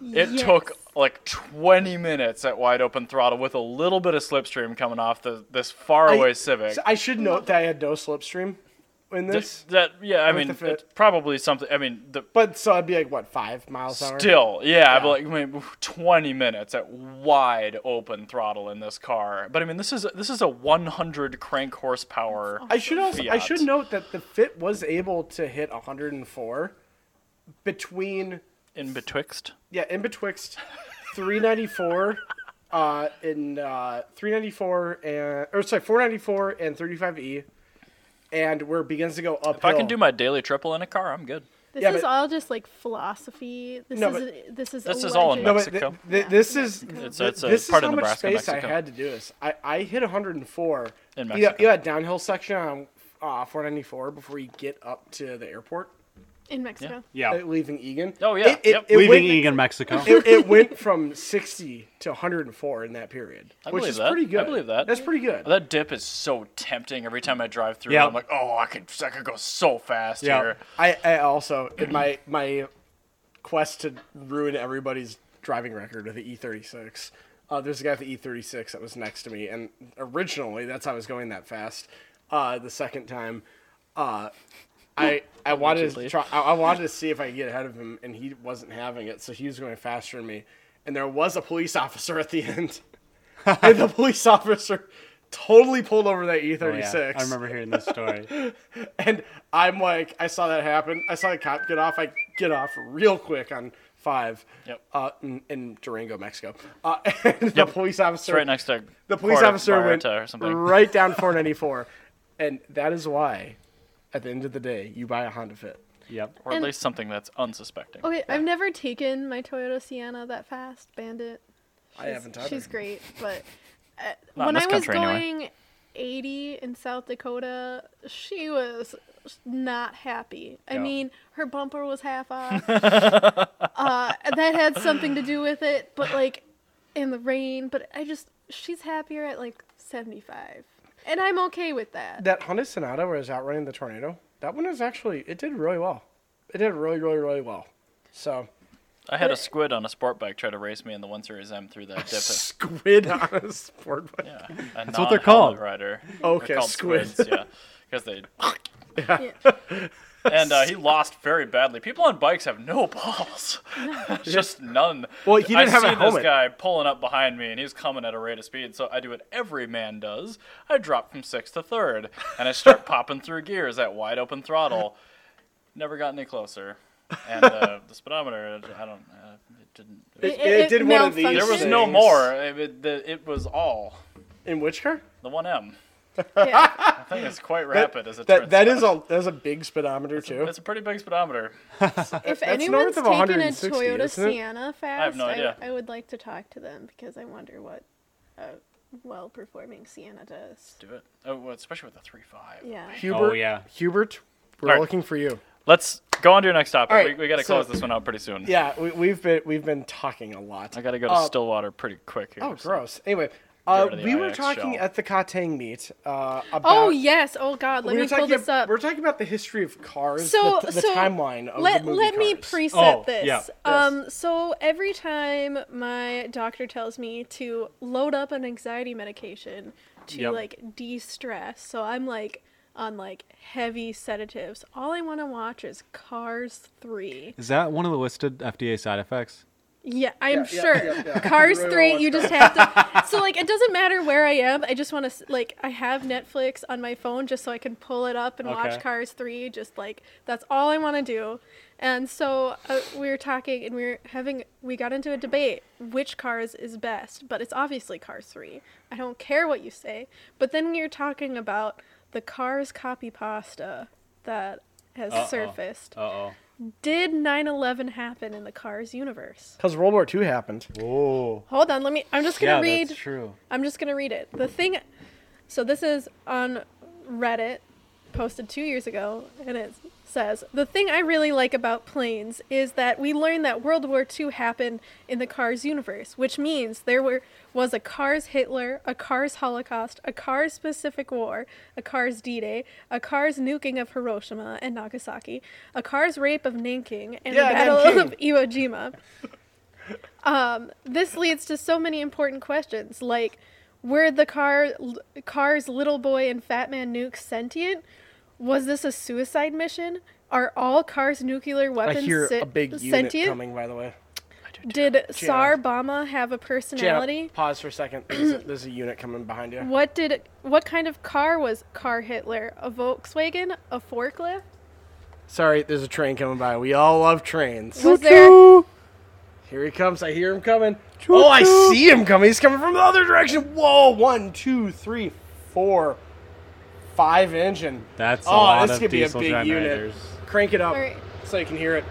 Speaker 1: it
Speaker 3: Yes.
Speaker 1: took like 20 minutes at wide open throttle with a little bit of slipstream coming off the this faraway
Speaker 2: I-
Speaker 1: Civic.
Speaker 2: So I should note that I had no slipstream in
Speaker 1: Th-
Speaker 2: this,
Speaker 1: that yeah, I mean,
Speaker 2: the fit.
Speaker 1: it's probably something. I mean, the
Speaker 2: but so I'd be like what five miles an hour.
Speaker 1: Still, yeah, but like I mean, 20 minutes at wide open throttle in this car. But I mean, this is this is a 100 crank horsepower.
Speaker 2: I should also I
Speaker 1: Fiat.
Speaker 2: should note that the Fit was able to hit 104 between
Speaker 1: in betwixt.
Speaker 2: yeah in betwixt 394 uh in uh 394 and or sorry 494 and 35e and where it begins to go uphill.
Speaker 1: If I can do my daily triple in a car, I'm good.
Speaker 3: This
Speaker 2: Yeah,
Speaker 3: is
Speaker 2: but-
Speaker 3: all just like philosophy. This
Speaker 2: No,
Speaker 3: is
Speaker 2: but-
Speaker 3: a- this is
Speaker 1: This
Speaker 3: a
Speaker 1: is all in
Speaker 3: legend.
Speaker 2: no, but th-
Speaker 1: Mexico.
Speaker 2: th- this is
Speaker 1: It's-
Speaker 2: th-
Speaker 1: it's a
Speaker 2: this
Speaker 1: part
Speaker 2: is
Speaker 1: of
Speaker 2: how much
Speaker 1: Nebraska,
Speaker 2: space
Speaker 1: Mexico.
Speaker 2: I had to do this. I, I hit 104
Speaker 1: In
Speaker 2: You got-
Speaker 1: Mexico.
Speaker 2: You had downhill section on uh, 494 before you get up to the airport,
Speaker 3: in Mexico.
Speaker 4: Yeah.
Speaker 2: uh, leaving Egan.
Speaker 1: Oh, yeah.
Speaker 2: It- it-
Speaker 1: Yep.
Speaker 2: it
Speaker 4: Leaving
Speaker 2: went-
Speaker 4: Egan, Mexico.
Speaker 2: it, it went from 60 to 104 in that period,
Speaker 1: I
Speaker 2: which
Speaker 1: believe
Speaker 2: is
Speaker 1: that.
Speaker 2: pretty
Speaker 1: I
Speaker 2: good.
Speaker 1: believe that.
Speaker 2: That's pretty good.
Speaker 1: That dip is so tempting every time I drive through.
Speaker 4: Yeah.
Speaker 1: I'm like, oh, I could, I could go so fast
Speaker 4: Yeah.
Speaker 1: here.
Speaker 2: I, I also in my my quest to ruin everybody's driving record with the E36. Uh, there's a guy with the E36 that was next to me, and originally that's how I was going that fast. Uh, the second time, uh, I I wanted to
Speaker 1: Allegedly.
Speaker 2: try. I, I wanted to see if I could get ahead of him, and he wasn't having it, so he was going faster than me. And there was a police officer at the end, and the police officer totally pulled over that E E36
Speaker 4: Oh, yeah. I remember hearing this story.
Speaker 2: and I'm like, I saw that happen. I saw the cop get off. I get off real quick on five.
Speaker 1: Yep.
Speaker 2: Uh, in, in Durango, Mexico. Uh, and the police officer.
Speaker 1: It's right next to
Speaker 2: the police
Speaker 1: Puerto
Speaker 2: officer went
Speaker 1: Vallarta or something.
Speaker 2: right down 494, and that is why, at the end of the day, you buy a Honda Fit.
Speaker 4: Yep.
Speaker 1: or at
Speaker 3: And- Oh,
Speaker 1: least something that's unsuspecting.
Speaker 3: Okay, I've never taken my Toyota Sienna that fast, Bandit.
Speaker 2: I haven't either.
Speaker 3: She's great, but uh,
Speaker 1: Not in
Speaker 3: when
Speaker 1: this
Speaker 3: I was
Speaker 1: country, anyway.
Speaker 3: going 80 in South Dakota, she was not happy. I
Speaker 4: Yeah.
Speaker 3: mean, her bumper was half off. uh, that had something to do with it, but like in the rain. But I just, she's happier at like 75, and I'm okay with that.
Speaker 2: That Honda Sonata where it was outrunning the tornado. That one was actually it did really well. It did really, really, really well. So
Speaker 1: I had a squid on a sport bike try to race me in the one series M through that dip.
Speaker 2: squid on a sport bike.
Speaker 1: Yeah, that's
Speaker 4: what they're called.
Speaker 1: Rider.
Speaker 2: Okay,
Speaker 1: they're called
Speaker 2: squids.
Speaker 1: squids. Yeah, because they. And uh, he lost very badly. People on bikes have no balls, just none.
Speaker 2: Well, he
Speaker 1: I
Speaker 2: didn't have a
Speaker 1: see
Speaker 2: helmet.
Speaker 1: this guy pulling up behind me, and he's coming at a rate of speed. So I do what every man does: I drop from sixth to third, and I start popping through gears at wide open throttle. Never got any closer, and uh, the speedometer, I don't, uh, it didn't.
Speaker 2: It- it did one of these
Speaker 1: There was
Speaker 3: malfunctioned.
Speaker 1: no
Speaker 2: Things.
Speaker 1: more. It, it, the- it was all
Speaker 2: In which car?
Speaker 1: the one M.
Speaker 3: Yeah.
Speaker 1: I think it's quite rapid as it
Speaker 2: That
Speaker 1: turns
Speaker 2: that
Speaker 1: out.
Speaker 2: is a that's a big speedometer too.
Speaker 1: It's a pretty big speedometer.
Speaker 3: If
Speaker 2: north
Speaker 3: anyone's
Speaker 2: of
Speaker 3: taken a
Speaker 2: 160,
Speaker 3: Toyota
Speaker 2: isn't it?
Speaker 3: Sienna fast,
Speaker 1: I have no idea.
Speaker 3: I, would like to talk to them because I wonder what a well-performing Sienna does.
Speaker 1: Do it. Oh, well, especially with a three five.
Speaker 3: Yeah.
Speaker 2: Hubert.
Speaker 4: Oh, yeah.
Speaker 2: Hubert, we're
Speaker 1: Alright.
Speaker 2: looking for you.
Speaker 1: Let's go on to your next topic.
Speaker 2: All right,
Speaker 1: we we got to
Speaker 2: so-
Speaker 1: close this one out pretty soon.
Speaker 2: Yeah, we, we've been we've been talking a lot.
Speaker 1: I got to go to
Speaker 2: Uh,
Speaker 1: Stillwater pretty quick here.
Speaker 2: Oh,
Speaker 1: so-
Speaker 2: gross. Anyway, uh,
Speaker 1: rid of the
Speaker 2: we were
Speaker 1: IX
Speaker 2: talking
Speaker 1: shell.
Speaker 2: at the Katang meet uh, about.
Speaker 3: Oh yes! Oh God! Let
Speaker 2: we were
Speaker 3: me pull
Speaker 2: talking
Speaker 3: this
Speaker 2: ab-
Speaker 3: up.
Speaker 2: We're talking about the history of cars,
Speaker 3: so
Speaker 2: the, the
Speaker 3: so
Speaker 2: timeline of
Speaker 3: let
Speaker 2: the movie
Speaker 3: let me
Speaker 2: Cars.
Speaker 3: preset
Speaker 4: Oh,
Speaker 3: this.
Speaker 4: yeah.
Speaker 3: Um. So every time my doctor tells me to load up an anxiety medication to
Speaker 4: Yep.
Speaker 3: like de-stress, so I'm like on like heavy sedatives. All I want to watch is Cars Three.
Speaker 4: Is that one of the listed FDA side effects?
Speaker 3: Yeah, I'm
Speaker 2: yeah,
Speaker 3: sure.
Speaker 2: yeah, yeah.
Speaker 3: Cars
Speaker 2: Really
Speaker 3: three,
Speaker 2: well
Speaker 3: you just have to. so like, it doesn't matter where I am. I just want to like, I have Netflix on my phone just so I can pull it up and
Speaker 4: Okay.
Speaker 3: watch Cars three. Just like that's all I want to do. And so uh, we were talking, and we were having we got into a debate which Cars is best, but it's obviously Cars three. I don't care what you say. But then we were talking about the Cars copy pasta that has
Speaker 4: Uh-oh.
Speaker 3: surfaced.
Speaker 4: Uh
Speaker 3: Did 9/11 happen in the Cars universe?
Speaker 2: Because World War II happened.
Speaker 4: oh. Oh.
Speaker 3: Hold on, let me. I'm just
Speaker 4: Yeah,
Speaker 3: gonna read.
Speaker 4: that's true.
Speaker 3: I'm just gonna read it. The thing. So this is on Reddit, posted two years ago, and it says the thing I really like about planes is that we learned that World War II happened in the Cars universe, which means there were was a Cars Hitler, a Cars Holocaust, a Cars Pacific War, a Cars D-Day, a Cars nuking of Hiroshima and Nagasaki, a Cars rape of Nanking, and
Speaker 2: Yeah,
Speaker 3: the Battle
Speaker 2: Nanking.
Speaker 3: of Iwo Jima Um, this leads to so many important questions like were the car l- car's little boy and fat man nuke sentient was this a suicide mission are all cars nuclear
Speaker 2: I
Speaker 3: weapons
Speaker 2: hear
Speaker 3: sen-
Speaker 2: a big unit
Speaker 3: sentient
Speaker 2: coming, by the way.
Speaker 3: did tsar Bama have a personality
Speaker 2: Janet, pause for a second. There's a, there's a unit coming behind you.
Speaker 3: what did what kind of car was car hitler a volkswagen a forklift
Speaker 2: Sorry, there's a train coming by. We all love trains.
Speaker 3: was there
Speaker 2: Here he comes. I hear him coming. Oh, I see him coming. He's coming from the other direction. Whoa. One, two, three, four, five engine.
Speaker 4: That's a
Speaker 2: oh,
Speaker 4: lot
Speaker 2: this
Speaker 4: of
Speaker 2: could be a
Speaker 4: diesel
Speaker 2: big unit.
Speaker 4: generators.
Speaker 2: Crank it up
Speaker 3: All right.
Speaker 2: so you can hear it.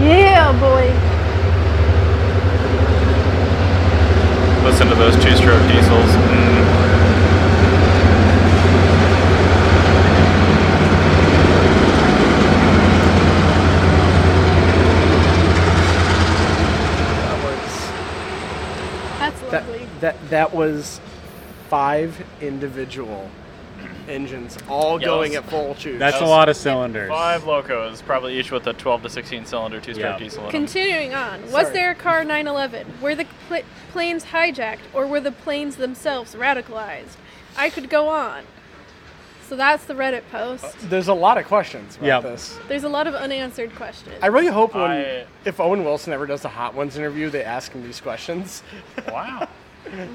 Speaker 3: Yeah, boy.
Speaker 1: Listen to those two-stroke diesels. Mm.
Speaker 2: That was
Speaker 3: That's lovely.
Speaker 2: that that, that was five individual engines all
Speaker 1: Yeah,
Speaker 2: going
Speaker 1: that's-
Speaker 2: at full tube.
Speaker 4: That's a lot of cylinders.
Speaker 1: Five locos, probably each with a 12 to 16 cylinder two-stroke
Speaker 4: Yeah.
Speaker 1: diesel. In 'em.
Speaker 3: Continuing on, was
Speaker 2: Sorry.
Speaker 3: there a car 911? Were the pl- planes hijacked, or were the planes themselves radicalized? I could go on. So that's the Reddit post.
Speaker 2: There's a lot of questions about
Speaker 4: Yep.
Speaker 2: this.
Speaker 3: There's a lot of unanswered questions.
Speaker 2: I really hope when
Speaker 1: I-
Speaker 2: if Owen Wilson ever does the Hot Ones interview, they ask him these questions.
Speaker 1: Wow.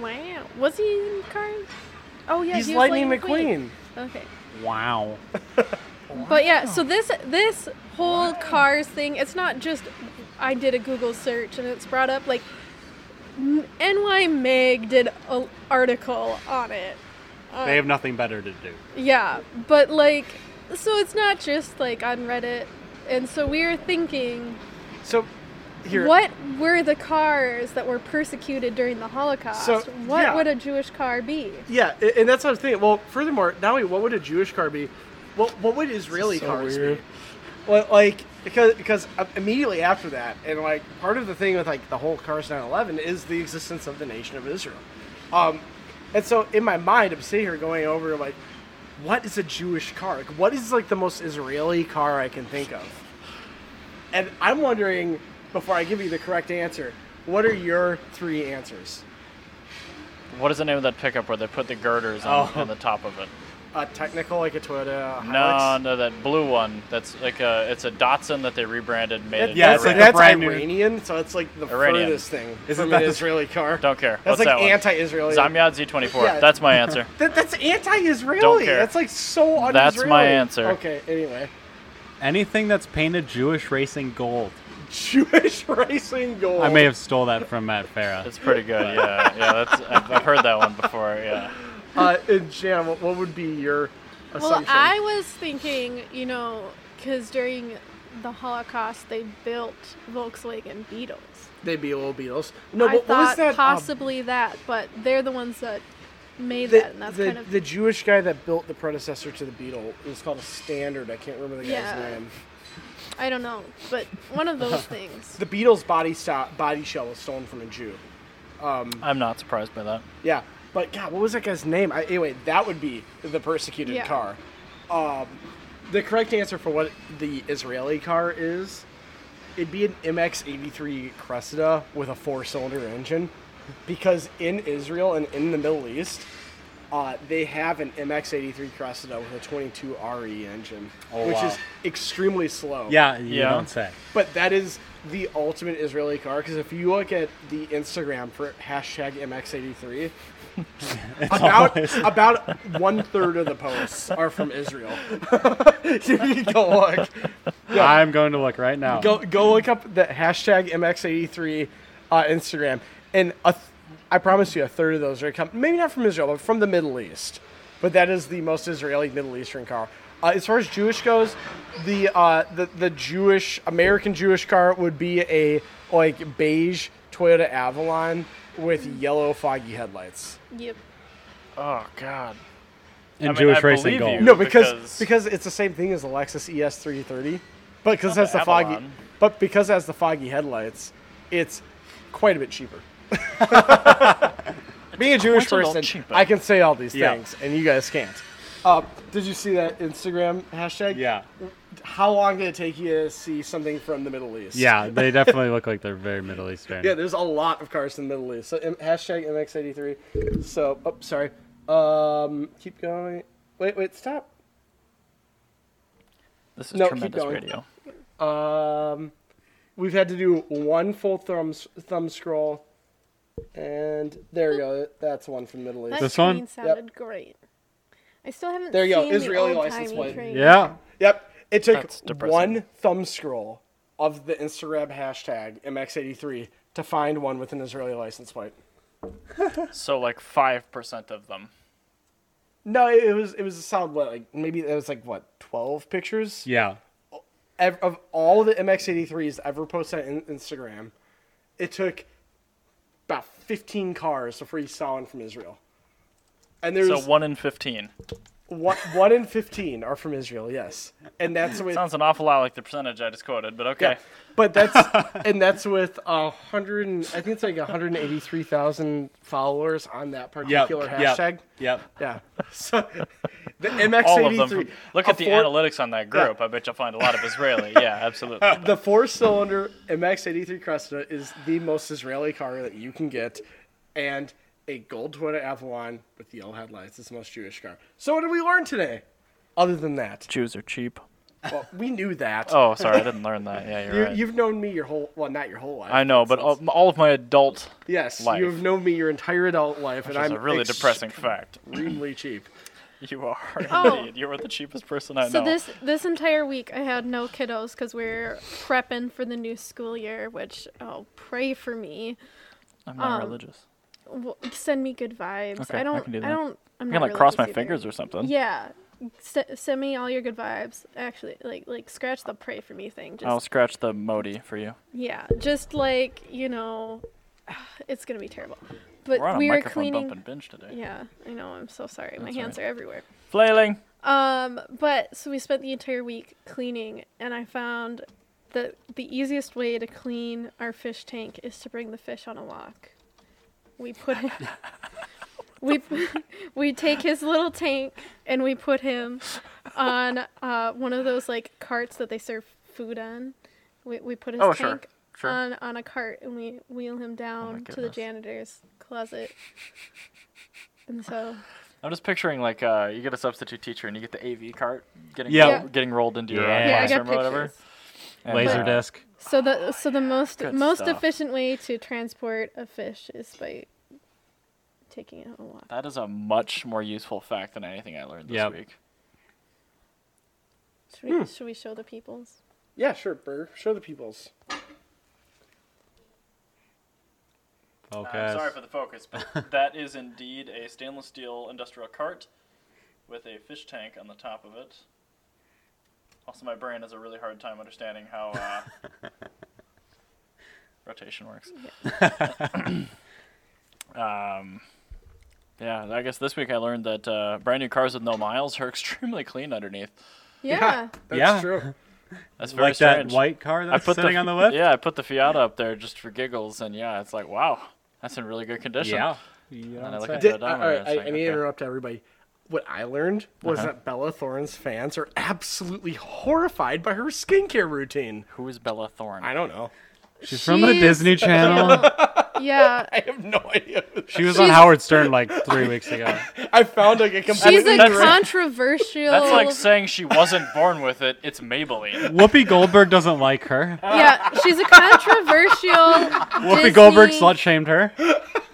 Speaker 3: wow. Was he in cars? Oh yeah,
Speaker 2: He's
Speaker 3: he was
Speaker 2: Lightning
Speaker 3: Lightning
Speaker 2: McQueen.
Speaker 3: Okay.
Speaker 4: Wow.
Speaker 3: But yeah, so this this whole cars thing, it's not just I did a Google search and it's brought up like N- NY Meg did an article on it.
Speaker 4: They have nothing better to do.
Speaker 3: Yeah, but like so it's not just like on Reddit. And so we are thinking
Speaker 2: So here,
Speaker 3: what were the cars that were persecuted during the Holocaust?
Speaker 2: So,
Speaker 3: what
Speaker 2: yeah.
Speaker 3: would a Jewish car be?
Speaker 2: Yeah, a- and that's what I was thinking. Well, furthermore, not only what would a Jewish car be, what what would Israeli
Speaker 4: so
Speaker 2: cars
Speaker 4: weird.
Speaker 2: be? Well, like because because uh, immediately after that, and like part of the thing with like the whole Cars 911 is the existence of the nation of Israel, um, and so in my mind, I'm sitting here going over like, what is a Jewish car? Like, what is like the most Israeli car I can think of? And I'm wondering before I give you the correct answer, what are your three answers?
Speaker 1: What is the name of that pickup where they put the girders on,
Speaker 4: Oh.
Speaker 1: on the top of it?
Speaker 2: A technical like a Toyota. a
Speaker 1: No,
Speaker 2: Hilux?
Speaker 1: no, that blue one. That's like a, it's a Datsun that they rebranded, made
Speaker 2: That-
Speaker 1: it.
Speaker 4: Yeah,
Speaker 2: that's,
Speaker 4: it's like a
Speaker 2: that's
Speaker 4: brand new-
Speaker 2: Iranian, so it's like the
Speaker 1: Iranian.
Speaker 2: furthest thing
Speaker 4: Isn't
Speaker 2: from
Speaker 4: that
Speaker 2: an
Speaker 4: the-
Speaker 2: Israeli car.
Speaker 1: Don't care.
Speaker 2: That's
Speaker 1: What's
Speaker 2: like
Speaker 1: that one?
Speaker 2: anti-Israeli.
Speaker 1: Zamyad Z24.
Speaker 2: Yeah.
Speaker 1: That's my answer.
Speaker 2: That, that's anti-Israeli.
Speaker 1: Don't care.
Speaker 2: That's like so un-Israeli.
Speaker 1: That's my answer.
Speaker 2: Okay. Anyway,
Speaker 4: Anything that's painted Jewish racing gold.
Speaker 2: Jewish racing gold.
Speaker 4: I may have stole that from Matt Farah.
Speaker 1: That's pretty good. Yeah, yeah. That's I've, I've heard that one before. Yeah.
Speaker 2: Uh, and Jan, what, what would be your
Speaker 3: Well,
Speaker 2: assumption?
Speaker 3: I was thinking, you know, because during the Holocaust they built Volkswagen Beetles.
Speaker 2: They'd be little Beatles. No,
Speaker 3: I
Speaker 2: what, what was
Speaker 3: thought
Speaker 2: that? um,
Speaker 3: possibly that, but they're the ones that made
Speaker 2: the,
Speaker 3: that, and that's
Speaker 2: the,
Speaker 3: kind of
Speaker 2: the Jewish guy that built the predecessor to the Beetle. It was called a standard. I can't remember the guy's
Speaker 3: Yeah.
Speaker 2: name.
Speaker 3: I don't know, but one of those things.
Speaker 2: The Beatles' body sto- body shell was stolen from a Jew.
Speaker 1: I'm not surprised by that.
Speaker 2: Yeah, but God, what was that guy's name? I, anyway, that would be the persecuted
Speaker 3: Yeah.
Speaker 2: car. Um, the correct answer for what the Israeli car is, it'd be an MX-83 Cressida with a four-cylinder engine, because in Israel and in the Middle East, uh, they have an MX-83 Cressida with a 22 RE engine,
Speaker 4: Oh,
Speaker 2: which
Speaker 4: wow.
Speaker 2: is extremely slow.
Speaker 4: Yeah, you
Speaker 1: Yeah.
Speaker 4: don't say.
Speaker 2: But that is the ultimate Israeli car because if you look at the Instagram for hashtag MX83,
Speaker 4: always-
Speaker 2: about about one third of the posts are from Israel. you need to go look.
Speaker 4: I'm going to look right now.
Speaker 2: Go go look up the hashtag MX83 uh, Instagram, and a th- I promise you, a third of those are come maybe not from Israel, but from the Middle East. But that is the most Israeli Middle Eastern car. Uh, as far as Jewish goes, the uh, the the Jewish American Jewish car would be a like beige Toyota Avalon with yellow foggy headlights.
Speaker 3: yep.
Speaker 1: Oh God.
Speaker 4: In
Speaker 1: I mean,
Speaker 4: Jewish
Speaker 1: I
Speaker 4: racing
Speaker 1: believe
Speaker 4: gold.
Speaker 1: you.
Speaker 2: No, because because,
Speaker 1: Because-
Speaker 2: it's the same thing as E the Lexus ES330, but because
Speaker 1: not
Speaker 2: that's the
Speaker 1: the
Speaker 2: foggy,
Speaker 1: Avalon.
Speaker 2: but because that's the foggy headlights, it's quite a bit cheaper. Being a Jewish
Speaker 1: quite a lot
Speaker 2: person,
Speaker 1: cheaper.
Speaker 2: I can say all these
Speaker 4: Yeah.
Speaker 2: things, and you guys can't. Uh, did you see that Instagram hashtag?
Speaker 4: Yeah.
Speaker 2: How long did it take you to see something from the Middle East?
Speaker 4: Yeah, they definitely look like they're very Middle Eastern.
Speaker 2: Yeah, there's a lot of cars in the Middle East. So M- hashtag MX83. So, oh, sorry. Um, keep going. Wait, wait, stop.
Speaker 1: This is
Speaker 2: No, keep
Speaker 1: tremendous
Speaker 2: going.
Speaker 1: radio.
Speaker 2: Um, we've had to do one full thumb thumb scroll, and there you go. That's one from Middle East.
Speaker 3: That
Speaker 4: This
Speaker 3: train
Speaker 4: one?
Speaker 3: sounded great. I still haven't
Speaker 2: There you go,
Speaker 3: seen
Speaker 2: Israeli
Speaker 3: the
Speaker 2: license
Speaker 3: old-timey
Speaker 2: plate.
Speaker 3: train.
Speaker 4: Yeah.
Speaker 2: Yep, it took
Speaker 1: That's depressing.
Speaker 2: one thumb scroll of the Instagram hashtag MX83 to find one with an Israeli license plate.
Speaker 1: so like five percent of them.
Speaker 2: No, it, it was it was a solid what like maybe it was like what twelve pictures
Speaker 4: Yeah.
Speaker 2: Ev- of all the MX83s ever posted on Instagram. It took about fifteen cars before you saw one from Israel, and there's
Speaker 1: So one in fifteen
Speaker 2: one, one in fifteen are from Israel. Yes, and that's with
Speaker 1: sounds an awful lot like the percentage I just quoted, but okay.
Speaker 2: yeah, but that's and that's with a hundred. and- I think it's like hundred and eighty-three thousand followers on that
Speaker 4: Yep.
Speaker 2: particular
Speaker 4: yep,
Speaker 2: hashtag.
Speaker 4: Yep.
Speaker 2: Yeah. So the MX83.
Speaker 1: All of them. From, look
Speaker 2: a
Speaker 1: at the
Speaker 2: four-
Speaker 1: analytics on that group. I bet you'll find a lot of Israeli. yeah, absolutely.
Speaker 2: The four-cylinder MX83 Cresta is the most Israeli car that you can get, and a gold Toyota Avalon with yellow headlights is the most Jewish car. So what did we learn today? Other than that,
Speaker 1: Jews are cheap.
Speaker 2: well, we knew that.
Speaker 1: Oh, sorry, I didn't learn that. Yeah, you're
Speaker 2: you,
Speaker 1: right.
Speaker 2: You've known me your whole well, not your whole life.
Speaker 1: I know, but all, all of my adult
Speaker 2: yes,
Speaker 1: life.
Speaker 2: you've known me your entire adult life, and
Speaker 1: is
Speaker 2: I'm
Speaker 1: a really depressing fact.
Speaker 2: extremely cheap.
Speaker 1: You are
Speaker 3: Oh.
Speaker 1: indeed. You are the cheapest person I
Speaker 3: So
Speaker 1: know.
Speaker 3: this this entire week I had no kiddos because we're prepping for the new school year, which oh pray for me.
Speaker 1: I'm not
Speaker 3: um,
Speaker 1: religious.
Speaker 3: W- send me good vibes.
Speaker 1: Okay, I
Speaker 3: I don't. I,
Speaker 1: can do that.
Speaker 3: don't. I'm
Speaker 1: I'm gonna
Speaker 3: not
Speaker 1: like
Speaker 3: religious
Speaker 1: cross my
Speaker 3: either.
Speaker 1: fingers or something.
Speaker 3: Yeah, S- send me all your good vibes. Actually, like like scratch the pray for me thing. Just
Speaker 1: I'll scratch the Modi for you.
Speaker 3: yeah, just like you know, it's gonna be terrible. But
Speaker 1: We're on a
Speaker 3: we were
Speaker 1: microphone
Speaker 3: cleaning.
Speaker 1: bump and binge today.
Speaker 3: Yeah, I know. I'm so sorry. my
Speaker 1: That's
Speaker 3: hands
Speaker 1: all right.
Speaker 3: are everywhere.
Speaker 1: Flailing.
Speaker 3: Um, but so we spent the entire week cleaning, and I found that the easiest way to clean our fish tank is to bring the fish on a walk. We put him. we we take his little tank and we put him on uh, one of those like carts that they serve food on. We we put his
Speaker 1: Oh, sure,
Speaker 3: tank
Speaker 1: sure. Oh
Speaker 3: on on a cart and we wheel him down to the
Speaker 1: goodness.
Speaker 3: janitor's closet. And so
Speaker 1: I'm just picturing like uh, you get a substitute teacher and you get the AV cart getting
Speaker 4: Yeah.
Speaker 1: rolled- getting rolled into your uh,
Speaker 4: Yeah.
Speaker 3: yeah, I
Speaker 1: classroom
Speaker 3: got
Speaker 1: or whatever.
Speaker 3: pictures.
Speaker 1: And,
Speaker 4: Laser
Speaker 1: uh,
Speaker 4: disc.
Speaker 3: So the so the most
Speaker 1: Good
Speaker 3: most
Speaker 1: stuff.
Speaker 3: efficient way to transport a fish is by taking it on a walk.
Speaker 1: That is a much more useful fact than anything I learned this
Speaker 4: Yep.
Speaker 1: week.
Speaker 3: Should we, should we show the peoples?
Speaker 2: Yeah, sure, Burr. Show the peoples.
Speaker 4: Okay.
Speaker 1: I'm sorry for the focus, but that is indeed a stainless steel industrial cart with a fish tank on the top of it. Also, my brain has a really hard time understanding how uh, rotation works. um, yeah, I guess this week I learned that uh, brand new cars with no miles are extremely clean underneath.
Speaker 3: Yeah.
Speaker 2: that's
Speaker 4: Yeah.
Speaker 2: true.
Speaker 1: That's very
Speaker 4: like
Speaker 1: strange.
Speaker 4: that white car
Speaker 1: I
Speaker 4: that's
Speaker 1: put
Speaker 4: sitting
Speaker 1: the,
Speaker 4: on the left.
Speaker 1: Yeah, I put the Fiat up there just for giggles, and yeah, it's like wow, that's in really good condition.
Speaker 4: Yeah. You
Speaker 1: And I
Speaker 4: don't
Speaker 1: look
Speaker 4: say.
Speaker 1: at
Speaker 2: Did,
Speaker 1: the
Speaker 2: all
Speaker 1: odometer,
Speaker 2: right,
Speaker 1: it's
Speaker 2: I,
Speaker 1: like,
Speaker 2: I need
Speaker 1: okay.
Speaker 2: to interrupt everybody. What I learned was
Speaker 1: Uh-huh.
Speaker 2: that Bella Thorne's fans are absolutely horrified by her skincare routine.
Speaker 1: Who is Bella Thorne?
Speaker 2: I don't know.
Speaker 4: She's from the
Speaker 3: She's-
Speaker 4: Disney Channel.
Speaker 3: Yeah.
Speaker 2: I have no idea. who that-
Speaker 4: She was on
Speaker 3: She's-
Speaker 4: Howard Stern like three weeks ago.
Speaker 2: I found like a completely.
Speaker 3: She's a
Speaker 1: That's-
Speaker 3: controversial.
Speaker 1: That's like saying she wasn't born with it. It's Maybelline.
Speaker 4: Whoopi Goldberg doesn't like her.
Speaker 3: yeah, she's a controversial.
Speaker 4: Whoopi Goldberg
Speaker 3: Disney-
Speaker 4: slut shamed her.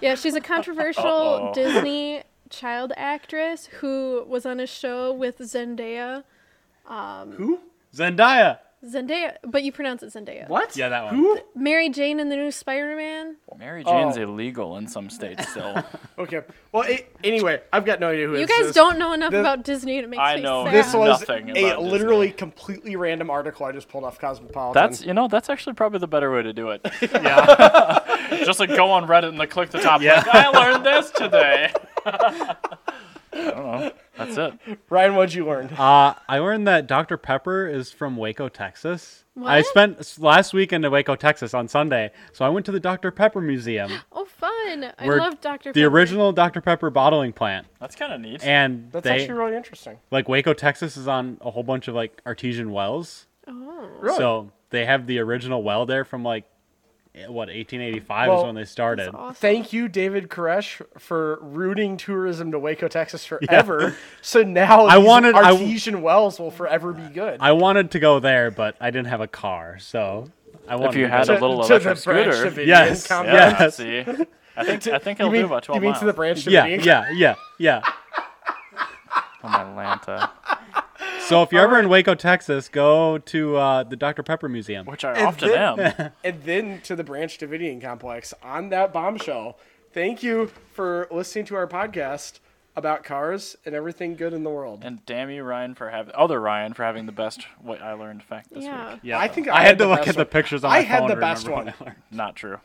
Speaker 3: Yeah, she's a controversial
Speaker 1: Uh-oh.
Speaker 3: Disney child actress who was on a show with Zendaya.
Speaker 2: Who?
Speaker 4: Zendaya.
Speaker 3: Zendaya, but you pronounce it Zendaya.
Speaker 2: What?
Speaker 4: Yeah, that one.
Speaker 2: Who?
Speaker 3: Mary Jane in the new Spider-Man.
Speaker 1: Mary Jane's
Speaker 2: Oh.
Speaker 1: illegal in some states still.
Speaker 2: Okay. Well, a- anyway, I've got no idea who.
Speaker 3: You
Speaker 2: this
Speaker 3: guys
Speaker 2: is.
Speaker 3: don't know enough
Speaker 2: the-
Speaker 3: about Disney and it makes
Speaker 1: I
Speaker 3: me
Speaker 1: know
Speaker 3: sad.
Speaker 2: This was
Speaker 1: Nothing
Speaker 2: a
Speaker 1: about
Speaker 2: literally
Speaker 1: Disney.
Speaker 2: completely random article I just pulled off Cosmopolitan.
Speaker 1: That's you know that's actually probably the better way to do it.
Speaker 4: Yeah.
Speaker 1: Just like go on Reddit and like click the top.
Speaker 4: Yeah.
Speaker 1: Like, I learned this today. I don't know. That's it.
Speaker 2: Ryan. What'd you learn?
Speaker 4: Uh, I learned that Dr. Pepper is from Waco, Texas. I
Speaker 3: What?
Speaker 4: spent s- last weekend in Waco, Texas on Sunday, so I went to the Dr. Pepper Museum.
Speaker 3: Oh, fun! I
Speaker 4: where
Speaker 3: love Dr.
Speaker 4: The
Speaker 3: Pepper.
Speaker 4: original Dr. Pepper bottling plant.
Speaker 1: That's kind of neat.
Speaker 4: And
Speaker 2: That's
Speaker 4: they,
Speaker 2: actually really interesting.
Speaker 4: like, Waco, Texas is on a whole bunch of, like, artesian wells.
Speaker 3: Oh,
Speaker 2: Really?
Speaker 4: So they have the original well there from, like, eh, what, 1885 is
Speaker 2: Well,
Speaker 4: when they
Speaker 3: that's
Speaker 4: started.
Speaker 3: awesome.
Speaker 2: Thank you, David Koresh, for rooting tourism to Waco, Texas forever. So now
Speaker 4: I
Speaker 2: these
Speaker 4: wanted- I w-
Speaker 2: artesian wells will forever be good.
Speaker 4: I wanted to go there, but I didn't have a car, so I wanted
Speaker 1: if you
Speaker 4: to
Speaker 1: had a
Speaker 4: go-
Speaker 1: little
Speaker 2: to the
Speaker 1: electric
Speaker 2: branch
Speaker 1: scooter,
Speaker 2: of Indian
Speaker 4: Yes,
Speaker 2: Com-
Speaker 1: yeah.
Speaker 4: Yes.
Speaker 1: See, I think I think
Speaker 2: You
Speaker 1: it'll
Speaker 2: mean,
Speaker 1: do about
Speaker 2: you
Speaker 1: twelve
Speaker 2: mean
Speaker 1: miles.
Speaker 2: to the branch of
Speaker 4: Yeah,
Speaker 2: Indian-
Speaker 4: yeah, yeah, yeah.
Speaker 1: From Atlanta,
Speaker 4: So if you're ever in Waco, Texas, go to uh, the Dr. Pepper Museum.
Speaker 1: which I
Speaker 2: And
Speaker 1: often
Speaker 2: then-
Speaker 1: am.
Speaker 2: and then to the Branch Davidian complex on that bombshell. Thank you for listening to our podcast about cars and everything good in the world.
Speaker 1: And damn you, Ryan, for having other Ryan for having the best what I learned fact this
Speaker 3: yeah.
Speaker 1: week.
Speaker 4: Yeah,
Speaker 2: I think I
Speaker 4: I, had
Speaker 2: had
Speaker 4: to
Speaker 2: the
Speaker 4: look
Speaker 2: best
Speaker 4: at the
Speaker 2: one.
Speaker 4: pictures on
Speaker 2: I
Speaker 4: my
Speaker 2: had
Speaker 4: phone
Speaker 2: the
Speaker 4: to
Speaker 2: best
Speaker 4: remember what
Speaker 2: one.
Speaker 4: I learned.
Speaker 1: Not true.